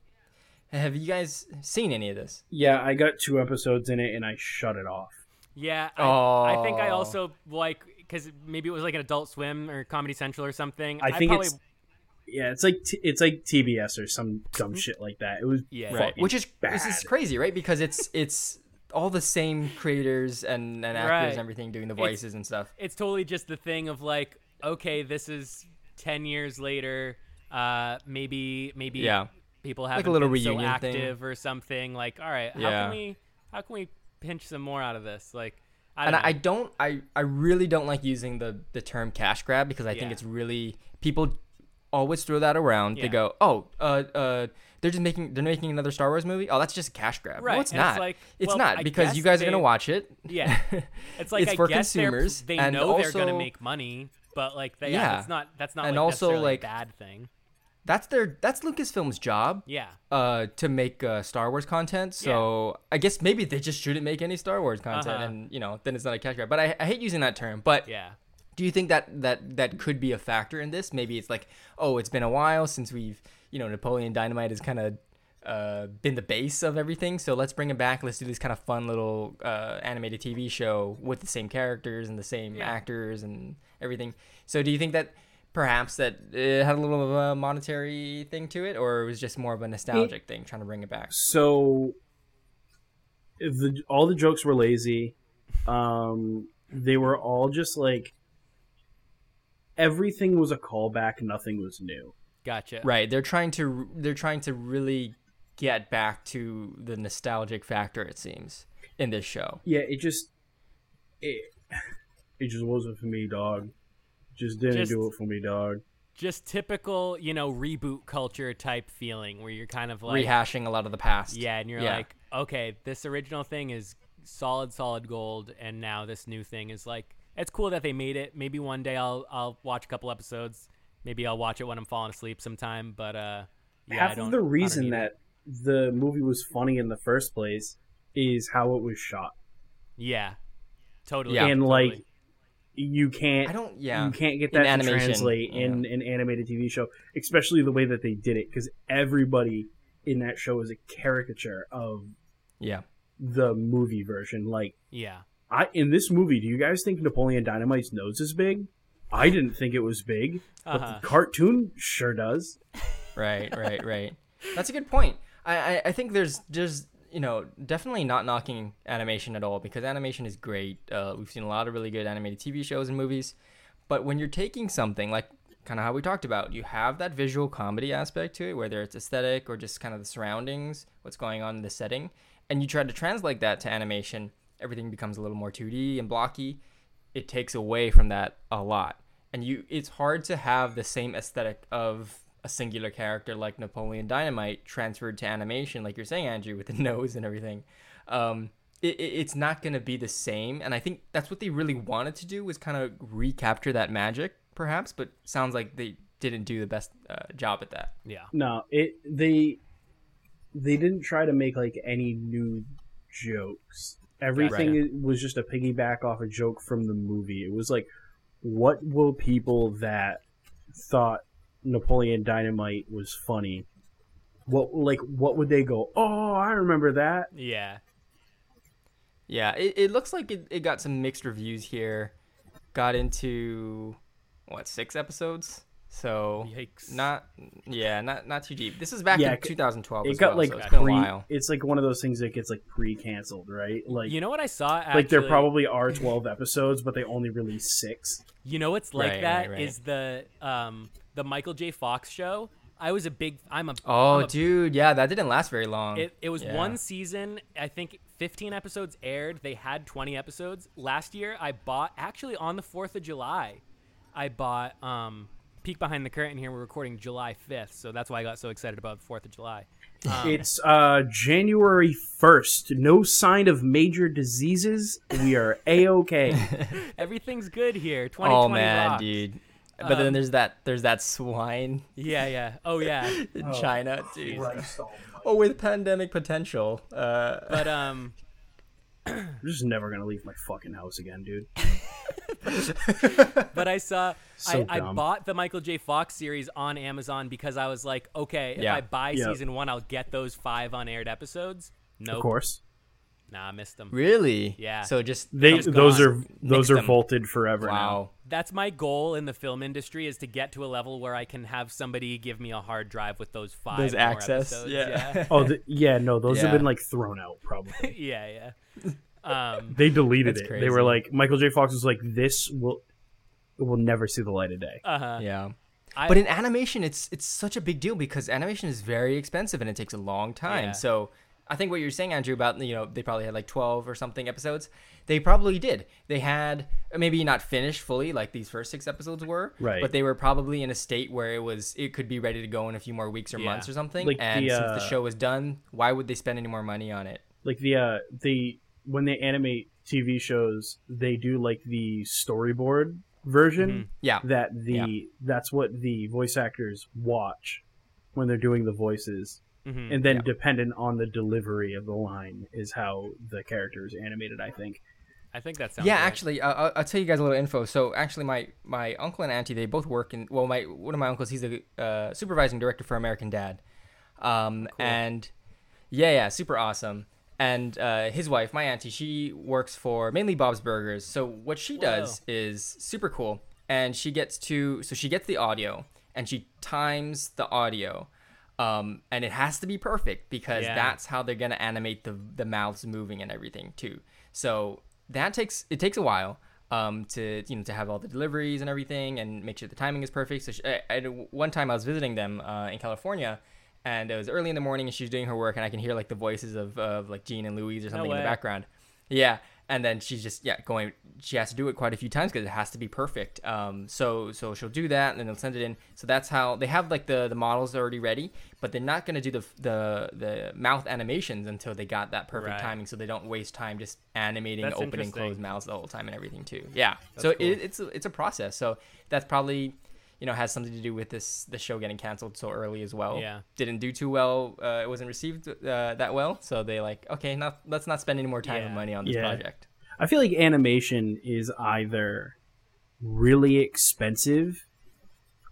B: have you guys seen any of this?
C: Yeah, I got two episodes in it and I shut it off.
A: Yeah, I, I think I
B: Oh.
A: also like because maybe it was like an Adult Swim or Comedy Central or something.
C: I think
A: probably,
C: it's yeah, it's like t- it's like TBS or some dumb shit like that. It was
A: Yeah.
C: fucking
A: Right.
B: Hmm? Which is
C: bad.
B: this is crazy, right? Because it's it's all the same creators and, and actors
A: Right.
B: and everything doing the voices and stuff.
A: it's totally just the thing of like, okay, this is ten years later. Uh, maybe maybe
B: Yeah.
A: people haven't
B: a little
A: been so
B: reunion thing.
A: active or something. Like, all right, how
B: Yeah.
A: can we how can we pinch some more out of this? Like, I don't
B: and I, I
A: know.
B: don't I, I really don't like using the the term cash grab because I
A: Yeah.
B: think it's really people always throw that around.
A: Yeah.
B: They go, oh, uh, uh, they're just making they're making another Star Wars movie. Oh, that's just a cash grab.
A: Right,
B: No, it's
A: and it's
B: not.
A: like,
B: It's
A: well,
B: not
A: I
B: because you
A: guess
B: guys are gonna
A: they-
B: [LAUGHS] watch it.
A: Yeah. it's like
B: it's
A: I
B: for
A: guess they're-
B: consumers,
A: They
B: and
A: know they're gonna
B: also-
A: make money, but like they, yeah,
B: Yeah.
A: that's not that's not
B: And
A: like,
B: also,
A: necessarily
B: like-
A: a bad thing.
B: That's their that's Lucasfilm's job.
A: Yeah,
B: uh to make uh, Star Wars content. So I guess maybe they just shouldn't make any Star Wars content,
A: Uh-huh.
B: and you know, then it's not a catch grab. But I, I hate using that term. But
A: yeah,
B: do you think that that that could be a factor in this? Maybe it's like, oh, it's been a while since we've you know Napoleon Dynamite has kind of. Uh, been the base of everything, so let's bring it back. Let's do this kind of fun little uh, animated TV show with the same characters and the same
A: Yeah.
B: actors and everything. So, do you think that perhaps that it had a little of a monetary thing to it, or it was just more of a nostalgic thing, trying to bring it back?
C: so if the, all the jokes were lazy um they were all just like everything was a callback nothing was new
A: gotcha.
B: Right. They're trying to they're trying to really get back to the nostalgic factor. It seems in this show.
C: yeah it just it it just wasn't for me dog just didn't
A: Just-
C: do it for me dog
A: Just typical, you know, reboot culture type feeling where you're kind of like,
B: Rehashing a lot of the past.
A: yeah, and you're
B: Yeah.
A: like, okay, this original thing is solid, solid gold, and now this new thing is like, it's cool that they made it. Maybe one day I'll I'll watch a couple episodes. Maybe I'll watch it when I'm falling asleep sometime. But uh, yeah, I
C: half
A: don't,
C: of
A: I
C: the
A: don't
C: reason
A: need it.
C: that the movie was funny in the first place is how it was shot
A: yeah, totally,
B: Yeah.
C: and
A: totally.
C: like you can't
B: I don't. Yeah.
C: you can't get
B: In
C: that to
B: animation,
C: translate in an animated TV show, especially the way that they did it, because everybody in that show is a caricature of
B: yeah.
C: the movie version. Like,
A: yeah,
C: I in this movie, do you guys think Napoleon Dynamite's nose is big? I didn't think it was big, but
A: Uh-huh.
C: the cartoon sure does.
B: Right.
A: [LAUGHS]
B: Right. Right. That's a good point. I, I I think there's there's you know definitely not knocking animation at all because animation is great. Uh, we've seen a lot of really good animated TV shows and movies, but when you're taking something like kind of how we talked about, you have that visual comedy aspect to it, whether it's aesthetic or just kind of the surroundings, what's going on in the setting, and you try to translate that to animation, everything becomes a little more 2D and blocky. It takes away from that a lot. And you it's hard to have the same aesthetic of a singular character like Napoleon Dynamite transferred to animation, like you're saying, Andrew, with the [LAUGHS] nose and everything. Um, it, it- it's not going to be the same. And I think that's what they really wanted to do was kind of recapture that magic, perhaps. But sounds like they didn't do the best uh, job at that.
A: yeah.
C: No, it they they didn't try to make like any new jokes. Everything was just a piggyback off a joke from the movie. It was like, what will people that thought Napoleon Dynamite was funny? What like what would they go? Oh, I remember that.
A: Yeah.
B: Yeah, it, it looks like it, it got some mixed reviews here. Got into what six episodes? So
A: Yikes.
B: not yeah, not not too deep. This is back
C: yeah,
B: in
C: it-
B: 2012.
C: It
B: as
C: got
B: well,
C: like
B: so it's been
C: pre.
B: a while.
C: It's like one of those things that gets like pre-canceled, right? Like
A: you know what I saw? Actually,
C: like there probably are twelve episodes, but they only released six.
A: You know what's like
B: Right,
A: that
B: right, right.
A: is the um the Michael J. Fox show. I was a big. I'm a.
B: Oh,
A: I'm a-
B: dude, yeah, that didn't last very long.
A: It, it was
B: Um, Yeah.
A: one season. I think 15 episodes aired. They had 20 episodes. Last year, I bought actually on the 4th of July. I bought um peek behind the curtain here. We're recording July 5th, so that's why I got so excited about the 4th of July.
C: It's uh, January 1st. No sign of major diseases. We are A OK.
A: Everything's good here. 2020
B: Oh man,
A: rocks. Um,
B: dude. But then there's that there's that swine
A: Yeah, yeah. Oh yeah.
B: in China, dude. Oh, with pandemic potential. Uh,
A: But um.
C: I'm just never going to leave my fucking house again, dude.
A: but I saw
C: So
A: I, I
C: dumb.
A: bought the Michael J. Fox series on Amazon because I was like, okay, if
B: Yeah.
A: I buy
C: Yeah.
A: season one, I'll get those five unaired episodes.
C: Of
A: Nope.
C: course.
A: Nah, I missed them.
B: really?
A: Yeah.
B: So just
C: They,
B: just
C: those
B: gone.
C: are those
B: Nixed
C: are
B: them.
C: vaulted forever now.
B: Wow.
A: That's my goal in the film industry is to get to a level where I can have somebody give me a hard drive with those five
B: Those
A: more
B: access.
A: episodes.
B: Yeah.
C: Oh, th yeah, no, those have
B: Yeah.
C: been like thrown out probably.
B: [LAUGHS]
A: yeah, [LAUGHS] yeah. yeah. Um,
C: They deleted
B: That's
C: it. They were
B: crazy.
C: like Michael J. Fox was like this will it will never see the light of day.
B: Uh.
C: [LAUGHS]
A: uh-huh.
B: yeah.
A: I-
B: but in animation, it's it's such a big deal because animation is very expensive and it takes a long time.
A: Yeah.
B: So I think what you're saying, Andrew, about you know they probably had like twelve or something episodes. They probably did. They had maybe not finished fully like these first six episodes were,
C: Right.
B: But they were probably in a state where it was it could be ready to go in a few more weeks or
A: Yeah.
B: months or something.
C: Like
B: and
C: the,
B: since
C: uh,
B: the show was done, why would they spend any more money on it?
C: like the uh the when they animate TV shows, they do like the storyboard version
A: Mhm.
B: Yeah.
C: that the
B: Yeah.
C: that's what the voice actors watch when they're doing the voices
A: Mhm.
C: and then
B: Yeah.
C: dependent on the delivery of the line is how the character is animated i think
A: I think that sounds
B: yeah,
A: right.
B: actually, uh, I'll, I'll tell you guys a little info. So, actually, my my uncle and auntie they both work in. Well, my one of my uncles he's a uh, supervising director for American Dad, um, and yeah, yeah, super awesome. And uh, his wife, my auntie, she works for mainly Bob's Burgers. So what she does is super cool, and she gets to so she gets the audio and she times the audio. Um, and it has to be perfect because
A: Yeah.
B: that's how they're gonna animate the the mouths moving and everything too. So that takes it takes a while um, to you know to have all the deliveries and everything and make sure the timing is perfect. So she, I, I, one time I was visiting them uh, in California, and it was early in the morning and she was doing her work and I can hear like the voices of, of like Jean and Louise or something in
A: way.
B: the background. Yeah. And then she's just yeah going. She has to do it quite a few times because it has to be perfect. Um, so so she'll do that and then they'll send it in. So that's how they have like the the models already ready, but they're not gonna do the the the mouth animations until they got that perfect
A: Right.
B: timing, so they don't waste time just animating,
A: That's
B: opening,
A: interesting.
B: closed mouths the whole time and everything too. Yeah. so
A: cool.
B: it, it's a, it's a process. So that's probably you know has something to do with this the show getting canceled so early as well
A: Yeah.
B: didn't do too well. Uh, it wasn't received uh, that well, so they like, okay, not let's not spend any more time
A: Yeah.
B: and money on this
C: Yeah.
B: project.
C: i feel like animation is either really expensive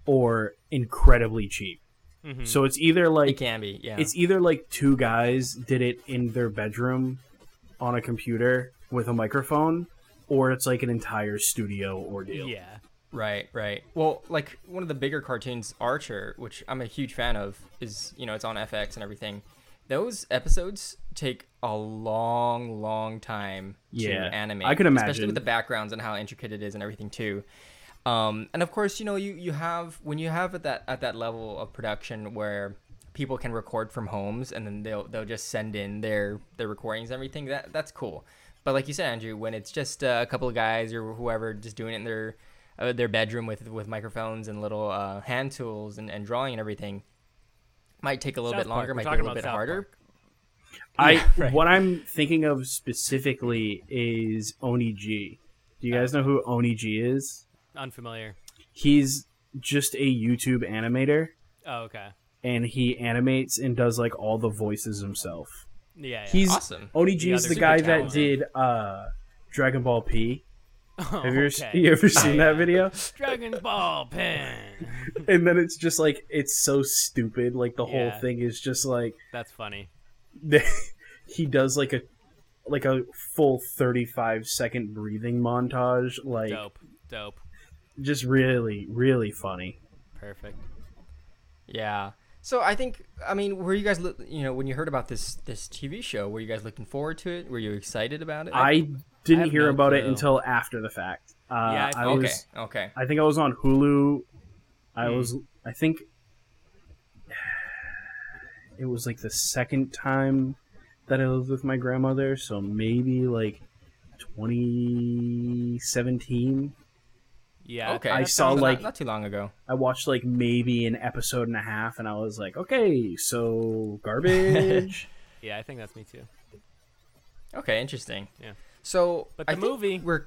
C: or incredibly cheap
A: Mhm.
C: so it's either like
B: It Mm-hmm. can be, yeah,
C: It's either like two guys did it in their bedroom on a computer with a microphone, or it's like an entire studio ordeal.
A: yeah.
B: right, right. Well, like one of the bigger cartoons, Archer, which I'm a huge fan of, is you know it's on FX and everything. Those episodes take a long, long time
C: Yeah.
B: to animate.
C: I could
B: especially
C: imagine.
B: with the backgrounds and how intricate it is and everything too. Um, and of course, you know, you, you have when you have at that at that level of production where people can record from homes and then they'll they'll just send in their their recordings and everything. That that's cool. But like you said, Andrew, when it's just uh, a couple of guys or whoever just doing it in their uh, their bedroom with with microphones and little uh, hand tools and, and drawing and everything, might take a little
A: South
B: bit
A: Park,
B: longer,
A: we're
B: might be a
A: talking
B: little
A: about
B: bit
A: South
B: harder.
A: Park.
C: I
B: Yeah, right.
C: what I'm thinking of specifically is Oni G. Do you guys know who Oni G is?
A: Unfamiliar.
C: He's just a YouTube animator,
A: Oh, okay.
C: and he animates and does like all the voices himself.
A: Yeah. yeah.
C: He's
B: Awesome.
C: Oni G
A: Yeah,
C: is
A: they're
C: the
A: super
C: guy that
A: talented.
C: did uh, Dragon Ball P.
A: [LAUGHS] Oh,
C: Have you ever,
A: okay. [LAUGHS]
C: you ever seen that video?
A: Dragon Ball pen.
C: and then it's just like it's so stupid like the
A: Yeah.
C: whole thing is just like [LAUGHS]
A: That's funny.
C: he does like a like a full 35 second breathing montage like
A: Dope. Dope.
C: just really really funny
A: Perfect.
B: Yeah. So I think I mean, were you guys loo- you know when you heard about this this TV show, were you guys looking forward to it? Were you excited about it?
C: i
A: I
C: didn't
A: have
C: hear
A: no
C: about it
A: clue.
C: until after the fact uh,
A: Yeah, I-
C: I,
B: okay.
C: was
B: Okay.
C: i think i was on hulu i
A: Hmm.
C: was i think it was like the second time that i lived with my grandmother so maybe like 2017
A: Yeah.
B: okay.
C: I
B: That
C: saw,
B: sounds not-
C: like-
B: not, too long ago.
C: I watched like maybe an episode and a half, and I was like, okay, so
A: [LAUGHS]
C: garbage.
A: Yeah, I think that's me too.
B: Okay, interesting.
A: Yeah.
B: So,
A: But
B: I
A: the
B: think
A: movie-
B: we're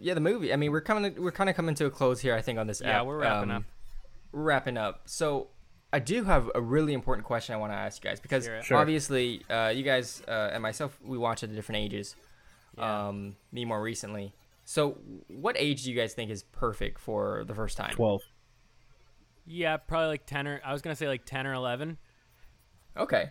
B: yeah, the movie. I mean, we're coming we're kind of coming to a close here I think on this
A: Yeah,
B: app.
A: we're wrapping
B: Um,
A: up.
B: wrapping up. So I do have a really important question I want to ask you guys because
A: Hear it.
C: Sure.
B: obviously uh, you guys uh, and myself we watch at different ages.
A: Yeah.
B: Um, me more recently. So what age do you guys think is perfect for the first time?
C: Twelve.
A: Yeah, probably like ten or I was gonna say like ten or eleven.
B: Okay.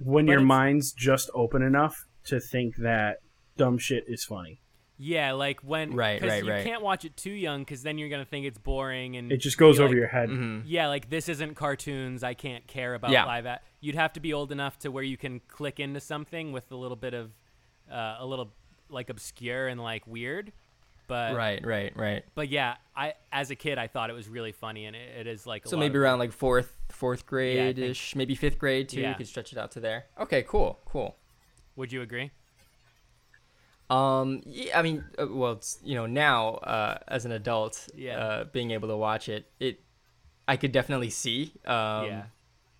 C: When
A: But
C: your
A: it's-
C: mind's just open enough to think that dumb shit is funny,
A: Yeah, like when
B: Right,
A: 'cause
B: right,
A: you
B: right.
A: can't watch it too young because then you're gonna think it's boring and
C: it just goes
A: be
C: over
A: like, mm-hmm.
C: your head.
A: Yeah, like this isn't cartoons. I can't care about
B: Mm-hmm. Yeah.
A: live. At you'd have to be old enough to where you can click into something with a little bit of uh, a little like obscure and like weird. But
B: Right, right, right.
A: but yeah, I as a kid I thought it was really funny and it, it is like a
B: So
A: lot
B: maybe
A: of-
B: around like fourth, fourth
A: think-
B: grade ish, maybe fifth grade too.
A: Yeah.
B: You could stretch it out to there. Okay, cool, cool.
A: would you agree?
B: Um, yeah, I mean, uh, well, it's, you know, now uh, as an adult,
A: Yeah.
B: uh, being able to watch it, it, I could definitely see um,
A: yeah,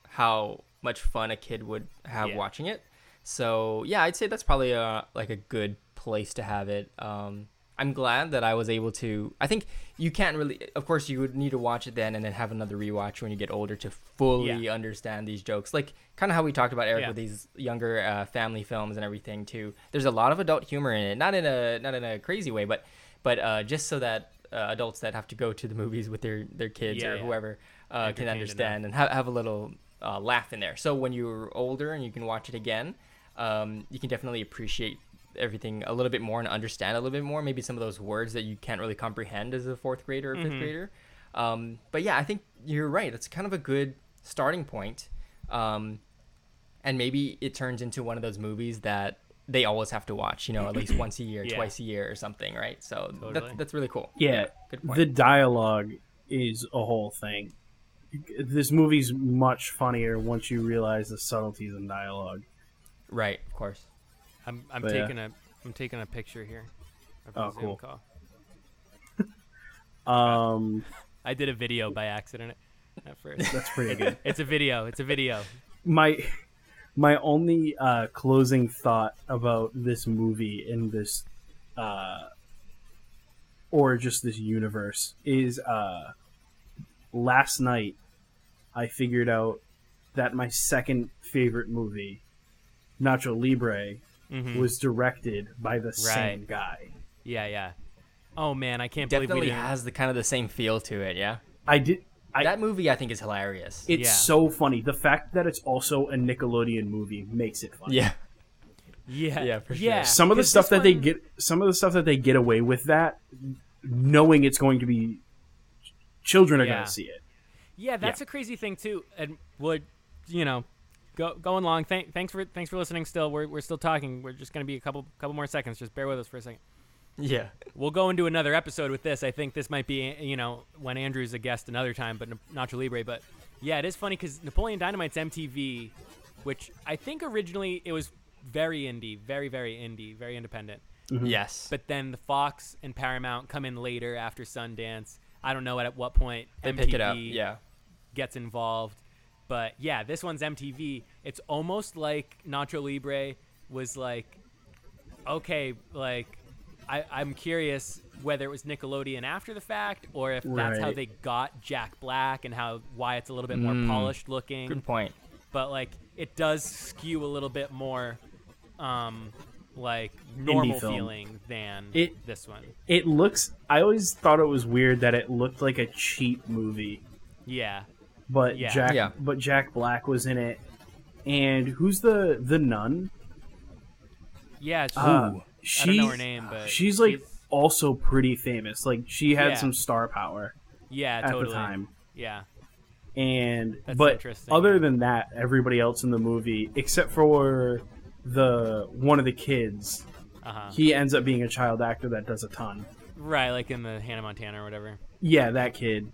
B: how much fun a kid would have
A: Yeah.
B: watching it. So yeah, I'd say that's probably uh like a good place to have it. Um, I'm glad that I was able to. I think you can't really. Of course, you would need to watch it then and then have another rewatch when you get older to fully
A: Yeah.
B: understand these jokes. Like kind of how we talked about Eric
A: Yeah.
B: with these younger uh, family films and everything too. There's a lot of adult humor in it, not in a not in a crazy way, but but uh, just so that uh, adults that have to go to the movies with their their kids
A: Yeah,
B: or
A: yeah.
B: whoever uh, can
A: Entertained enough.
B: understand and have have a little uh, laugh in there. So when you're older and you can watch it again, um, you can definitely appreciate everything a little bit more and understand a little bit more. Maybe some of those words that you can't really comprehend as a fourth grader or 5th
A: Mm-hmm.
B: grader. Um, but yeah, I think you're right. That's kind of a good starting point. Um, and maybe it turns into one of those movies that they always have to watch, you know,
A: [CLEARS THROAT]
B: at least once a year,
A: Yeah.
B: twice a year or something, right? So
A: Totally.
B: that's, that's really cool.
C: Yeah,
B: Good point.
C: the dialogue is a whole thing. This movie's much funnier once you realize the subtleties in dialogue.
B: right, of course.
A: I'm, I'm
C: But, Oh, yeah.
A: taking a I'm taking a picture here. Of the
C: Oh,
A: Zoom
C: cool.
A: call.
C: Um,
A: I did a video by accident at first.
B: [LAUGHS]
A: [LAUGHS]
C: that's pretty good.
A: it's a video. It's a video.
C: my my only uh, closing thought about this movie and this uh, or just this universe is uh, last night I figured out that my second favorite movie, Nacho Libre,
A: Mhm.
C: was directed by the same
A: Right.
C: guy.
A: Yeah, yeah. Oh man, I can't
B: Definitely
A: believe we didn't.
B: has the kind of the same feel to it, yeah?
C: I did. I,
B: that movie I think is hilarious.
C: it's
A: Yeah.
C: so funny. The fact that it's also a Nickelodeon movie makes it
B: [LAUGHS]
C: funny.
B: yeah.
A: yeah,
B: Yeah, for sure.
A: Yeah,
C: some of the
A: 'cause
C: stuff
A: this
C: that they
A: one-
C: get some of the stuff that they get away with that knowing it's going to be children are
A: Yeah.
C: going to see it
A: Yeah, that's a crazy thing too. And would you know, go going along. Thank, thanks for thanks for listening. Still, we're we're still talking. We're just gonna be a couple couple more seconds. Just bear with us for a second.
B: Yeah.
A: We'll go into another episode with this. I think this might be you know when Andrew's a guest another time, but Na- Nacho Libre. But yeah, it is funny because Napoleon Dynamite's MTV, which I think originally it was very indie, very very indie, very independent.
C: Mm-hmm.
B: Yes.
A: But then the Fox and Paramount come in later after Sundance. I don't know at, at what point
B: they
A: MTV
B: pick it up. Yeah.
A: gets involved. But yeah, this one's MTV. It's almost like Nacho Libre was like, okay, like I, I'm curious whether it was Nickelodeon after the fact or if that's how
C: Right. Hmm.
A: they got Jack Black and how why it's a little bit more polished looking
B: Good point.
A: but like it does skew a little bit more um like normal
C: film.
A: feeling than
C: It-
A: this one
C: it looks i always thought it was weird that it looked like a cheap movie
A: yeah
C: but
A: Yeah.
C: jack
B: Yeah.
C: but jack black was in it and who's the the nun
A: yeah it's
C: Uh,
A: Ooh.
C: she's,
A: Oh, i don't know her name but
C: she's like also pretty famous like she had
A: Yeah.
C: some star power
A: yeah
C: at
A: totally
C: the time
A: yeah
C: and
A: That's
C: but
A: interesting,
C: other
A: yeah.
C: than that everybody else in the movie except for the one of the kids
A: uh-huh
C: he ends up being a child actor that does a ton.
A: right like in the hannah montana or whatever
C: Yeah, that kid.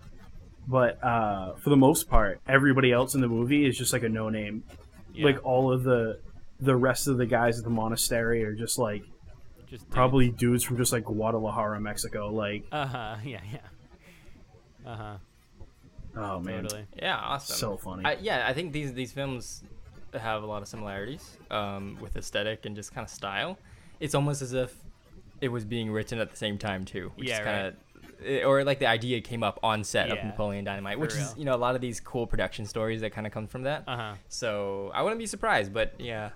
C: But uh, for the most part, everybody else in the movie is just like a no name.
A: yeah,
C: Like all of the the rest of the guys at the monastery are just like
A: just dudes.
C: probably dudes from just like Guadalajara, Mexico. Like,
A: uh-huh [LAUGHS] yeah yeah uh-huh
C: oh man,
A: totally
B: Yeah, awesome.
C: so funny.
B: I, yeah, I think these these films have a lot of similarities um, with aesthetic and just kind of style. It's almost as if it was being written at the same time too, which
A: Yeah,
B: is kind of or like the idea came up on set of
A: Yeah,
B: Napoleon Dynamite, which is
A: real.
B: you know a lot of these cool production stories that kind of come from that.
A: uh-huh
B: So I wouldn't be surprised, but yeah,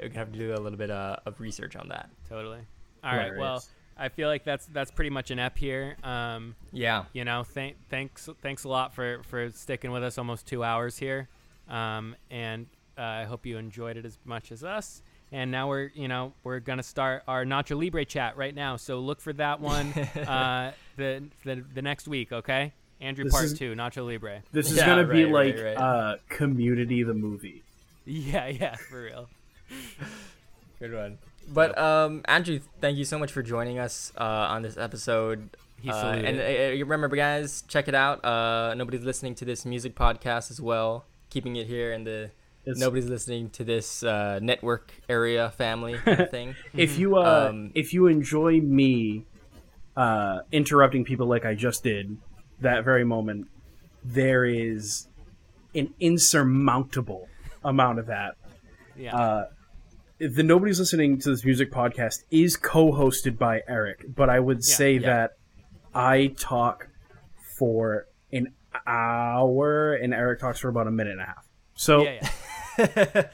B: we have to do a little bit uh, of research on that.
A: totally all right
C: Hilarious.
A: well i feel like that's that's pretty much an ep here um
B: Yeah,
A: you know thank thanks thanks a lot for for sticking with us almost two hours here um and uh, i hope you enjoyed it as much as us and now we're you know we're gonna start our nacho libre chat right now so look for that one
C: [LAUGHS]
A: uh the the, the next week okay andrew
C: This
A: part
C: is-
A: two nacho libre [LAUGHS]
C: this is
B: Yeah,
C: gonna be
B: right, right,
C: like
B: right.
C: Uh, Community the movie.
A: yeah yeah for real
B: good one. But um, Andrew, thank you so much for joining us uh, on this episode.
A: He
B: Uh,
A: saluted.
B: and uh, uh, remember, guys, check it out. Uh, nobody's listening to this music podcast as well. Keeping it here in the
C: It's,
B: nobody's listening to this uh, network area
C: [LAUGHS]
B: family kind of thing.
C: if you uh,
B: Um,
C: if you enjoy me uh, interrupting people like I just did that very moment, there is an insurmountable amount of that.
A: yeah
C: Uh, the nobody's listening to this music podcast is co-hosted by Eric, but I would
A: Yeah,
C: say
B: yeah.
C: that I talk for an hour and Eric talks for about a minute and a half. So
A: yeah, yeah.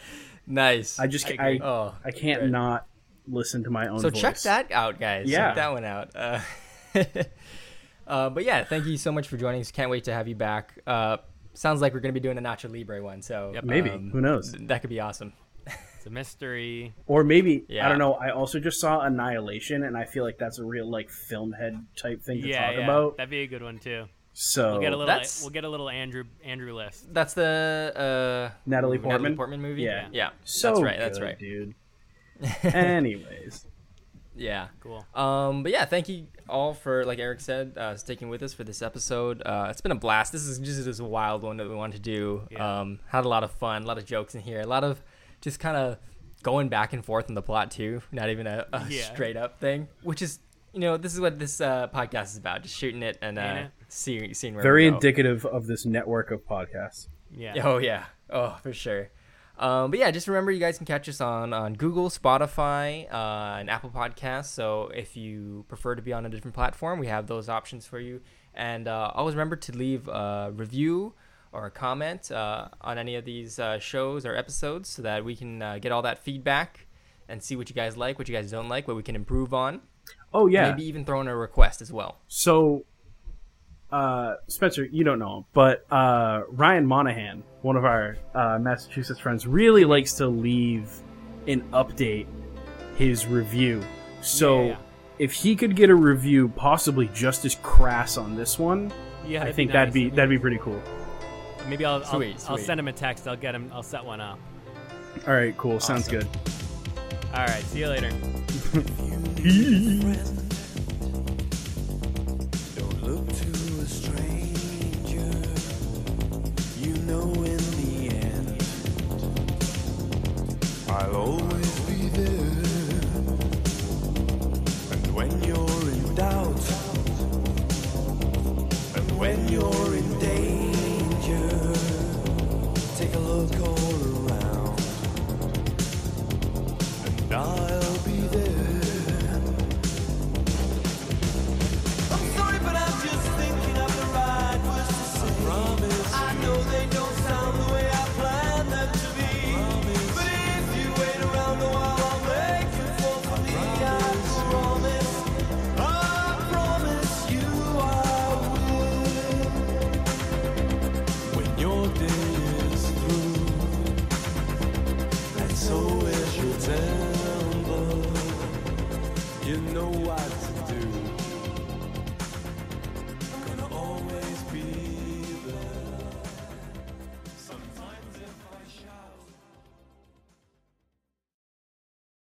B: nice.
C: I just
A: I
C: I
A: agree.
C: I,
B: oh,
C: can't
B: great.
C: not listen to my own.
B: So
C: voice.
B: check that out, guys.
C: Yeah.
B: Check that one out. Uh, [LAUGHS] uh, but yeah, thank you so much for joining us. Can't wait to have you back. Uh, sounds like we're gonna be doing a Nacho Libre one, so
A: Yep.
C: Maybe
B: um,
C: who knows?
B: th- that could be awesome.
A: It's a mystery.
C: Or maybe I
B: Yeah.
C: don't know. I also just saw Annihilation, and I feel like that's a real like film head type thing [LAUGHS] to
A: yeah,
C: talk
A: yeah.
C: about. Oh.
A: That'd be a good one too.
C: So
A: We'll get a little.
B: that's-
A: We'll get a little Andrew Andrew list.
B: That's the uh,
C: Natalie Portman?
B: movie.
C: Yeah.
B: yeah.
C: so
B: that's right. That's
C: good,
B: right.
C: dude. Anyways,
B: Yeah.
A: Cool.
B: Um, but yeah, thank you all for, like Eric said, uh, sticking with us for this episode. Uh, it's been a blast. This is just this wild one that we wanted to do.
A: Yeah.
B: Um, had a lot of fun, a lot of jokes in here, a lot of just kind of going back and forth on the plot too. Not even a, a
A: Yeah.
B: straight up thing, which is, you know, this is what this uh, podcast is about: just shooting it and uh,
A: Ain't it?
B: seeing seeing where
C: very
B: we go.
C: indicative of this network of podcasts.
A: Yeah.
B: Yeah, Oh yeah. Oh for sure. Um, but yeah, just remember you guys can catch us on on Google, Spotify, uh, and Apple Podcasts. So if you prefer to be on a different platform, we have those options for you. And uh, always remember to leave a review or a comment uh, on any of these uh, shows or episodes, so that we can uh, get all that feedback and see what you guys like, what you guys don't like, what we can improve on.
C: Oh yeah.
B: Maybe even throw in a request as well.
C: So, uh, Spencer, you don't know him, but uh, Ryan Monahan, one of our uh, Massachusetts friends, really likes to leave and update his review. So,
A: Yeah, yeah, yeah.
C: if he could get a review, possibly just as crass on this one,
A: Yeah,
C: I
A: that'd
C: think
A: be
C: that'd
A: nice.
C: be that'd be pretty cool.
A: Maybe I'll I'll,
B: Sweet,
A: I'll
B: sweet.
A: send him a text. I'll get him. I'll set one up.
C: All right, cool. Sounds
B: Awesome.
C: good.
A: All right. See you later.
D: friend.